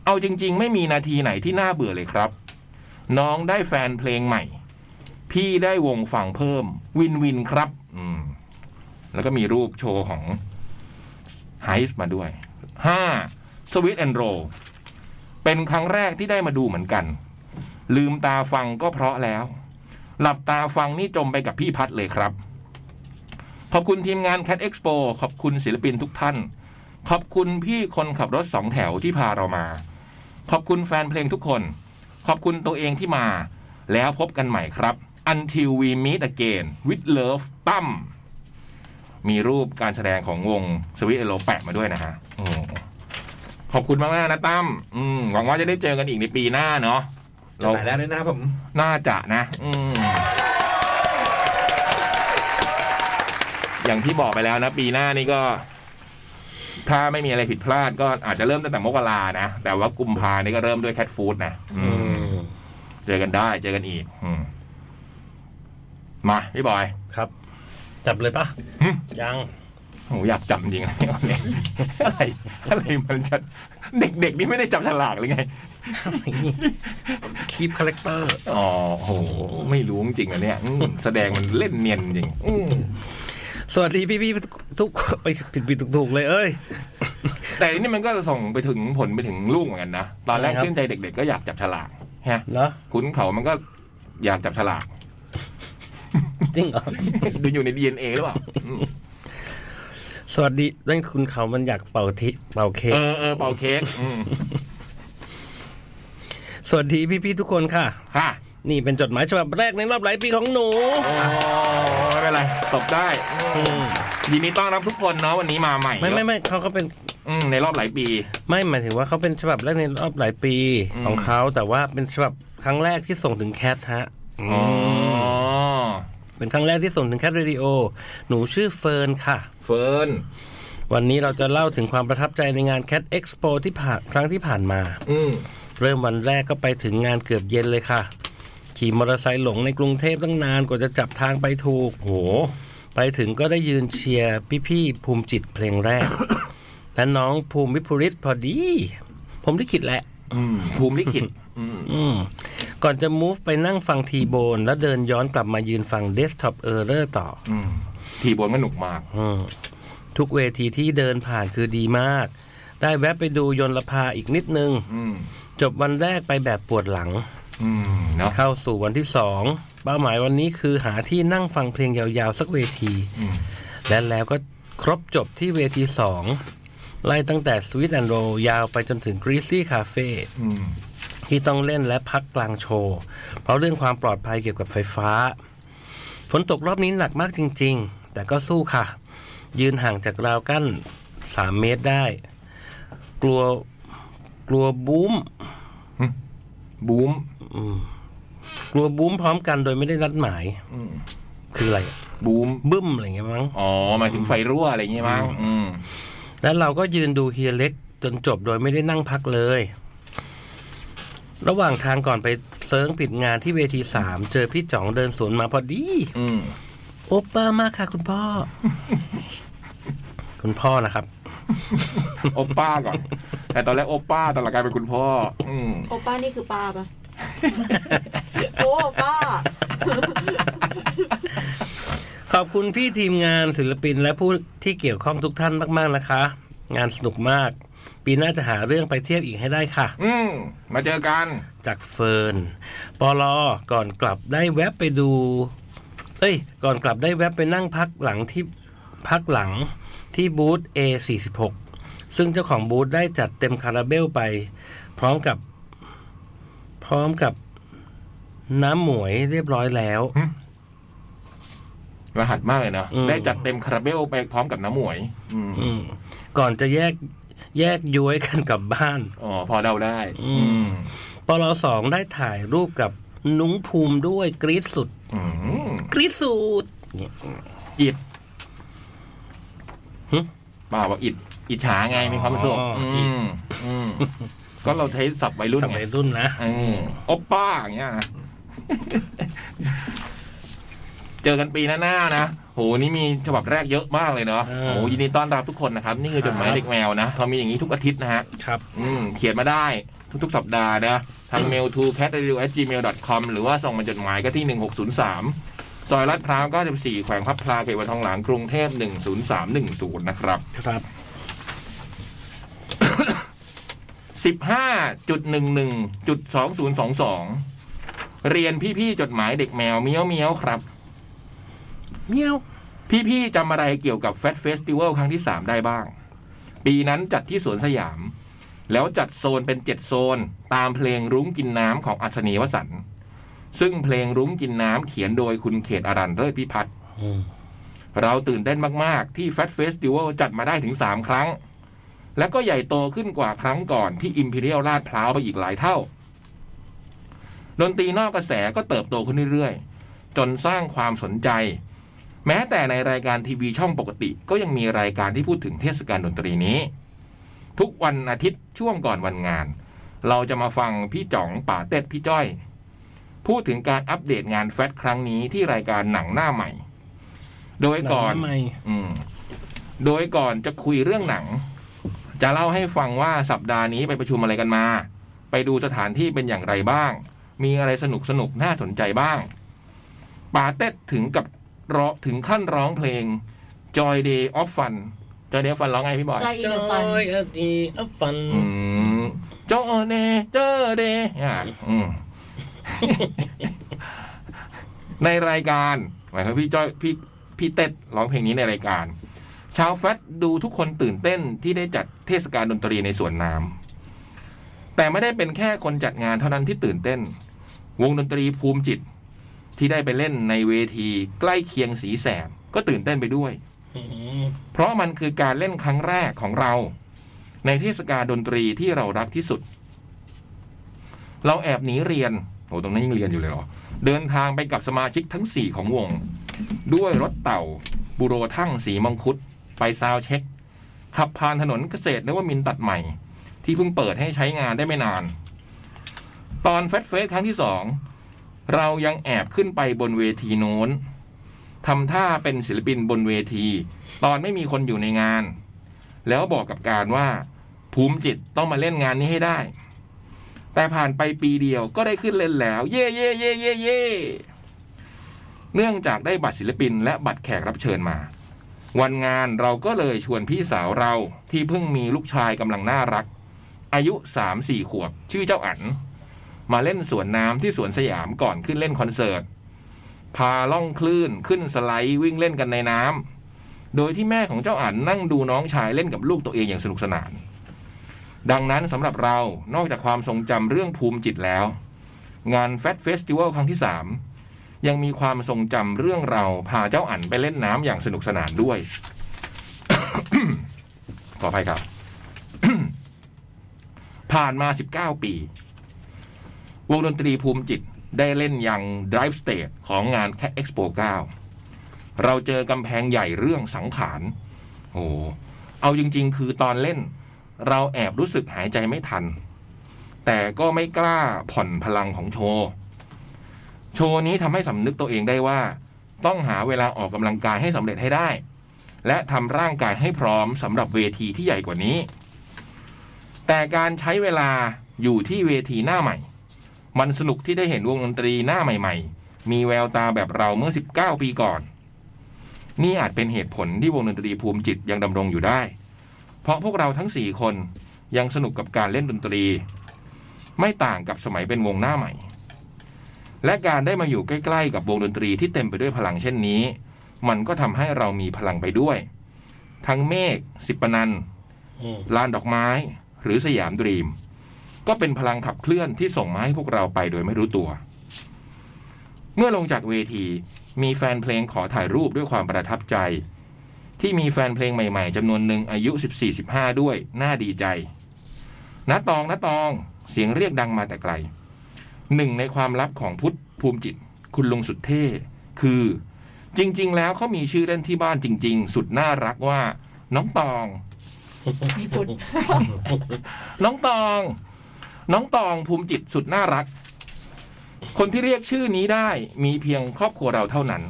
เอาจริงๆ ไม่มีนาทีไหนที่น่าเบื่อเลยครับ น้องได้แฟนเพลงใหม่ พี่ได้วงฝั่งเพิ่ม วินวินครับ อืม แล้วก็มีรูปโชว์ของ ไฮส์มาด้วย 5. สวิตแอนโรเป็นครั้งแรกที่ได้มาดูเหมือนกัน ลืมตาฟังก็เพราะแล้ว หลับตาฟังนี่จมไปกับพี่พัดเลยครับ ขอบคุณทีมงาน Cat Expo ขอบคุณศิลปินทุกท่าน ขอบคุณพี่คนขับรถสองแถวที่พาเรามา ขอบคุณแฟนเพลงทุกคน ขอบคุณตัวเองที่มา แล้วพบกันใหม่ครับ Until we meet again with love ตั้ม มีรูปการแสดงของวงสวิตเอโลแปะมาด้วยนะฮะอืมขอบคุณมากๆนะตั้มอืมหวังว่าจะได้เจอกันอีกในปีหน้าเนาะ จะหมายแล้วด้วยนะครับผม น่าจะนะ อืมอย่างที่บอกไปแล้วนะ ปีหน้านี่ก็ ถ้าไม่มีอะไรผิดพลาดก็อาจจะเริ่มตั้งแต่มกรานะ แต่ว่ากุมภานี่ก็เริ่มด้วยแคทฟู้ดนะอื อื ม ม เจอกันได้ เจอกันอีก อืมมาพี่บอย ครับ จับเลยปะ หึ ยัง โหอยากจำจริงนะ เนี่ยวันนี้อะไรอะไรมันจะเด็กๆนี่ไม่ได้จับฉลากหรือไง คีปคาแรคเตอร์ อ๋อโห ไม่รู้จริงๆอันเนี้ยอืมแสดงมันเล่นเนียนจริงอืม สวัสดีพี่พี่ๆทุกคนไปผิดผิดถูกถูกๆเลยเอ้ย แต่อันนี่มันก็ส่งไปถึงผลไปถึงลูกเหมือนกันนะ ตอนแรก ใช่ครับ ชื่นใจเด็ก ๆ ก็อยากจับฉลากฮะ เหรอ คุณเขามันก็อยากจับฉลาก จริงเหรอ ดูอยู่ใน DNA หรือเปล่าอืม สวัสดีนั่นคุณเขามันอยากเป่าทิเป่าเค้ก เออเออเป่าเค้กอืม สวัสดีพี่พี่ๆทุกคนค่ะ ค่ะ นี่เป็นจดหมายฉบับแรกในรอบหลายปีของหนู โอ้ไม่เป็นไรตบได้อืมยินดีต้อนรับทุกคนเนาะวันนี้มาใหม่ ไม่ไม่ไม่เขาก็เป็น อืมในรอบหลายปี ไม่หมายถึงว่าเขาเป็นฉบับแรกในรอบหลายปี อืม ของเขาแต่ว่าเป็นฉบับครั้งแรกที่ส่งถึงแคสฮะ อ๋อ เป็นครั้งแรกที่ส่งถึงแคสเรดิโอหนูชื่อเฟิร์นค่ะ เฟิร์น วันนี้เราจะเล่าถึงความประทับใจในงานแค t เอ็กซ์โปที่ผ่านครั้งที่ผ่านมา อืม เริ่มวันแรกก็ไปถึงงานเกือบเย็นเลยค่ะ ขี่มอเตอร์ไซค์หลงในกรุงเทพตั้งนานกว่าจะจับทางไปถูก โห ไปถึงก็ได้ยืนเชียร์พี่ๆภูมิจิตรเพลงแรก และน้องภูมิวิภูริศพอดี ผมลิขิตแหละ อืม ภูมิลิขิต อืม อืม ก่อนจะ move ไปนั่งฟังทีโบน แล้วเดินย้อนกลับมายืนฟัง Desktop Error ต่อ อืม ทีโบนก็หนุกมาก อืม ทุกเวทีที่เดินผ่านคือดีมาก ได้แวะไปดูยนลภาอีกนิดนึง อืม จบวันแรกไปแบบปวดหลัง อืมเนาะ เข้าสู่วันที่สองเป้าหมายวันนี้คือหาที่นั่งฟังเพลงยาวๆ สักเวที อืม และแล้วก็ครบจบที่เวทีสองไล่ตั้งแต่สวิตแอนโรยาวไปจนถึงกรีซี่คาเฟ่ อืม ที่ต้องเล่นและพักกลางโชว์ เพราะเรื่องความปลอดภัยเกี่ยวกับไฟฟ้า ฝนตกรอบนี้หนักมากจริงๆ แต่ก็สู้ค่ะ ยืนห่างจากราวกั้น 3 เมตรได้ กลัวกลัวบูม บูม อืมกลัวบูมพร้อมกันโดยไม่ได้นัดหมาย อืม คืออะไรอะ บูม บึ้มอะไรเงี้ยมั้ง อ๋อหมายถึงไฟรั่วอะไรอย่างงี้มั้งอืม แล้วเราก็ยืนดูเฮียเล็กจนจบโดยไม่ได้นั่งพักเลย ระหว่างทางก่อนไปเซิร์งปิดงานที่เวทีสามเจอพี่จ๋องเดินสวนมาพอดี อืม โอปป้ามากค่ะคุณพ่อ คุณพ่อนะครับ โอปป้าก่อน แต่ตอนแรกโอปป้าตอนหลังกลายเป็นคุณพ่อ อืม โอป้านี่คือป้า ปะ โอ้ป้า ขอบคุณพี่ทีมงานศิลปินและผู้ที่เกี่ยวข้องทุกท่านมากๆนะคะ งานสนุกมาก ปีหน้าจะหาเรื่องไปเที่ยวอีกให้ได้ค่ะ อืมมาเจอกัน จากเฟิร์นปอลอก่อนกลับได้แวบไปดู เอ้ย ก่อนกลับได้แวบไปนั่งพักหลังที่พักหลังที่บูธ A46 ซึ่งเจ้าของบูธได้จัดเต็มคาราเบลไป พร้อมกับ พร้อมกับน้ำหมวยเรียบร้อยแล้ว รหัสมากเลยเนาะ อืม ได้จัดเต็มคาราเบลไปพร้อมกับน้ำหมวย อืม อืมก่อนจะแยกแยกย้วยกันกลับบ้าน อ๋อพอเดาได้ อื อื ม ม ปลอสองได้ถ่ายรูปกับนุ้งภูมิด้วยกรีดสุด อืม กรีดสุด อิด หึ ป่าวว่าอิดอิจฉาไงมีความสุข อ๋ออื อืมอืมก็เราใช้ศัพท์วัยรุ่น ส ไง มัยรุ่นนะ อืมโอปป้าอย่างเงี้ยนะ เจอกันปีหน้าๆนะ โห นี่มีฉบับแรกเยอะมากเลยเนาะ เออ โห ยินดีต้อนรับทุกคนนะครับ นี่คือจดหมาย ครับ เด็กแมวนะ เรามีอย่างนี้ทุกอาทิตย์นะฮะ ครับ อืม เขียนมาได้ทุกๆ สัปดาห์นะทาง mail to cat radio gmail com หรือว่าส่งมาจดหมายก็ที่ 1603 ซอยลาดพร้าว94แขวงพับพลาเขตวังทองหลางกรุงเทพ10310 นะครับ ครับ สิบห้าจุดหนึ่งหนึ่งจุดสองศูนย์สองสองเรียนพี่ๆจดหมายเด็กแมวเมี้ยวเมี้ยวครับ เมียว พี่ๆจำอะไรเกี่ยวกับแฟตเฟสติวัลครั้งที่สามได้บ้าง ปีนั้นจัดที่สวนสยาม แล้วจัดโซนเป็นเจ็ดโซน ตามเพลงรุ้งกินน้ำของอัศนีวสันต์ซึ่งเพลงรุ้งกินน้ำเขียนโดยคุณเขตอรันเลิศพิพัฒน์ เราตื่นเต้นมาก ๆ ที่ Fat Festival จัดมาได้ถึง 3 ครั้ง และก็ใหญ่โตขึ้นกว่าครั้งก่อนที่ Imperial ลาดพร้าวไปอีกหลายเท่า ดนตรีนอกกระแสก็เติบโตขึ้นเรื่อย ๆ จนสร้างความสนใจ แม้แต่ในรายการทีวีช่องปกติ ก็ยังมีรายการที่พูดถึงเทศกาลดนตรีนี้ ทุกวันอาทิตย์ช่วงก่อนวันงาน เราจะมาฟังพี่จ๋องป่าเต็ดพี่จ้อย พูดถึงการอัปเดตงานแฟตครั้งนี้ที่รายการหนังหน้าใหม่ โดยก่อน อืมโดยก่อนจะคุยเรื่องหนัง จะเล่าให้ฟังว่าสัปดาห์นี้ไปประชุมอะไรกันมา ไปดูสถานที่เป็นอย่างไรบ้าง มีอะไรสนุกสนุกๆน่าสนใจบ้างปาเต็ดถึงกับร้องถึงขั้นร้องเพลง Joy Day of Fun Joy Day of Fun ร้องไงพี่บอย ใจอีก จ หนึ่ง อ ปัน ยอดีอัฟฟัน อืม Joy Day Joy Day อ่ะอืม ในรายการหมายความพี่จ้อยพี่พี่เต็ดร้องเพลงนี้ในรายการ ชาวแฟตดูทุกคนตื่นเต้นที่ได้จัดเทศกาลดนตรีในสวนน้ำแต่ไม่ได้เป็นแค่คนจัดงานเท่านั้นที่ตื่นเต้น วงดนตรีภูมิจิต ที่ได้ไปเล่นในเวทีใกล้เคียงสีแสบก็ตื่นเต้นไปด้วย เพราะมันคือการเล่นครั้งแรกของเรา ในเทศกาลดนตรีที่เรารักที่สุด เราแอบหนีเรียนโอ้ตรงนั้นยังเรียนอยู่เลยเหรอ เดินทางไปกับสมาชิกทั้ง 4 ของวง ด้วยรถเต่า บุโรทั่งสีมังคุด ไปซาวเช็ค ขับผ่านถนนเกษตรนวมินทร์ตัดใหม่ ที่เพิ่งเปิดให้ใช้งานได้ไม่นาน ตอนแฟตเฟสครั้งที่ 2 เรายังแอบขึ้นไปบนเวทีโน้นทำท่าเป็นศิลปินบนเวที ตอนไม่มีคนอยู่ในงาน แล้วบอกกับการว่า ภูมิจิตต้องมาเล่นงานนี้ให้ได้ แต่ผ่านไปปีเดียวก็ได้ขึ้นเล่นแล้ว เย่เย่เย่เย่เย่เนื่องจากได้บัตรศิลปินและบัตรแขกรับเชิญมา วันงานเราก็เลยชวนพี่สาวเราที่เพิ่งมีลูกชายกำลังน่ารัก อายุสามสี่ขวบ ชื่อเจ้าอัน มาเล่นสวนน้ำที่สวนสยามก่อนขึ้นเล่นคอนเสิร์ต พาล่องคลื่นขึ้นสไลด์วิ่งเล่นกันในน้ำ โดยที่แม่ของเจ้าอั๋นนั่งดูน้องชายเล่นกับลูกตัวเองอย่างสนุกสนาน ดังนั้นสำหรับเรา นอกจากความทรงจำเรื่องภูมิจิตแล้ว งานแฟตเฟสติวัลครั้งที่ 3 ยังมีความทรงจำเรื่องเราพาเจ้าอั๋นไปเล่นน้ำอย่างสนุกสนานด้วย ขออภัยครับ ผ่านมา 19 ปี วงดนตรีภูมิจิตได้เล่นยัง Drive Stage ของงานแค่ Expo 9 เราเจอกำแพงใหญ่เรื่องสังขาร โอ้โหเอาจริง ๆ คือตอนเล่น เราแอบรู้สึกหายใจไม่ทัน แต่ก็ไม่กล้าผ่อนพลังของโชว์ โชว์นี้ทำให้สำนึกตัวเองได้ว่า ต้องหาเวลาออกกำลังกายให้สำเร็จให้ได้ และทำร่างกายให้พร้อมสำหรับเวทีที่ใหญ่กว่านี้ แต่การใช้เวลาอยู่ที่เวทีหน้าใหม่ มันสนุกที่ได้เห็นวงดนตรีหน้าใหม่ ๆ มีแววตาแบบเราเมื่อ 19 ปีก่อน นี่อาจเป็นเหตุผลที่วงดนตรีภูมิจิตยังดำรงอยู่ได้ เพราะพวกเราทั้งสี่คนยังสนุกกับการเล่นดนตรี ไม่ต่างกับสมัยเป็นวงหน้าใหม่ และการได้มาอยู่ใกล้ๆกับวงดนตรีที่เต็มไปด้วยพลังเช่นนี้ มันก็ทำให้เรามีพลังไปด้วย ทั้งเมฆสิบปนัน อืม ลานดอกไม้ หรือสยามดรีม ก็เป็นพลังขับเคลื่อนที่ส่งมาให้พวกเราไปโดยไม่รู้ตัว เมื่อลงจากเวที มีแฟนเพลงขอถ่ายรูปด้วยความประทับใจ ที่มีแฟนเพลงใหม่ๆจำนวนหนึ่งอายุ 14-15 ด้วย น่าดีใจนาตองนาตองเสียงเรียกดังมาแต่ไกล หนึ่งในความลับของพุทธภูมิจิต คุณลุงสุดเท่ คือ จริง ๆ แล้วเขามีชื่อเล่นที่บ้านจริง ๆ สุดน่ารักว่า น้องตอง ญี่ปุ่น น้องตอง น้องตองภูมิจิตสุดน่ารัก คนที่เรียกชื่อนี้ได้มีเพียงครอบครัวเราเท่านั้น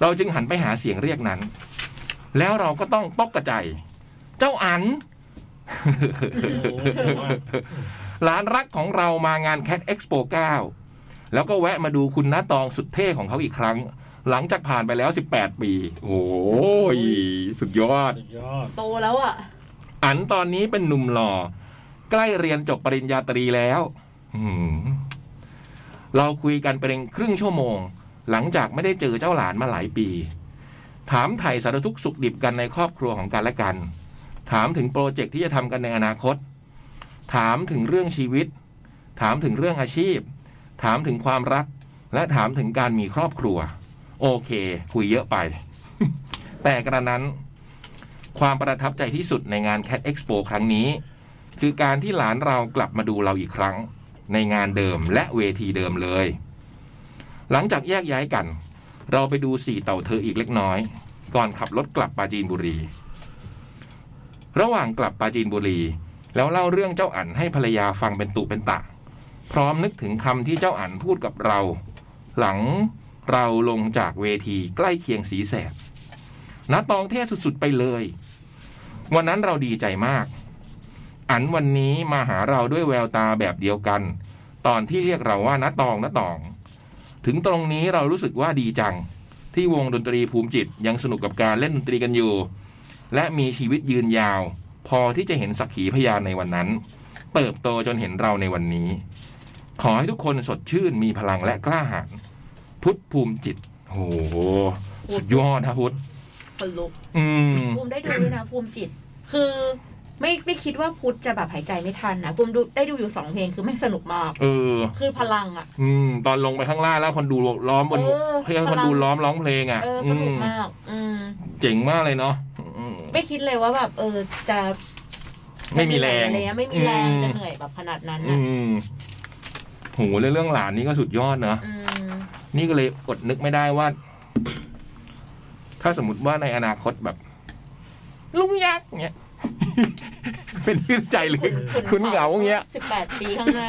เราจึงหันไปหาเสียงเรียกนั้น แล้วเราก็ต้องตกกระใจ เจ้าอัน หลานรักของเรามางานแค t เอ็กซ์โป9แล้วก็แวะมาดูคุณน้าตองสุดเท่ของเขาอีกครั้ง หลังจากผ่านไปแล้ว 18 ปี โอ้ยสุดยอด สุดยอด โตแล้วอ่ะ อันตอนนี้เป็นหนุ่มหล่อ ใกล้เรียนจบปริญญาตรีแล้ว อืมเราคุยกันเป็นครึ่งชั่วโมง หลังจากไม่ได้เจอเจ้าหลานมาหลายปี ถามไถ่สารทุกข์สุขดิบกันในครอบครัวของกันและกัน ถามถึงโปรเจกต์ที่จะทำกันในอนาคต ถามถึงเรื่องชีวิต ถามถึงเรื่องอาชีพ ถามถึงความรัก และถามถึงการมีครอบครัว โอเค คุยเยอะไป แต่กระนั้น ความประทับใจที่สุดในงาน Cat Expo ครั้งนี้ คือการที่หลานเรากลับมาดูเราอีกครั้ง ในงานเดิมและเวทีเดิมเลย หลังจากแยกย้ายกัน เราไปดูสี่เต่าเธออีกเล็กน้อย ก่อนขับรถกลับปราจีนบุรี ระหว่างกลับปราจีนบุรี แล้วเล่าเรื่องเจ้าอั๋นให้ภรรยาฟังเป็นตุเป็นตะ พร้อมนึกถึงคำที่เจ้าอั๋นพูดกับเรา หลังเราลงจากเวทีใกล้เคียงสีแสด นาตองเท่สุด ๆ ไปเลย วันนั้นเราดีใจมาก อันวันนี้มาหาเราด้วยแววตาแบบเดียวกัน ตอนที่เรียกเราว่านาตองนาตอง ถึงตรงนี้เรารู้สึกว่าดีจัง ที่วงดนตรีภูมิจิตยังสนุกกับการเล่นดนตรีกันอยู่ และมีชีวิตยืนยาว พอที่จะเห็นสักขีพยานในวันนั้น เติบโตจนเห็นเราในวันนี้ ขอให้ทุกคนสดชื่นมีพลังและกล้าหาญพุทธภูมิจิตโอ้โหสุดยอดนะพุทธ คนลุก อืม ภูมิได้ดูด้วยนะภูมิจิต คือไม่ไม่คิดว่าพุทธจะแบบหายใจไม่ทันนะภูมิดูได้ดูอยู่สองเพลงคือไม่งสนุกมาก เออ คือพลังอ่ะ อืม ตอนลงไปข้างล่างแล้วคนดูล้อมบน เออ เฮ้ยคน พลัง ดูล้อมร้องเพลงอ่ะ เออ อื สนุก ม มาก อืม เจ๋งมากเลยเนาะอืม ไม่คิดเลยว่าแบบ เออจะ ไม่มีแรง อะไรนะไม่มีแรงจะเหนื่อยแบบขนาดนั้น อื น่ะ มอืมโหเรื่องเรื่องหลานนี่ก็สุดยอดเนอะ อืม นี่ก็เลยอดนึกไม่ได้ว่า ถ้าสมมติว่าในอนาคตแบบ ลุงยักษ์เนี้ย เป็นที่ใจหรือคุณเหงาเงี้ย สิบแปดปีข้างหน้า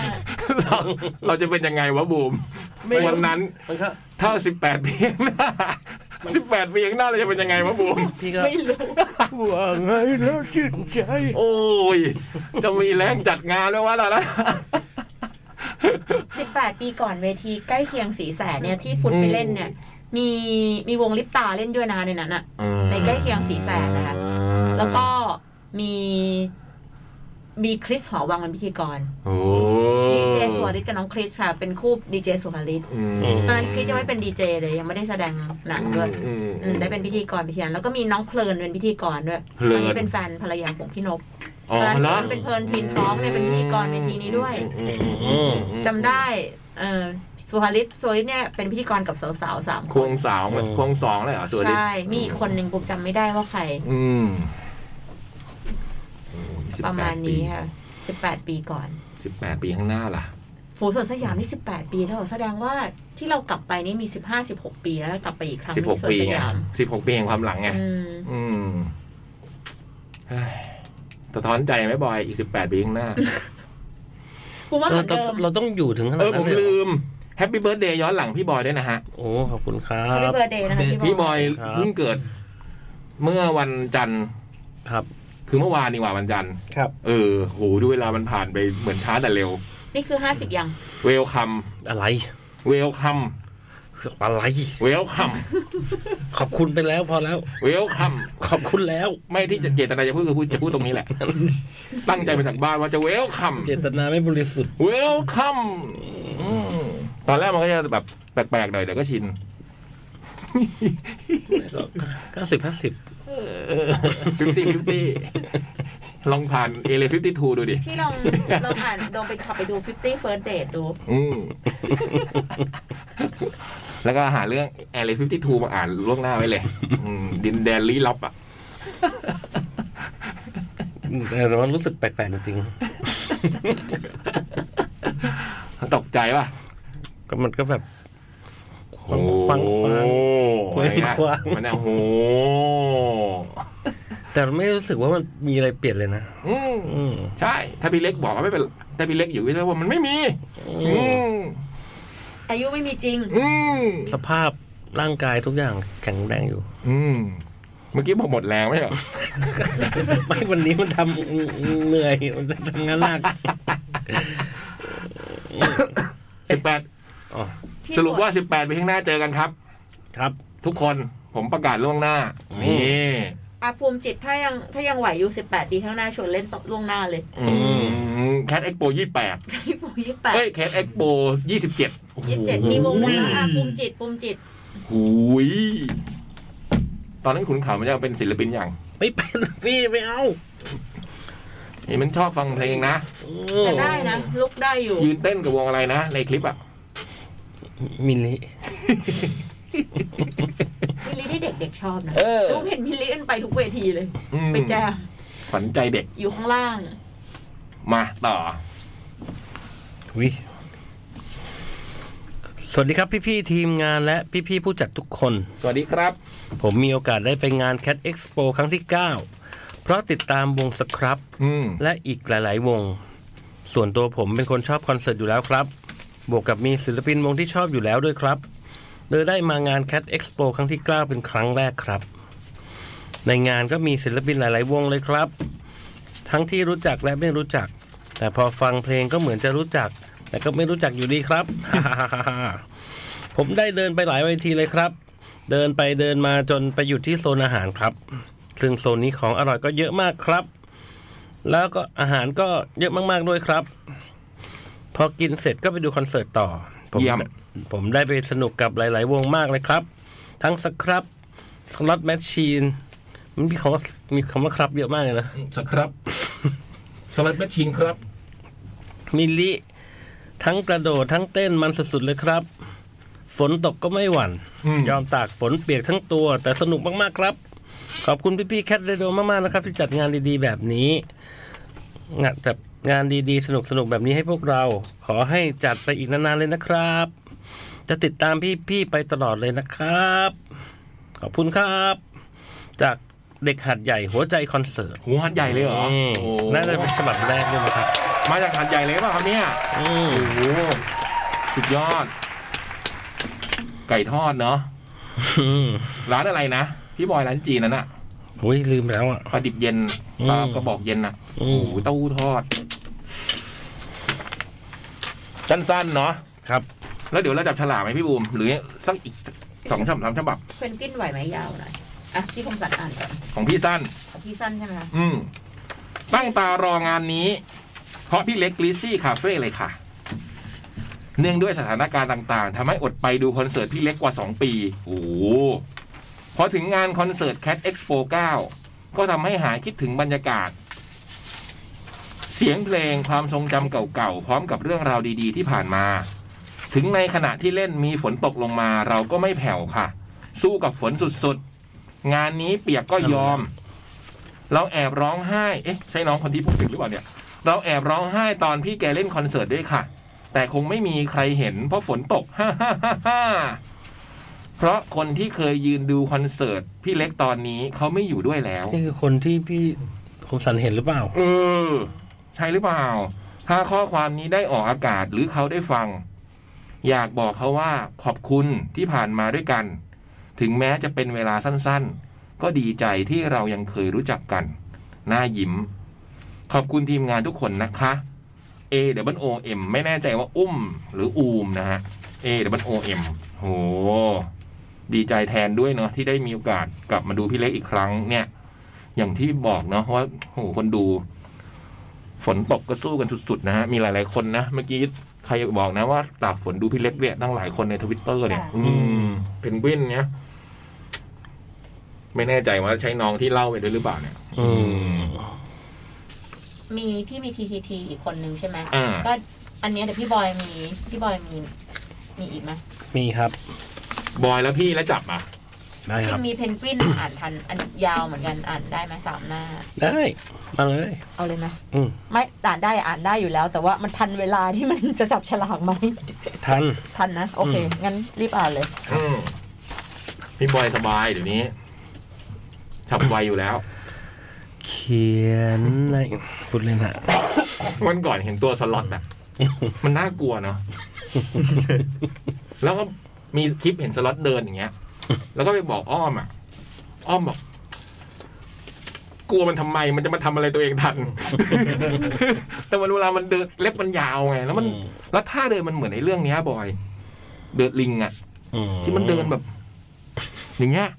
เราเราจะเป็นยังไงวะบูม ไม่รู้ วันนั้น มันก็ ถ้าสิบแปดปีข้างหน้าสิบแปดปีข้างหน้าเราจะเป็นยังไงวะบูม พี่ก็ ไม่รู้ ว่าไงแล้วชื่นใจ โอ้ย จะมีแรงจัดงานด้วยวะล่ะนะ สิบแปดปีก่อนเวทีใกล้เคียงสีแสนเนี่ยที่พุทธไปเล่นเนี่ย มีมีวงลิปตาเล่นด้วยนะคะในนั้นอะ ในใกล้เคียงสีแสดนะคะ อ่า แล้วก็มีมีคริสหอวังเป็นพิธีกร โอ้ ดีเจสุวริตกับน้องคริสค่ะ เป็นคู่ดีเจสุวริต อืม ตอนนั้นคริสยังไม่เป็นดีเจเลยยังไม่ได้แสดงหนังด้วย อืม อืมได้เป็นพิธีกรไปทีนั้นแล้วก็มีน้องเพลินเป็นพิธีกรด้วย เพลิน ตอนนี้เป็นแฟนภรรยาของพี่นก อ๋อเหรอ เป็นเพลินพินน้องเนี่ยเป็นพิธีกรเวทีนี้ด้วย อืมอืมอืมอืม จำได้เออสุวริตสุวริตเนี่ยเป็นพิธีกรกับสาวๆสามค ควง น สาวเหมือนควงสองเลยเหรอสวัสดี ใช่มีอีกคนหนึ่งผมจำไม่ได้ว่าใคร อืมโอ้ยสิบ ประ แป มา ด ณ ปี นี้ค่ะสิบแปดปีก่อน สิบแปดปีข้างหน้าล่ะ โหสวนสยามนี่สิบแปดปีแล้วเหรอแสดงว่าที่เรากลับไปนี่มีสิบห้าสิบหกปีแล้วกลับไปอีกครั้ง สิบหก ที่สวน ปี ส ไง ยาม สิบหกปีแห่งความหลังไง อืม อืมเฮ้ยสะท้อนใจไหมบอย อีกสิบแปดปีข้างหน้า กูว่าเหมืเราอน ต้เดิมองเราต้องอยู่ถึงขนาด เออ นั้ ผม นเลย ลื เหรอ มแฮปปี้เบิร์ดเดย์ย้อนหลังพี่บอยด้วยนะฮะ โอ้ขอบคุณครั แฮปปี้ บ เบิร์ดเดย์นะคะพี่ พี่ บบ อ อย ย ครับ เพิ่งเกิด เมื่อวันจันทร์ ครับ คือเมื่อวานนี่หว่าวันจันทร์ ครับ เออโหดูเวลามันผ่านไปเหมือนช้าแต่เร็ว นี่คือห้าสิบยัง เวลคัม อะไร เวลคัม อะไร เวลคัม ขอบคุณไปแล้วพอแล้ว เวลคัม ขอบคุณแล้ว ไม่ที่เจตนาจะพูดคือพูดจะพูดตรงนี้แหละ ตั้งใจมาจากบ้านว่าจะเวลคัม เจตนาไม่บริสุทธิ์ เวลคัมตอนแรกมันก็จะแบบแปลกๆหน่อยเดี๋ยวก็ชิน เก้าสิบห้าสิบ ฟิฟตี้ฟิฟตี้ ลองผ่านเอเลฟิฟตี้ทูดูดิ พี่ลอง เราผ่านลองไปขับไปดู 50 First Date ดู อืม แล้วก็หาเรื่องเอเลฟิฟตี้ทูมาอ่านล่วงหน้าไว้เลย อืม ดินแดนลี้ลับอ่ะ แต่มันรู้สึกแปลกๆจริง ตกใจป่ะ ๆก็มันก็แบบ ฟังฟังฟั ฟั ง ง ฟังฟัง มันเนี่ยโอ้โห แต่ไม่รู้สึกว่ามันมีอะไรเปลี่ยนเลยนะ อืม อืม ใช่ ถ้าพี่เล็กบอกว่าไม่เป็นถ้าพี่เล็กอยู่พี่เล็กว่ามันไม่มี อืม อายุไม่มีจริง อืม สภาพร่างกายทุกอย่างแข็งแรงอยู่ อืม เมื่อกี้บอกหมดแรงไหมใช่เหรอ ไม่วันนี้มันทำเหนื่อยมันทำงานหนัก สิบแปด อ๋อ สรุปว่าสิบแปดไปข้างหน้าเจอกันครับ ครับ ทุกคนผมประกาศล่วงหน้า อืม นี่ อาภูมิจิตถ้ายังถ้ายังไหวอยู่ 18 ปีข้างหน้าชวนเล่นตบล่วงหน้าเลย แคทเอ็กโปยี่แปด พี่ปูยี่แปด เอ้ยแคทเอ็กโปยี่สิบเจ็ด ยี่สิบเจ็ดมีวงหนึงนะอาภูมิจิตภูมิจิต หุยตอนนั้นขุนเขามันจะเป็นศิลปินอย่าง ไม่เป็นพี่ไม่เอา นี่มันชอบฟังเพลงนะ อืม แต่ได้นะ ลุกได้อยู่ ยืนเต้นกับวงอะไรนะ ในคลิปอ่ะ มิลลิ มิลลิที่เด็กๆชอบนะ เออ ลูกเห็นมิลลิกันไปทุกเวทีเลย อืม ไปแจม ขวัญใจเด็ก อยู่ข้างล่าง มาต่อ วิสวัสดีครับพี่ๆทีมงานและพี่ๆผู้จัดทุกคน สวัสดีครับ ผมมีโอกาสได้ไปงาน Cat Expo ครั้งที่ 9 เพราะติดตามวงสครับ อืม และอีกหลาย ๆ วง ส่วนตัวผมเป็นคนชอบคอนเสิร์ตอยู่แล้วครับ บวกกับมีศิลปินวงที่ชอบอยู่แล้วด้วยครับเลยได้มางาน Cat Expo ครั้งที่ 9 เป็นครั้งแรกครับ ในงานก็มีศิลปินหลาย ๆ วงเลยครับ ทั้งที่รู้จักและไม่รู้จัก แต่พอฟังเพลงก็เหมือนจะรู้จัก แต่ก็ไม่รู้จักอยู่ดีครับ ผมได้เดินไปหลายเวทีเลยครับ เดินไปเดินมาจนไปหยุดที่โซนอาหารครับ ซึ่งโซนนี้ของอร่อยก็เยอะมากครับ แล้วก็อาหารก็เยอะมาก ๆ ด้วยครับ พอกินเสร็จก็ไปดูคอนเสิร์ตต่อ ผม เยี่ยม ผมได้ไปสนุกกับหลาย ๆ วงมากเลยครับ ทั้งสครับสล็อตแมชชีนมันมีคำว่ามีคำว่าครับเยอะมากเลยนะ สครับสลัดแมชชินครับ มิลลิ ทั้งกระโดดทั้งเต้นมันสุดๆเลยครับ ฝนตกก็ไม่หวั่น อืม ยอมตากฝนเปียกทั้งตัว แต่สนุกมากๆครับ ขอบคุณพี่ๆแคทเรโดมากๆนะครับ ที่จัดงานดีๆแบบนี้งานจัดงานดีๆ สนุกๆแบบนี้ให้พวกเรา ขอให้จัดไปอีกนานๆเลยนะครับ จะติดตามพี่ๆไปตลอดเลยนะครับ ขอบคุณครับ จากเด็กหัดใหญ่หัวใจคอนเสิร์ต หัวหัดใหญ่เลยเหรอ ม โอ้ น่าจะเป็นฉบับแรกด้วยนะครับ มาจากหัดใหญ่เลยเปล่ะครับเนี่ย อืม โอ้โหสุดยอด ไก่ทอดเนาะ อืม ร้านอะไรนะพี่บอยร้านจีนนั่นอะ อุ้ยลืมไปแล้วอ่ะ ปลาดิบเย็น อืม ปลากระบอกเย็นอะ อื โอ้ ม โหเต้าหู้ทอด สั้นๆเนาะ ครับ แล้วเดี๋ยวเราจับฉลากไหมพี่บูมหรือสักอีก สองฉบับสามฉบับ เควนกวินไหวไหมยาวหน่อยอ่ะพี่คมสันอ่านก่อน ของพี่สั้น ของพี่สั้นใช่ไหมคะ อืม ตั้งตารองานนี้ เพราะพี่เล็กลิซี่คาเฟ่เลยค่ะ เนื่องด้วยสถานการณ์ต่าง ๆทำให้อดไปดูคอนเสิร์ตพี่เล็กกว่า 2 ปี โอ้โหพอถึงงานคอนเสิร์ต Cat Expo 9 ก็ทำให้หายคิดถึงบรรยากาศ เสียงเพลงความทรงจำเก่าๆ พร้อมกับเรื่องราวดีๆ ที่ผ่านมา ถึงในขณะที่เล่นมีฝนตกลงมาเราก็ไม่แผ่วค่ะ สู้กับฝนสุดๆ งานนี้เปียกก็ยอม เราแอบร้องไห้ เอ๊ะ ใช่น้องคนที่พูดถึงหรือเปล่าเนี่ย เราแอบร้องไห้ตอนพี่แกเล่นคอนเสิร์ตด้วยค่ะ แต่คงไม่มีใครเห็นเพราะฝนตก ฮ่าฮ่าฮ่าฮ่าเพราะคนที่เคยยืนดูคอนเสิร์ตพี่เล็กตอนนี้เขาไม่อยู่ด้วยแล้ว นี่คือคนที่พี่คมสันเห็นหรือเปล่า เออ ใช่หรือเปล่า ถ้าข้อความนี้ได้ออกอากาศหรือเขาได้ฟัง อยากบอกเขาว่าขอบคุณที่ผ่านมาด้วยกัน ถึงแม้จะเป็นเวลาสั้นๆ ก็ดีใจที่เรายังเคยรู้จักกัน หน้ายิ้ม ขอบคุณทีมงานทุกคนนะคะ A W O M ไม่แน่ใจว่าอุ้มหรืออูมนะฮะ A W O M โห ดีใจแทนด้วยเนาะที่ได้มีโอกาสกลับมาดูพี่เล็กอีกครั้งเนี่ย อย่างที่บอกเนาะว่าโหคนดู ฝนตกก็สู้กันสุดๆนะฮะ มีหลายๆคนนะ เมื่อกี้ใครบอกนะว่าตากฝนดูพี่เล็กเนี่ยตั้งหลายคนในทวิตเตอร์เนี่ย อืมเพนกวินเนี่ยไม่แน่ใจว่าใช้น้องที่เล่าไปด้วยหรือเปล่าเนี่ย อืม มีพี่มีทีทีทีอีกคนนึงใช่ไหม อ่า ก็อันเนี้ยเดี๋ยวพี่บอยมี พี่บอยมี มีอีกไหม มีครับ บอยแล้วพี่แล้วจับอ่ะ ได้ค พี่ รับ มีเพนกวิน อ่านทันอันยาวเหมือนกันอ่านได้ไหมสามหน้า ได้ มาเลย เอาเลยไหม อืม ไม่อ่านได้อ่านได้อยู่แล้ว แต่ว่ามันทันเวลาที่มันจะจับฉลากไหม ทัน ทันนะ โอเค งั้นรีบอ่านเลย อืมพี่บอยสบายเดี๋ยวนี้ฉับไวอยู่แล้ว เขียนอะไรพูดเล่นฮะ วันก่อนเห็นตัวสล็อตอะมันน่ากลัวเนาะ แล้วก็มีคลิปเห็นสล็อตเดินอย่างเงี้ย แล้วก็ไปบอกอ้อมอะอ้อมบอก กลัวมันทำไม มันจะมาทำอะไรตัวเองทัน แต่มันเวลามันเดินเล็บมันยาวไง แล้วมัน อืม แล้วท่าเดินมันเหมือนในเรื่องเนี้ยบอย เดินลิงอะ อื ที่มันเดินแบบ อย่างเงี้ย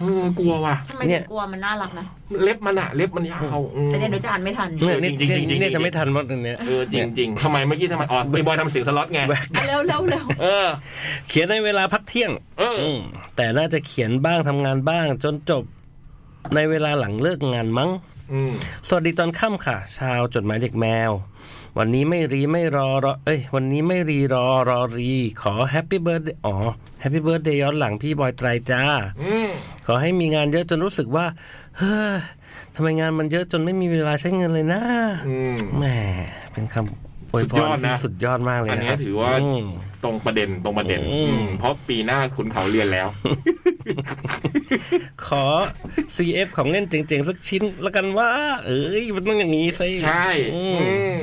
เออกลัวว่ะ ทำไมถึงกลัวมันน่ารักนะ เล็บมันอะเล็บมันยาวอืม แต่เดี๋ยวหนูจะอ่านไม่ทัน เนี่ยนี่ จริงๆ เนี่ย จริงๆ เนี่ยจะไม่ทันว่าตรงเนี้ย เออจริงจริงๆทำไมเมื่อกี้ทำไมอ๋อไอ้บอยทำเสียงสล็อตไง เร็วเร็วเร็ว เออ เขียนในเวลาพักเที่ยง เออ อืมแต่น่าจะเขียนบ้างทำงานบ้าง จนจบ ในเวลาหลังเลิกงานมั้ง อืม สวัสดีตอนค่ำค่ะ ชาวจดหมายเด็กแมว วันนี้ไม่รีไม่รอรอ เอ้ย วันนี้ไม่รีรอรอรี ขอแฮปปี้เบิร์ดอ๋อแฮปปี้เบิร์ดเดย์ย้อนหลังพี่บอยไตรจ้า อืม ขอให้มีงานเยอะจนรู้สึกว่า เฮ้ยทำไมงานมันเยอะจนไม่มีเวลาใช้เงินเลยนะ อืม แหมเป็นคำอวยพ สุดย ร อดนะ ที่สุดยอดมากเลย อัน นะ เนี้ยครับ ถือว่า ม ตรงประเด็นตรงประเด็น อื อื ม ม เพราะปีหน้าคุณเขาเรียนแล้ว ขอ CF ของเล่นเจ๋งๆ สักชิ้นละกันว่า เอ้ย มันต้องอย่างนี้สิ ใช่ อืม อืม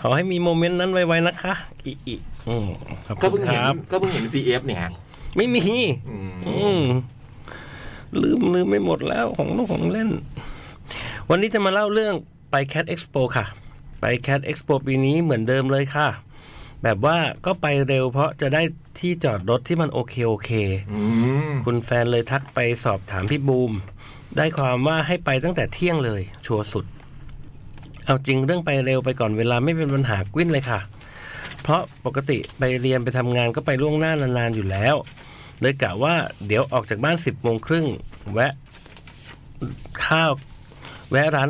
ขอให้มีโมเมนต์นั้นไวๆนะคะอีอีอืมขอบ ก็ คุ เพิ่ ณ ง ค เห็น รับ ก็เพิ่งเห็น CF เนี่ยฮะ ไม่มี อืม อืมลืมลืมไม่หมดแล้วของลูกของเล่น วันนี้จะมาเล่าเรื่องไป Cat Expo ค่ะ ไป Cat Expo ปีนี้เหมือนเดิมเลยค่ะ แบบว่าก็ไปเร็วเพราะจะได้ที่จอดรถที่มันโอเคโอเค อืม คุณแฟนเลยทักไปสอบถามพี่บูม ได้ความว่าให้ไปตั้งแต่เที่ยงเลย ชัวร์สุด เอาจริงเรื่องไปเร็วไปก่อนเวลาไม่เป็นปัญหากวิ้นเลยค่ะ เพราะปกติไปเรียนไปทำงานก็ไปล่วงหน้านานๆอยู่แล้ว เลยกะว่าเดี๋ยวออกจากบ้าน 10บโมงครึ่งแวะข้าว แวะร้าน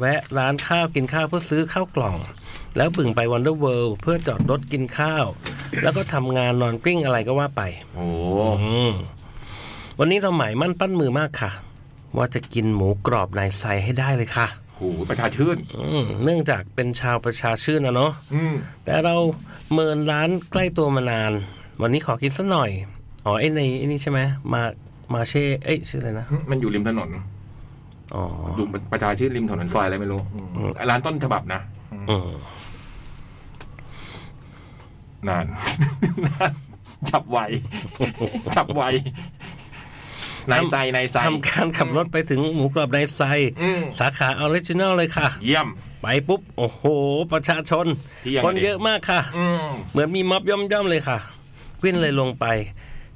แวะร้านข้าวกินข้าวเพื่อซื้อข้าวกล่อง แล้วบึ่งไปวันเดอร์เวิลด์เพื่อจอดรถกินข้าว แล้วก็ทำงานนอนกลิ้งอะไรก็ว่าไป โอ้ อืมวันนี้เราหมายมั่นปั้นมือมากค่ะ ว่าจะกินหมูกรอบนายไซให้ได้เลยค่ะ โห ประชาชื่น อืมเนื่องจากเป็นชาวประชาชื่นนะเนาะ อืม แต่เราเมินร้านใกล้ตัวมานาน วันนี้ขอกินสักหน่อย อ๋อไอ้ในไอ้นี่ใช่ไหมมามาเช่เอ้ยชื่ออะไรนะ มันอยู่ริมถนน อ๋อ อยู่ประชาชื่นริมถนนซอยอะไรไม่รู้อืม อืม ร้านต้นฉบับนะ อืม นาน นาน จับไว จับไว นายไซนายไซ ทำการขับรถไปถึงหมูกรอบนายไซ อืม สาขาออริจินอลเลยค่ะ เยี่ยม ไปปุ๊บ โอ้โห ประชาชน เที่ยง คน ดิ เยอะมากค่ะ อืม เหมือนมีม็อบย่อมๆเลยค่ะ กวินเลยลงไป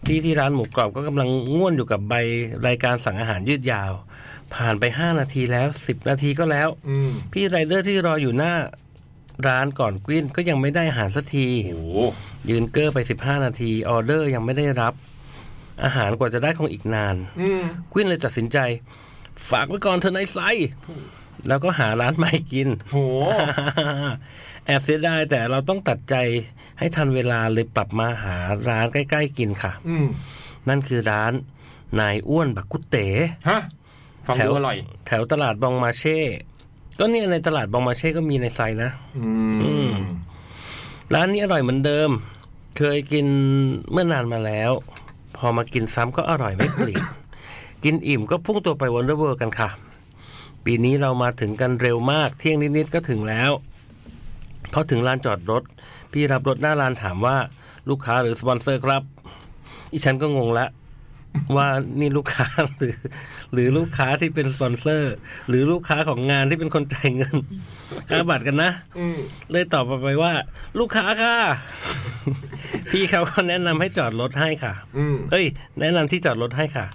ที่ที่ร้านหมูกรอบก็กำลังง่วนอยู่กับใบรายการสั่งอาหารยืดยาว ผ่านไปห้านาทีแล้วสิบนาทีก็แล้ว อืม พี่ไรเดอร์ที่รออยู่หน้าร้านก่อนกวิ้นก็ยังไม่ได้อาหารสักที โอ้โห ยืนเกอร์ไปสิบห้านาทีออเดอร์ยังไม่ได้รับ อาหารกว่าจะได้คงอีกนาน อืม กวิ้นเลยตัดสินใจ ฝากไว้ก่อนเธอนายไซแล้วก็หาร้านใหม่กิน โห แอบเสียดายแต่เราต้องตัดใจให้ทันเวลาเลยปรับมาหาร้านใกล้ ๆ กินค่ะ อืม นั่นคือร้านนายอ้วนบักกุเต๋ ฮะฟัง แถ ดู ว อร่อย แถวตลาดบองมาเช่ ก็เนี่ยในตลาดบองมาเช่ก็มีในไซนะ อื อื ม ม ร้านนี้อร่อยเหมือนเดิม เคยกินเมื่อนานมาแล้ว พอมากินซ้ำก็อร่อยไม่เปลี่ยน กินอิ่มก็พุ่งตัวไปวันเดอร์เวิร์กันค่ะ ปีนี้เรามาถึงกันเร็วมาก เที่ยงนิด ๆ ก็ถึงแล้ว พอถึงลานจอดรถ พี่รับรถหน้าลานถามว่าลูกค้าหรือสปอนเซอร์ครับ อีฉันก็งงละ ว่านี่ลูกค้า หรือ หรือลูกค้าที่เป็นสปอนเซอร์ หรือลูกค้าของงานที่เป็นคนจ่ายเงินค่าบัตรกันนะ อืม เลยตอบกลับไปว่า ลูกค้าค่ะ พี่เขาก็แนะนำให้จอดรถให้ค่ะ อืม เอ้ย แนะนำที่จอดรถให้ค่ะ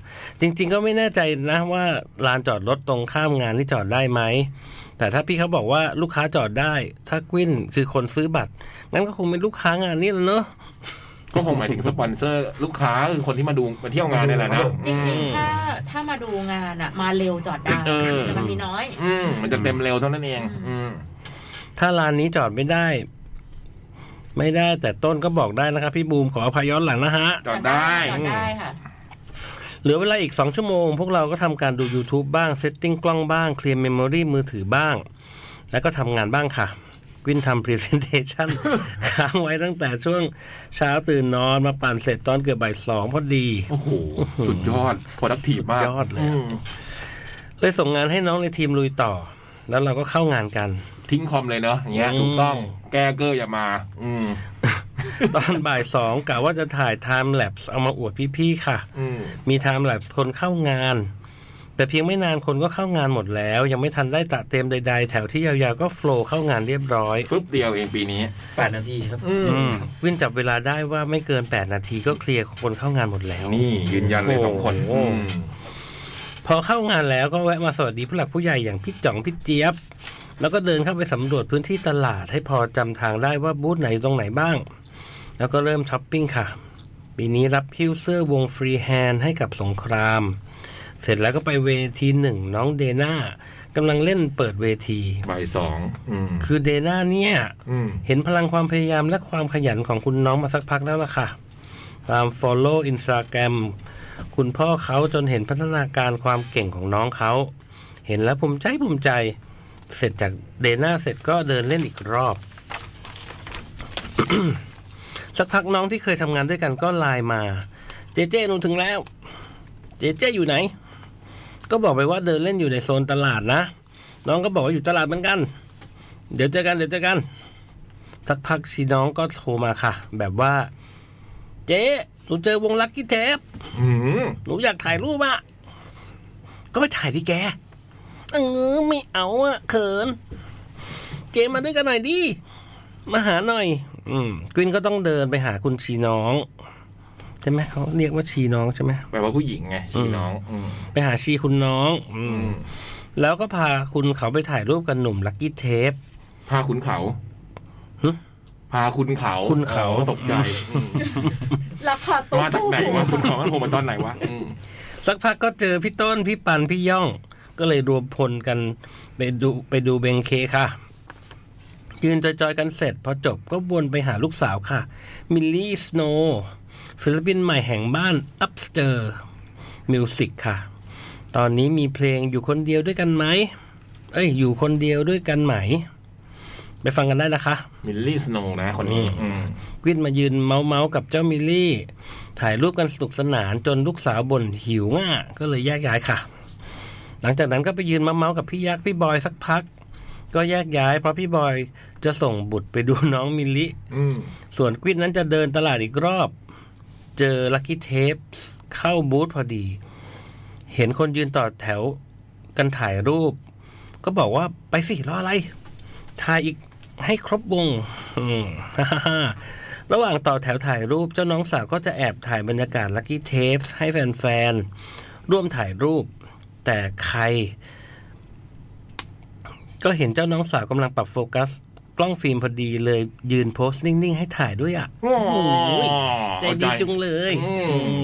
จริง ๆ ก็ไม่แน่ใจนะว่าลานจอดรถตรงข้ามงานที่จอดได้ไหม แต่ถ้าพี่เขาบอกว่าลูกค้าจอดได้ ถ้ากวินคือคนซื้อบัตรงั้นก็คงเป็นลูกค้างานนี่แหละเนอะ ก็คงหมายถึงสปอนเซอร์ ลูกค้าคือคนที่มาดูมาเที่ยวงานนี่แหละนะ จริงๆ ถ้าถ้ามาดูงานอะมาเร็วจอดได้แต่มันมีน้อย อืมมันจะเต็มเร็วเท่านั้นเอง อืม ถ้าลานนี้จอดไม่ได้ ไม่ได้ แต่ต้นก็บอกได้นะครับพี่บูมขออภัยย้อนหลังนะฮะ จอดได้ จอดได้ค่ะ เหลือเวลาอีก 2 ชั่วโมง พวกเราก็ทำการดู YouTube บ้าง เซตติ้งกล้องบ้าง เคลียร์เมมโมรีมือถือบ้าง แล้วก็ทำงานบ้างค่ะ กวินทำพรีเซนเทชัน ค้างไว้ตั้งแต่ช่วงเช้าตื่นนอนมาปั่นเสร็จตอนเกือบบ่ายสองพอดี โอ้โหสุดยอดโปรดักทีฟมาก สุดยอดเลย ม เลยส่งงานให้น้องในทีมลุยต่อ แล้วเราก็เข้างานกัน ทิ้งคอมเลยเนาะอย่างเงี้ยถูกต้องแก้เกอร์อย่ามา อืม ตอนบ่ายสองกะว่าจะถ่ายไทม์แลปเอามาอวดพี่ๆค่ะ อืม มีไทม์แลปคนเข้างาน แต่เพียงไม่นานคนก็เข้างานหมดแล้ว ยังไม่ทันได้ตะเต็มใด ๆ แถวที่ยาวๆก็โฟล์เข้างานเรียบร้อย ฟึบเดียวเองปีนี้ แปดนาทีครับ อืม วินจับเวลาได้ว่าไม่เกิน 8 นาทีก็เคลียร์คนเข้างานหมดแล้ว นี่ยืนยันเลยสองคน โโห อืม พอเข้างานแล้วก็แวะมาสวัสดีผู้หลักผู้ใหญ่อย่างพี่จ่องพี่เจี๊ยบ แล้วก็เดินเข้าไปสำรวจพื้นที่ตลาดให้พอจำทางได้ว่าบูธไหนอยู่ตรงไหนบ้าง แล้วก็เริ่มช้อปปิ้งค่ะ ปีนี้รับฮิ้วเสื้อวงฟรีแฮนด์ให้กับสงคราม เสร็จแล้วก็ไปเวทีหนึ่งน้องเดน่ากำลังเล่นเปิดเวที บ่ายสองอืม คือเดน่าเนี่ย อืม เห็นพลังความพยายามและความขยันของคุณน้องมาสักพักแล้วล่ะค่ะ ตาม follow Instagram คุณพ่อเขาจนเห็นพัฒนาการความเก่งของน้องเขา เห็นแล้วภูมิใจภูมิใจ เสร็จจากเดน่าเสร็จก็เดินเล่นอีกรอบ สักพักน้องที่เคยทำงานด้วยกันก็ไลน์มา เจเจหนูถึงแล้ว เจเจอยู่ไหน ก็บอกไปว่าเดินเล่นอยู่ในโซนตลาดนะ น้องก็บอกว่าอยู่ตลาดเหมือนกัน เดี๋ยวเจอกันเดี๋ยวเจอกัน สักพักชีน้องก็โทรมาค่ะ แบบว่า เจ๊หนูเจอวงลักกี้เทป อืม หนูอยากถ่ายรูปอะก็ไปถ่ายดิแกเออไม่เอาอะเขิน เจ๊มาด้วยกันหน่อยดิมาหาหน่อย อืมกวินก็ต้องเดินไปหาคุณชีน้องใช่ไหมเขาเรียกว่าชีน้องใช่ไหม แปลว่าผู้หญิงไงชีน้องอืม ไปหาชีคุณน้อง อื อื ม ม แล้วก็พาคุณเขาไปถ่ายรูปกับหนุ่มลักกี้เทป พาคุณเขา หึ พาคุณเขา คุณเขา อ๋อตกใจอืม ราคาตัว มาจากไหนวะคุณเขามันโผล่มาตอนไหนวะอืม สักพักก็เจอพี่ต้น พี่ปัน พี่ย่อง ก็เลยรวมพลกันไปดูไปดูเบงเคค่ะ ยืนจอยๆกันเสร็จ พอจบก็วนไปหาลูกสาวค่ะ มิลลี่สโนศิลปินใหม่แห่งบ้าน อัพสเตอร์มิวสิกค่ะ ตอนนี้มีเพลงอยู่คนเดียวด้วยกันไหม เอ้ย อยู่คนเดียวด้วยกันไหม ไปฟังกันได้นะคะ มิลลี่สโนว์นะคนนี้อืม กวินมายืนเมาเมากับเจ้ามิลลี่ ถ่ายรูปกันสนุกสนานจนลูกสาวบ่นหิวง่าก็เลยแยกย้ายค่ะ หลังจากนั้นก็ไปยืนเมาเมากับพี่ยักษ์พี่บอยสักพัก ก็แยกย้ายเพราะพี่บอยจะส่งบุตรไปดูน้องมิลลิ อืม ส่วนกวินนั้นจะเดินตลาดอีกรอบ เจอลักกี้เทปเข้าบูธพอดี เห็นคนยืนต่อแถวกันถ่ายรูป ก็บอกว่าไปสิรออะไร ถ่ายอีกให้ครบวงอืมฮ่าฮ่าฮ่า ระหว่างต่อแถวถ่ายรูปเจ้าน้องสาวก็จะแอบถ่ายบรรยากาศลักกี้เทปให้แฟนๆ ร่วมถ่ายรูป แต่ใคร ก็เห็นเจ้าน้องสาวกำลังปรับโฟกัส กล้องฟิล์มพอดีเลยยืนโพสต์นิ่ง ๆ ให้ถ่ายด้วยอ่ะ โอ้โห ใจดีจุงเลย อื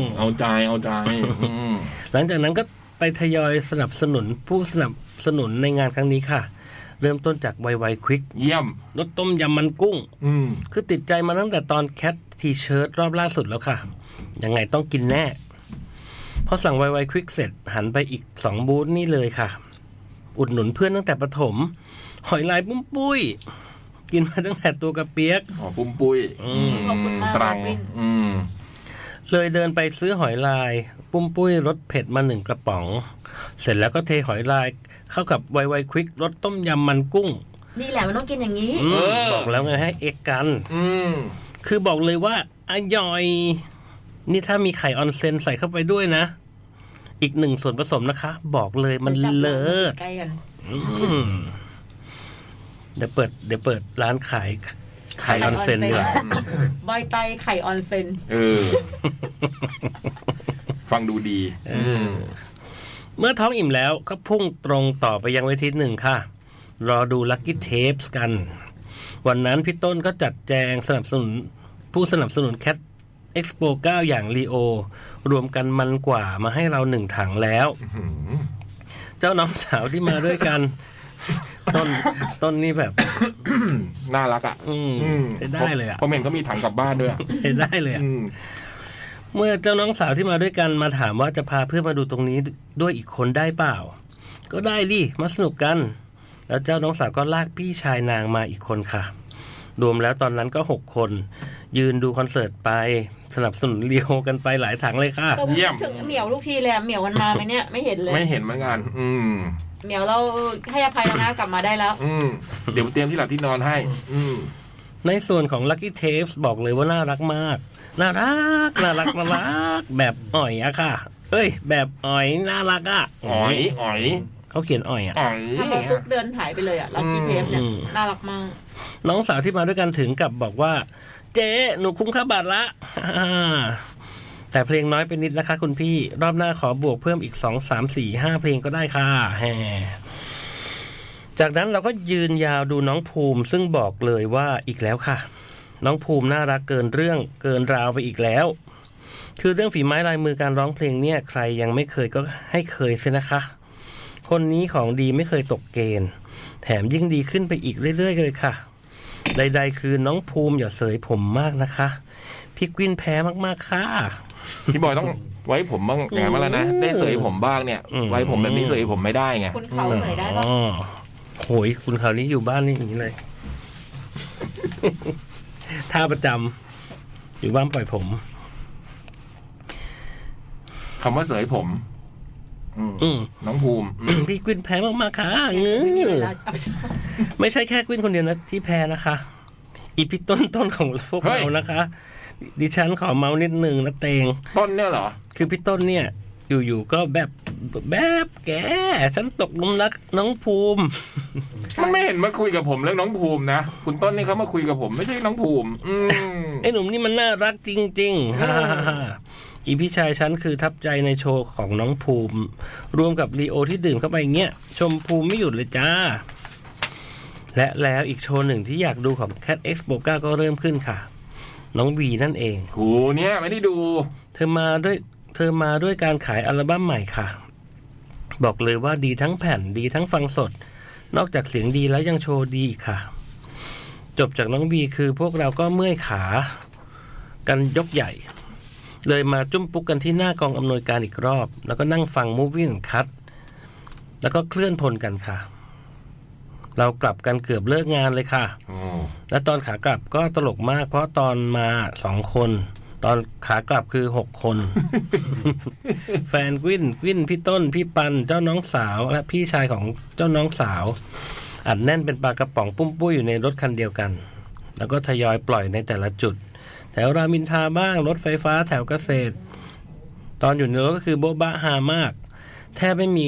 มเอาใจเอาใจอืม หลังจากนั้นก็ไปทยอยสนับสนุนผู้สนับสนุนในงานครั้งนี้ค่ะ เริ่มต้นจากไวไวควิก เยี่ยม รสต้มยำมันกุ้ง อืม คือติดใจมาตั้งแต่ตอนแคททีเชิร์ตรอบล่าสุดแล้วค่ะ ยังไงต้องกินแน่ พอสั่งไวไวควิกเสร็จหันไปอีกสองบูธนี่เลยค่ะ อุดหนุนเพื่อนตั้งแต่ประถม หอยลายปุ้มปุ้ย กินมาตั้งแต่ตัวกระเปียก อ๋อปุ้มปุ้ย อืม ขอบคุณมาก ตรัง วิน อืม เลยเดินไปซื้อหอยลาย ปุ้มปุ้ยรสเผ็ดมาหนึ่งกระป๋อง เสร็จแล้วก็เทหอยลายเข้ากับไวไวควิกรสต้มยำมันกุ้ง นี่แหละมันต้องกินอย่างนี้ อืม เออ บอกแล้วไงให้เอกกัน อืม คือบอกเลยว่าอย่อย นี่ถ้ามีไข่ออนเซนใส่เข้าไปด้วยนะ อีกหนึ่งส่วนผสมนะคะ บอกเลยมันเลิศ ใกล้กัน อืมเดี๋ยวเปิด เดี๋ยวเปิดร้านขาย ไข่ออนเซนดีกว่า บอยไตไข่ออนเซน เออ ฟังดูดี อืม เมื่อท้องอิ่มแล้วก็พุ่งตรงต่อไปยังเวทีหนึ่งค่ะ รอดูลัคกี้เทปส์กัน วันนั้นพี่ต้นก็จัดแจงสนับสนุนผู้สนับสนุนแคทเอ็กซ์โป9อย่างลีโอ รวมกันมันกว่ามาให้เราหนึ่งถังแล้ว เจ้าน้องสาวที่มาด้วยกัน ต้นต้นนี่แบบ น่ารักอ่ะ อืม อืม ใช้ได้เลยอ่ะ ผมเห็นเขามีถังกลับบ้านด้วยอะ ใช้ได้เลยอะ อืม เมื่อเจ้าน้องสาวที่มาด้วยกันมาถามว่าจะพาเพื่อนมาดูตรงนี้ด้วยอีกคนได้เปล่า ก็ได้ดิมาสนุกกัน แล้วเจ้าน้องสาวก็ลากพี่ชายนางมาอีกคนค่ะ รวมแล้วตอนนั้นก็หกคน ยืนดูคอนเสิร์ตไปสนับสนุนเลียวกันไปหลายถังเลยค่ะ แต่พูด เยี่ยม ถึงเหมียวลูกทีเลยอะเหมียวมันมาไหมเนี่ยไม่เห็นเลย ไม่เห็นเหมือนกัน อืม เหมียวเราให้อภัยแล้วนะกลับมาได้แล้ว อืม เดี๋ยวเตรียมที่หลับที่นอนให้ อืม ในส่วนของ Lucky Tapes บอกเลยว่าน่ารักมาก น่ารัก น่ารัก น่ารัก แบบอ่อยอะค่ะ เอ้ย แบบอ่อย น่ารักอะ อ๋อย อ๋อย เขาเขียนอ่อยอะ อ๋อย ถ้าเราตุ๊กเดินหายไปเลยอ่ะเรากินเทปเนี่ย อืม น่ารักมาก น้องสาวที่มาด้วยกันถึงกับบอกว่า เจ๊หนูคุ้มค่าบาทละ แต่เพลงน้อยไปนิดนะคะคุณพี่ รอบหน้าขอบวกเพิ่มอีกสองสามสี่ห้าเพลงก็ได้ค่ะ แฮจากนั้นเราก็ยืนยาวดูน้องภูมิ ซึ่งบอกเลยว่าอีกแล้วค่ะ น้องภูมิน่ารักเกินเรื่องเกินราวไปอีกแล้ว คือเรื่องฝีไม้ลายมือการร้องเพลงเนี่ย ใครยังไม่เคยก็ให้เคยสินะคะ คนนี้ของดีไม่เคยตกเกณฑ์ แถมยิ่งดีขึ้นไปอีกเรื่อยๆเลยค่ะ ใดๆคือน้องภูมิอย่าเสยผมมากนะคะ พี่กวินแพ้มากๆค่ะ พี่บอยต้องไว้ผมบ้างอย่างนั้นบ้างแล้วนะ ได้เสยผมบ้างเนี่ย อืม ไว้ผมแบบนี้เสยผมไม่ได้ไง คุณเขาเสยได้ปะ อ๋อโหยคุณคราวนี้อยู่บ้านนี่อย่างนี้เลย ท่าประจำอยู่บ้านปล่อยผม คำว่าเสยผม อืม อืม น้องภูมิอืม พี่กวินแพ้มากๆค่ะเงื้ ไม่มีเว อ ลาจับ ไม่ใช่แค่กวินคนเดียวนะที่แพ้นะคะ อีพี่ต้นต้นของพวกเรานะคะ ดิฉันขอเมาส์นิดนึงนะเตง ต้นเนี่ยเหรอ คือพี่ต้นเนี่ย อยู่ๆก็แบบแบบแก ฉันตกหลุมรักน้องภูมิ มันไม่เห็นมาคุยกับผมเรื่องน้องภูมินะ คุณต้นนี่เขามาคุยกับผมไม่ใช่น้องภูมิ อืม ไอ้หนุ่มนี่มันน่ารักจริงๆ ฮ่าๆๆ อีพี่ชายฉันคือทับใจในโชว์ของน้องภูมิ รวมกับลีโอที่ดื่มเข้าไปเงี้ย ชมภูมิไม่หยุดเลยจ้า และแล้วอีกโชว์หนึ่งที่อยากดูของ Cat Expo 9ก็เริ่มขึ้นค่ะ น้องวีนั่นเอง โหเนี่ยไม่ได้ดู เธอมาด้วยเธอมาด้วยการขายอัลบั้มใหม่ค่ะ บอกเลยว่าดีทั้งแผ่นดีทั้งฟังสด นอกจากเสียงดีแล้วยังโชว์ดีอีกค่ะ จบจากน้องบีคือพวกเราก็เมื่อยขากันยกใหญ่ เลยมาจุ้มปุ๊กกันที่หน้ากองอำนวยการอีกรอบ แล้วก็นั่งฟังมูฟวิ่งคั t แล้วก็เคลื่อนพลกันค่ะ เรากลับกันเกือบเลิกงานเลยค่ะ และตอนขากลับก็ตลกมาก เพราะตอนมาสองคน ตอนขากลับคือหกคน แฟนกวินกวินพี่ต้นพี่ปันเจ้าน้องสาวและพี่ชายของเจ้าน้องสาว อัดแน่นเป็นปลากระป๋องปุ้มปุ้ยอยู่ในรถคันเดียวกัน แล้วก็ทยอยปล่อยในแต่ละจุด แถวรามอินทราบ้างรถไฟฟ้าแถวเกษตร ตอนอยู่ในรถก็คือโบ๊ะบะฮามาก แทบไม่มี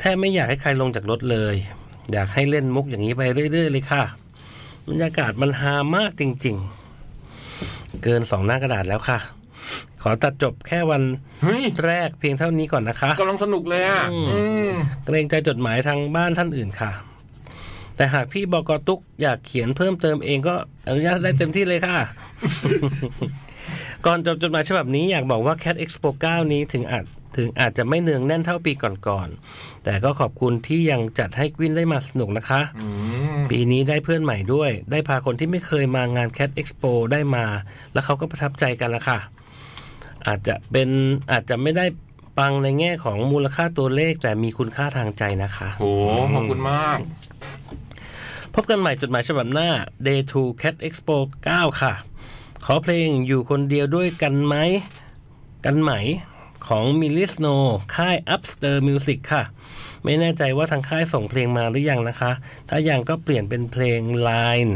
แทบไม่อยากให้ใครลงจากรถเลย อยากให้เล่นมุกอย่างนี้ไปเรื่อยๆเลยค่ะ บรรยากาศมันฮามากจริง เกินสองหน้ากระดาษแล้วค่ะ ขอตัดจบแค่วัน เฮ้ย แรกเพียงเท่านี้ก่อนนะคะ กำลังสนุกเลยอ่ะ อืม อืม เกรงใจจดหมายทางบ้านท่านอื่นค่ะ แต่หากพี่บกตุกอยากเขียนเพิ่มเติมเองก็อนุญาตได้เต็มที่เลยค่ะ ก่อนจบจดหมายฉบับนี้อยากบอกว่า Cat Expo 9 นี้ถึงอาจถึงอาจจะไม่เนืองแน่นเท่าปีก่อนๆ แต่ก็ขอบคุณที่ยังจัดให้กวินได้มาสนุกนะคะ อืม ปีนี้ได้เพื่อนใหม่ด้วย ได้พาคนที่ไม่เคยมางาน Cat Expo ได้มา แล้วเขาก็ประทับใจกันละค่ะ อาจจะเป็นอาจจะไม่ได้ปังในแง่ของมูลค่าตัวเลข แต่มีคุณค่าทางใจนะคะ โหขอบคุณมาก พบกันใหม่จดหมายฉบับหน้า Day 2 Cat Expo 9 ค่ะ ขอเพลงอยู่คนเดียวด้วยกันไหม กันไหมของมิลิสโนค่าย Upster Music ค่ะ ไม่แน่ใจว่าทางค่ายส่งเพลงมาหรือยังนะคะ ถ้ายังก็เปลี่ยนเป็นเพลง Line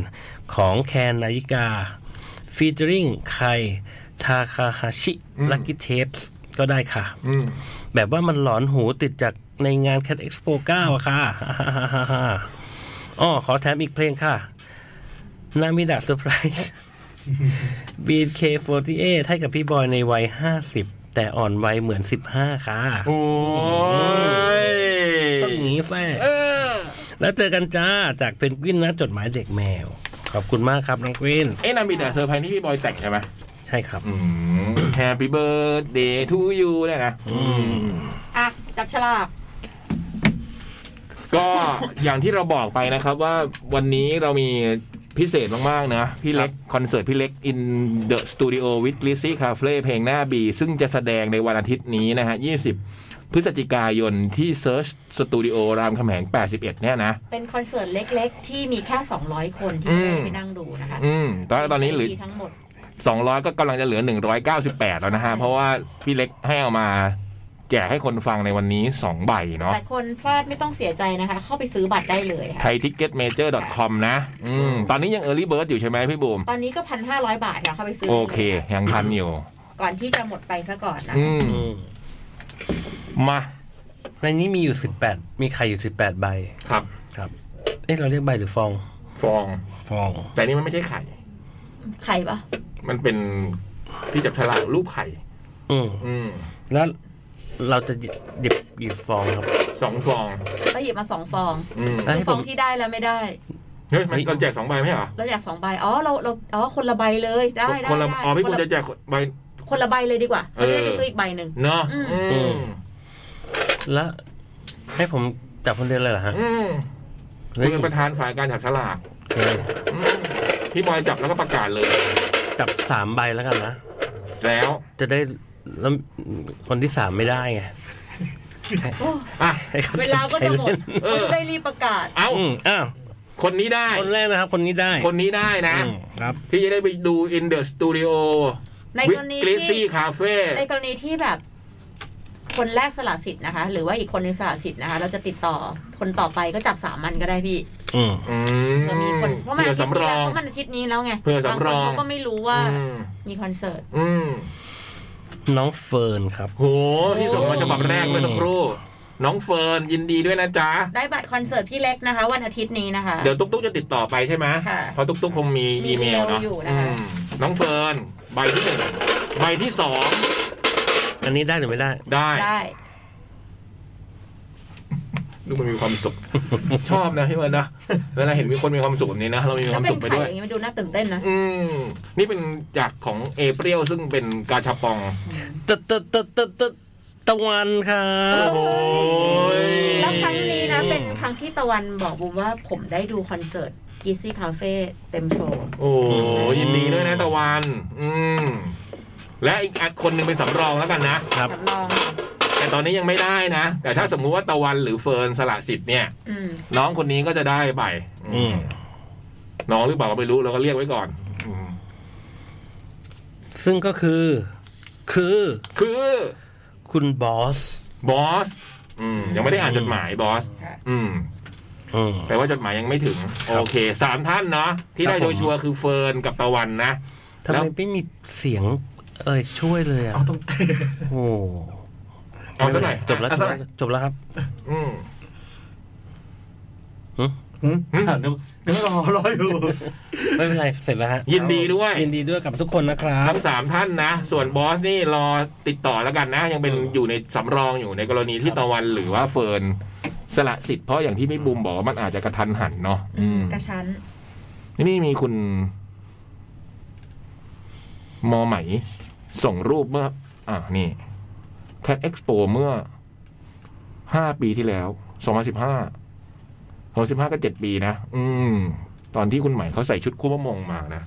ของแคนนายิกา featuring ใครทาคาฮาชิ อืม ลักกี้เทปส์ก็ได้ค่ะ อืม แบบว่ามันหลอนหูติดจากในงาน Cat Expo 9อะค่ะ อ้อขอแถมอีกเพลงค่ะ นามิดะเซอร์ไพรส์ BK48 ให้กับพี่บอยในวัย 50 แต่อ่อนวัยเหมือน 15 ค่ะ โอ้ย ต้องอย่างนี้แซ่แล้วเจอกันจ้า จากเพนกวินนะจดหมายเด็กแมว ขอบคุณมากครับ น้องกวิน เอ๊ะนามิดาเซอร์ไพรส์นี่พี่บอยแต่งใช่ไหม ใช่ครับ แฮปปี้เบิร์ดเดย์ทูยูเนี่ยนะ อืม อ่ะ จับฉลาก ก็อย่างที่เราบอกไปนะครับว่าวันนี้เรามีพิเศษมาก ๆ นะ พี่เล็ก คอนเสิร์ตพี่เล็ก in the studio with Lizzy Cafe เพลงหน้าบี ซึ่งจะแสดงในวันอาทิตย์นี้นะฮะ 20 พฤศจิกายนที่ Search Studio รามคำแหง 81 เนี่ยนะ เป็นคอนเสิร์ตเล็กๆ ที่มีแค่ 200 คน อืมที่ได้ไปนั่งดูนะคะ อืมตอนตอนนี้เหรือ มีทั้งหมด 200 ก็กำลังจะเหลือ 198 แล้วนะฮะ เพราะว่าพี่เล็กให้เอามาแจกให้คนฟังในวันนี้ 2 ใบเนาะ แต่คนพลาดไม่ต้องเสียใจนะคะ เข้าไปซื้อบัตรได้เลย ไท ค่ะ ยทิกเก็ตเมเจอร์ .com นะอืมตอนนี้ยัง Early Bird อยู่ใช่ไหมพี่บุ๋ม ตอนนี้ก็พันห้าร้อยบาทค่ะ เข้าไปซื้อ โอ ได้ลย เค ยังทันอยู่ ก่อนที่จะหมดไปซะก่อนนะ อืม อืม มา ในนี้มีอยู่ 18 มีไข่อยู่ 18 ใบ ครับ ครับ เอ๊ะเราเรียกใบหรือฟอง ฟอง ฟอง แต่นี่มันไม่ใช่ไข่ ใครปะ มันเป็นที่จับฉลากรูปไข่ อืม อืม แล้วเราจะหยิบหยิบหยิบฟองครับ สองฟอง ก็หยิบมาสองฟอง อืม เอ้ย ฟ ผ อ ม งที่ได้แล้วไม่ได้ เฮ้ยมัน เฮ้ย เราแจกสองใบไหมเหรอ เราอยากสองใบ อ๋อ เรา เรา อ๋อ คนละใบเลยได้ได้ คนละ ได้ อ๋อพี่ ค บุ๋ น ม ละ จะแจกใบ คนละใบเลยดีกว่า เออ จะได้ไปซื้ออีกใบหนึ่ง เนาะ อืม อืม แล้วให้ผมจับคนเดียวเลยเหรอฮะ อืม เฮ้ย คุณเป็นประธานฝ่ายการจับฉลาก โอเค อืมพี่บอยจับแล้วก็ประกาศเลย จับสามใบแล้วกันนะ แล้ว จะได้แล้วคนที่สามไม่ได้ไง โอ้ อ่ะ ให้ข เวลาก็จะหมด ใช้เล่น เออ จะได้รีบประกาศ เอา อืมอ้าว คนนี้ได้ คนแรกนะครับ คนนี้ได้ คนนี้ได้นะ อืมครับ ที่จะได้ไปดู in the studio ในกรณี กรี ที่ ซี่คาเฟ่ ในกรณีที่แบบ คนแรกสละสิทธิ์นะคะ หรือว่าอีกคนนึงสละสิทธิ์นะคะ เราจะติดต่อคนต่อไปก็จับสามมันก็ได้พี่ อืม เรามีคนเพราะมัน เผื่อสำรอง เพราะมันอาทิตย์นี้แล้วไง เผื่อสำรอง บาคนเขาก็ไม่รู้ว่า อืม มีคอนเสิร์ต อืม น้องเฟิร์นครับ โหที่ส่งมาฉบับแรกเมื่อสักครู่ น้องเฟิร์นยินดีด้วยนะจ๊ะ ได้บัตรคอนเสิร์ตพี่เล็กนะคะ วันอาทิตย์นี้นะคะ เดี๋ยวตุ๊กตุ๊กจะติดต่อไปใช่ไหม ค่ะ เพราะตุ๊กตุ๊กคงมี มี อีเมลเนาะ อีเมลอยู่นะคะ อืมน้องเฟิร์นใบที่หนึ่งใบที่สอง อันนี้ได้หรือไม่ได้ ได้ ได้ ดูมันมีความสุข ชอบนะพี่วันนะเวลาเห็นมีคนมีความสุขแบบนี้นะ เรามีถ้าวคาม เป็ สุ น ขไป ไข่ ด้วย อย่างนี้มันดูน่าตื่นเต้นนะ อืมนี่เป็นจากของเอเปรียวซึ่งเป็นกาชาปอง ตะตะตะตะตะตะวันครับ โอ้ย แล้วครั้งนี้นะ เป็นครั้งที่ตะวันบอกบุมว่าผมได้ดูคอนเสิร์ตกิซี่คาเฟ่เต็มโชว์ โอ้ยินดีด้วยนะตะวัน อืมและอีกอันคนหนึ่งเป็นสำรองแล้วกันนะ ครับ สำรอง แต่ตอนนี้ยังไม่ได้นะ แต่ถ้าสมมุติว่าตะวันหรือเฟิร์นสละสิทธิ์เนี่ย อืม น้องคนนี้ก็จะได้ไป อืม น้องหรือเปล่าก็ไม่รู้เราก็เรียกไว้ก่อน อืม ซึ่งก็คือ คือ คือ คุณบอส บอสอืมยังไม่ได้อ่านจดหมายบอส ค่ะ อืม อืม แปลว่าจดหมายยังไม่ถึง ครับ โอเคสามท่านเนาะที่ได้ ครับผม ชัวร์ๆคือเฟิร์นกับตะวันนะ ทำ แล้ ไม ว ไม่มีเสียงอะไรช่วยเลยอ่ะ เอาต้อง โอ้โห เอาซะหน่อย จบแล้ว เอา จ ซะ บ หน่ แล้ อ วย จบแล้วครับ อืม หึ หืมอ่ะนึกนึกว่ารอรออยู่ ไม่เป็นไรเสร็จแล้วฮะ ยินดีด้วย ยินดีด้วยกับทุกคนนะครับ ทั้งสามท่านนะ ส่วนบอสนี่รอติดต่อแล้วกันนะ ยังเป็นอยู่ในสำรองอยู่ในกรณีที่ตะวันหรือว่าเฟิร์นสละสิทธิ์เพราะอย่างที่พี่บูมบอกว่ามันอาจจะกระทันหันเนาะอืม กระชั้น นี่มีคุณ มอไหม ส่งรูปเมื่อ อ่านี่ Cat Expo เมื่อห้าปีที่แล้วสองพันสิบห้าสองสิบห้าก็เจ็ดปีนะ อืม ตอนที่คุณใหม่เขาใส่ชุดคู่พระมงมานะ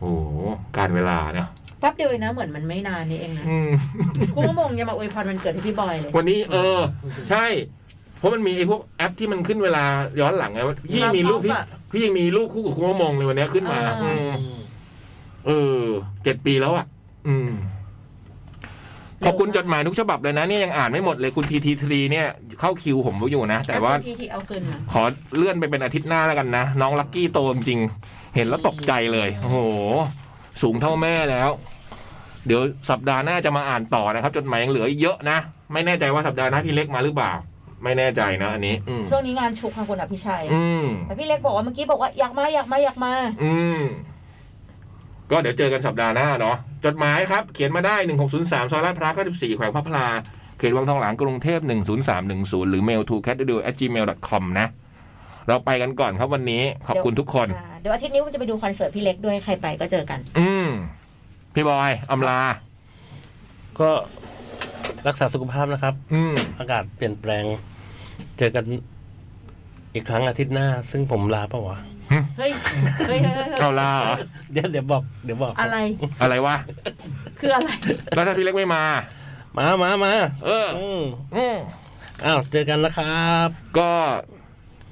โอ้โหการเวลาเนะ แป๊บเดียวเองนะเหมือนมันไม่นานนี่เองนะ อืม กูก็มงยังมาอวยพรวันเกิดให้พี่บอยเลย วันนี้เออ ใช่ เพราะมันมีไอ้พวกแอปที่มันขึ้นเวลาย้อนหลังไงว่าพี่ยังมีรูปพี่ มาพร้อมอะ พี่ยังมีรูปคู่กับคุณมงเลยวันนี้ขึ้นมา อ่า อืมเออเจ็ดปีแล้วอ่ะ อืม ขอบคุณจดหมายทุกฉบับเลยนะเนี่ยยังอ่านไม่หมดเลยคุณทีทีทีเนี่ย เข้าคิวผมอยู่นะ แต่ว่า พี่ที่เอาคืนมา ขอเลื่อนไปเป็นอาทิตย์หน้าแล้วกันนะ น้องลักกี้โตจริงๆเห็นแล้วตกใจเลย โอ้โห สูงเท่าแม่แล้ว เดี๋ยวสัปดาห์หน้าจะมาอ่านต่อนะครับ จดหมายยังเหลืออีกเยอะนะ ไม่แน่ใจว่าสัปดาห์หน้าพี่เล็กมาหรือเปล่า ไม่แน่ใจนะอันนี้ อืม ช่วงนี้งานชุกค่ะคุณอภิชัย อืม แต่พี่เล็กบอกว่าเมื่อกี้บอกว่าอยากมาอยากมาอยากมา อืม ก็เดี๋ยวเจอกันสัปดาห์หน้าเนาะจดหมายครับ เขียนมาได้ 1603 ซอยลาดพร้าว94 แขวงพระพลา เขตวังทองหลางกรุงเทพ 10310 หรือ mail to cat radio gmail com นะ เราไปกันก่อนครับวันนี้ ขอบคุณทุกคน อ่าเดี๋ยวอาทิตย์นี้ผมจะไปดูคอนเสิร์ตพี่เล็กด้วยใครไปก็เจอกัน อืม พี่บอยอำลา ก็รักษาสุขภาพนะครับ อืม อากาศเปลี่ยนแปลง เจอกันอีกครั้งอาทิตย์หน้า ซึ่งผมลาเปะวะ เฮ้ย เฮ้ยเฮ้ยเฮ้ย เอาลาเหรอ เดี๋ยวเดี๋ยวบอกเดี๋ยวบอก อะไร อะไรวะ คืออะไร แล้วถ้าพี่เล็กไม่มา มามามา เออ อืม อืม อ้าวเจอกันนะครับ ก็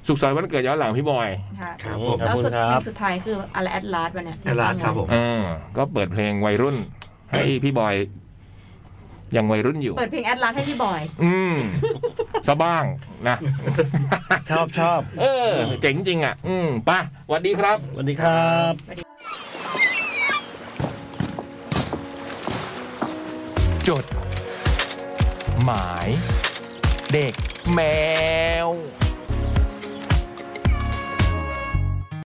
สุขสันต์วันเกิดย้อนหลังพี่บอย ค่ะ ครับผม ขอบ แล้ว คุณ สุด ครับ สุดท้ายคืออะไรแอดลาสวันเนี้ย แอดลาสครับผม เออ ก็เปิดเพลงวัยรุ่น ให้พี่บอย ยังวัยรุ่นอยู่ เปิดเพลงแอดลาสให้พี่บอย อืมซะบ้างนะ ชอบชอบ เออ เจ๋งจริงอ่ะ อืมไป่ะหวัสดีครับ สวัสดีครับ จด หมาย เด็กแมว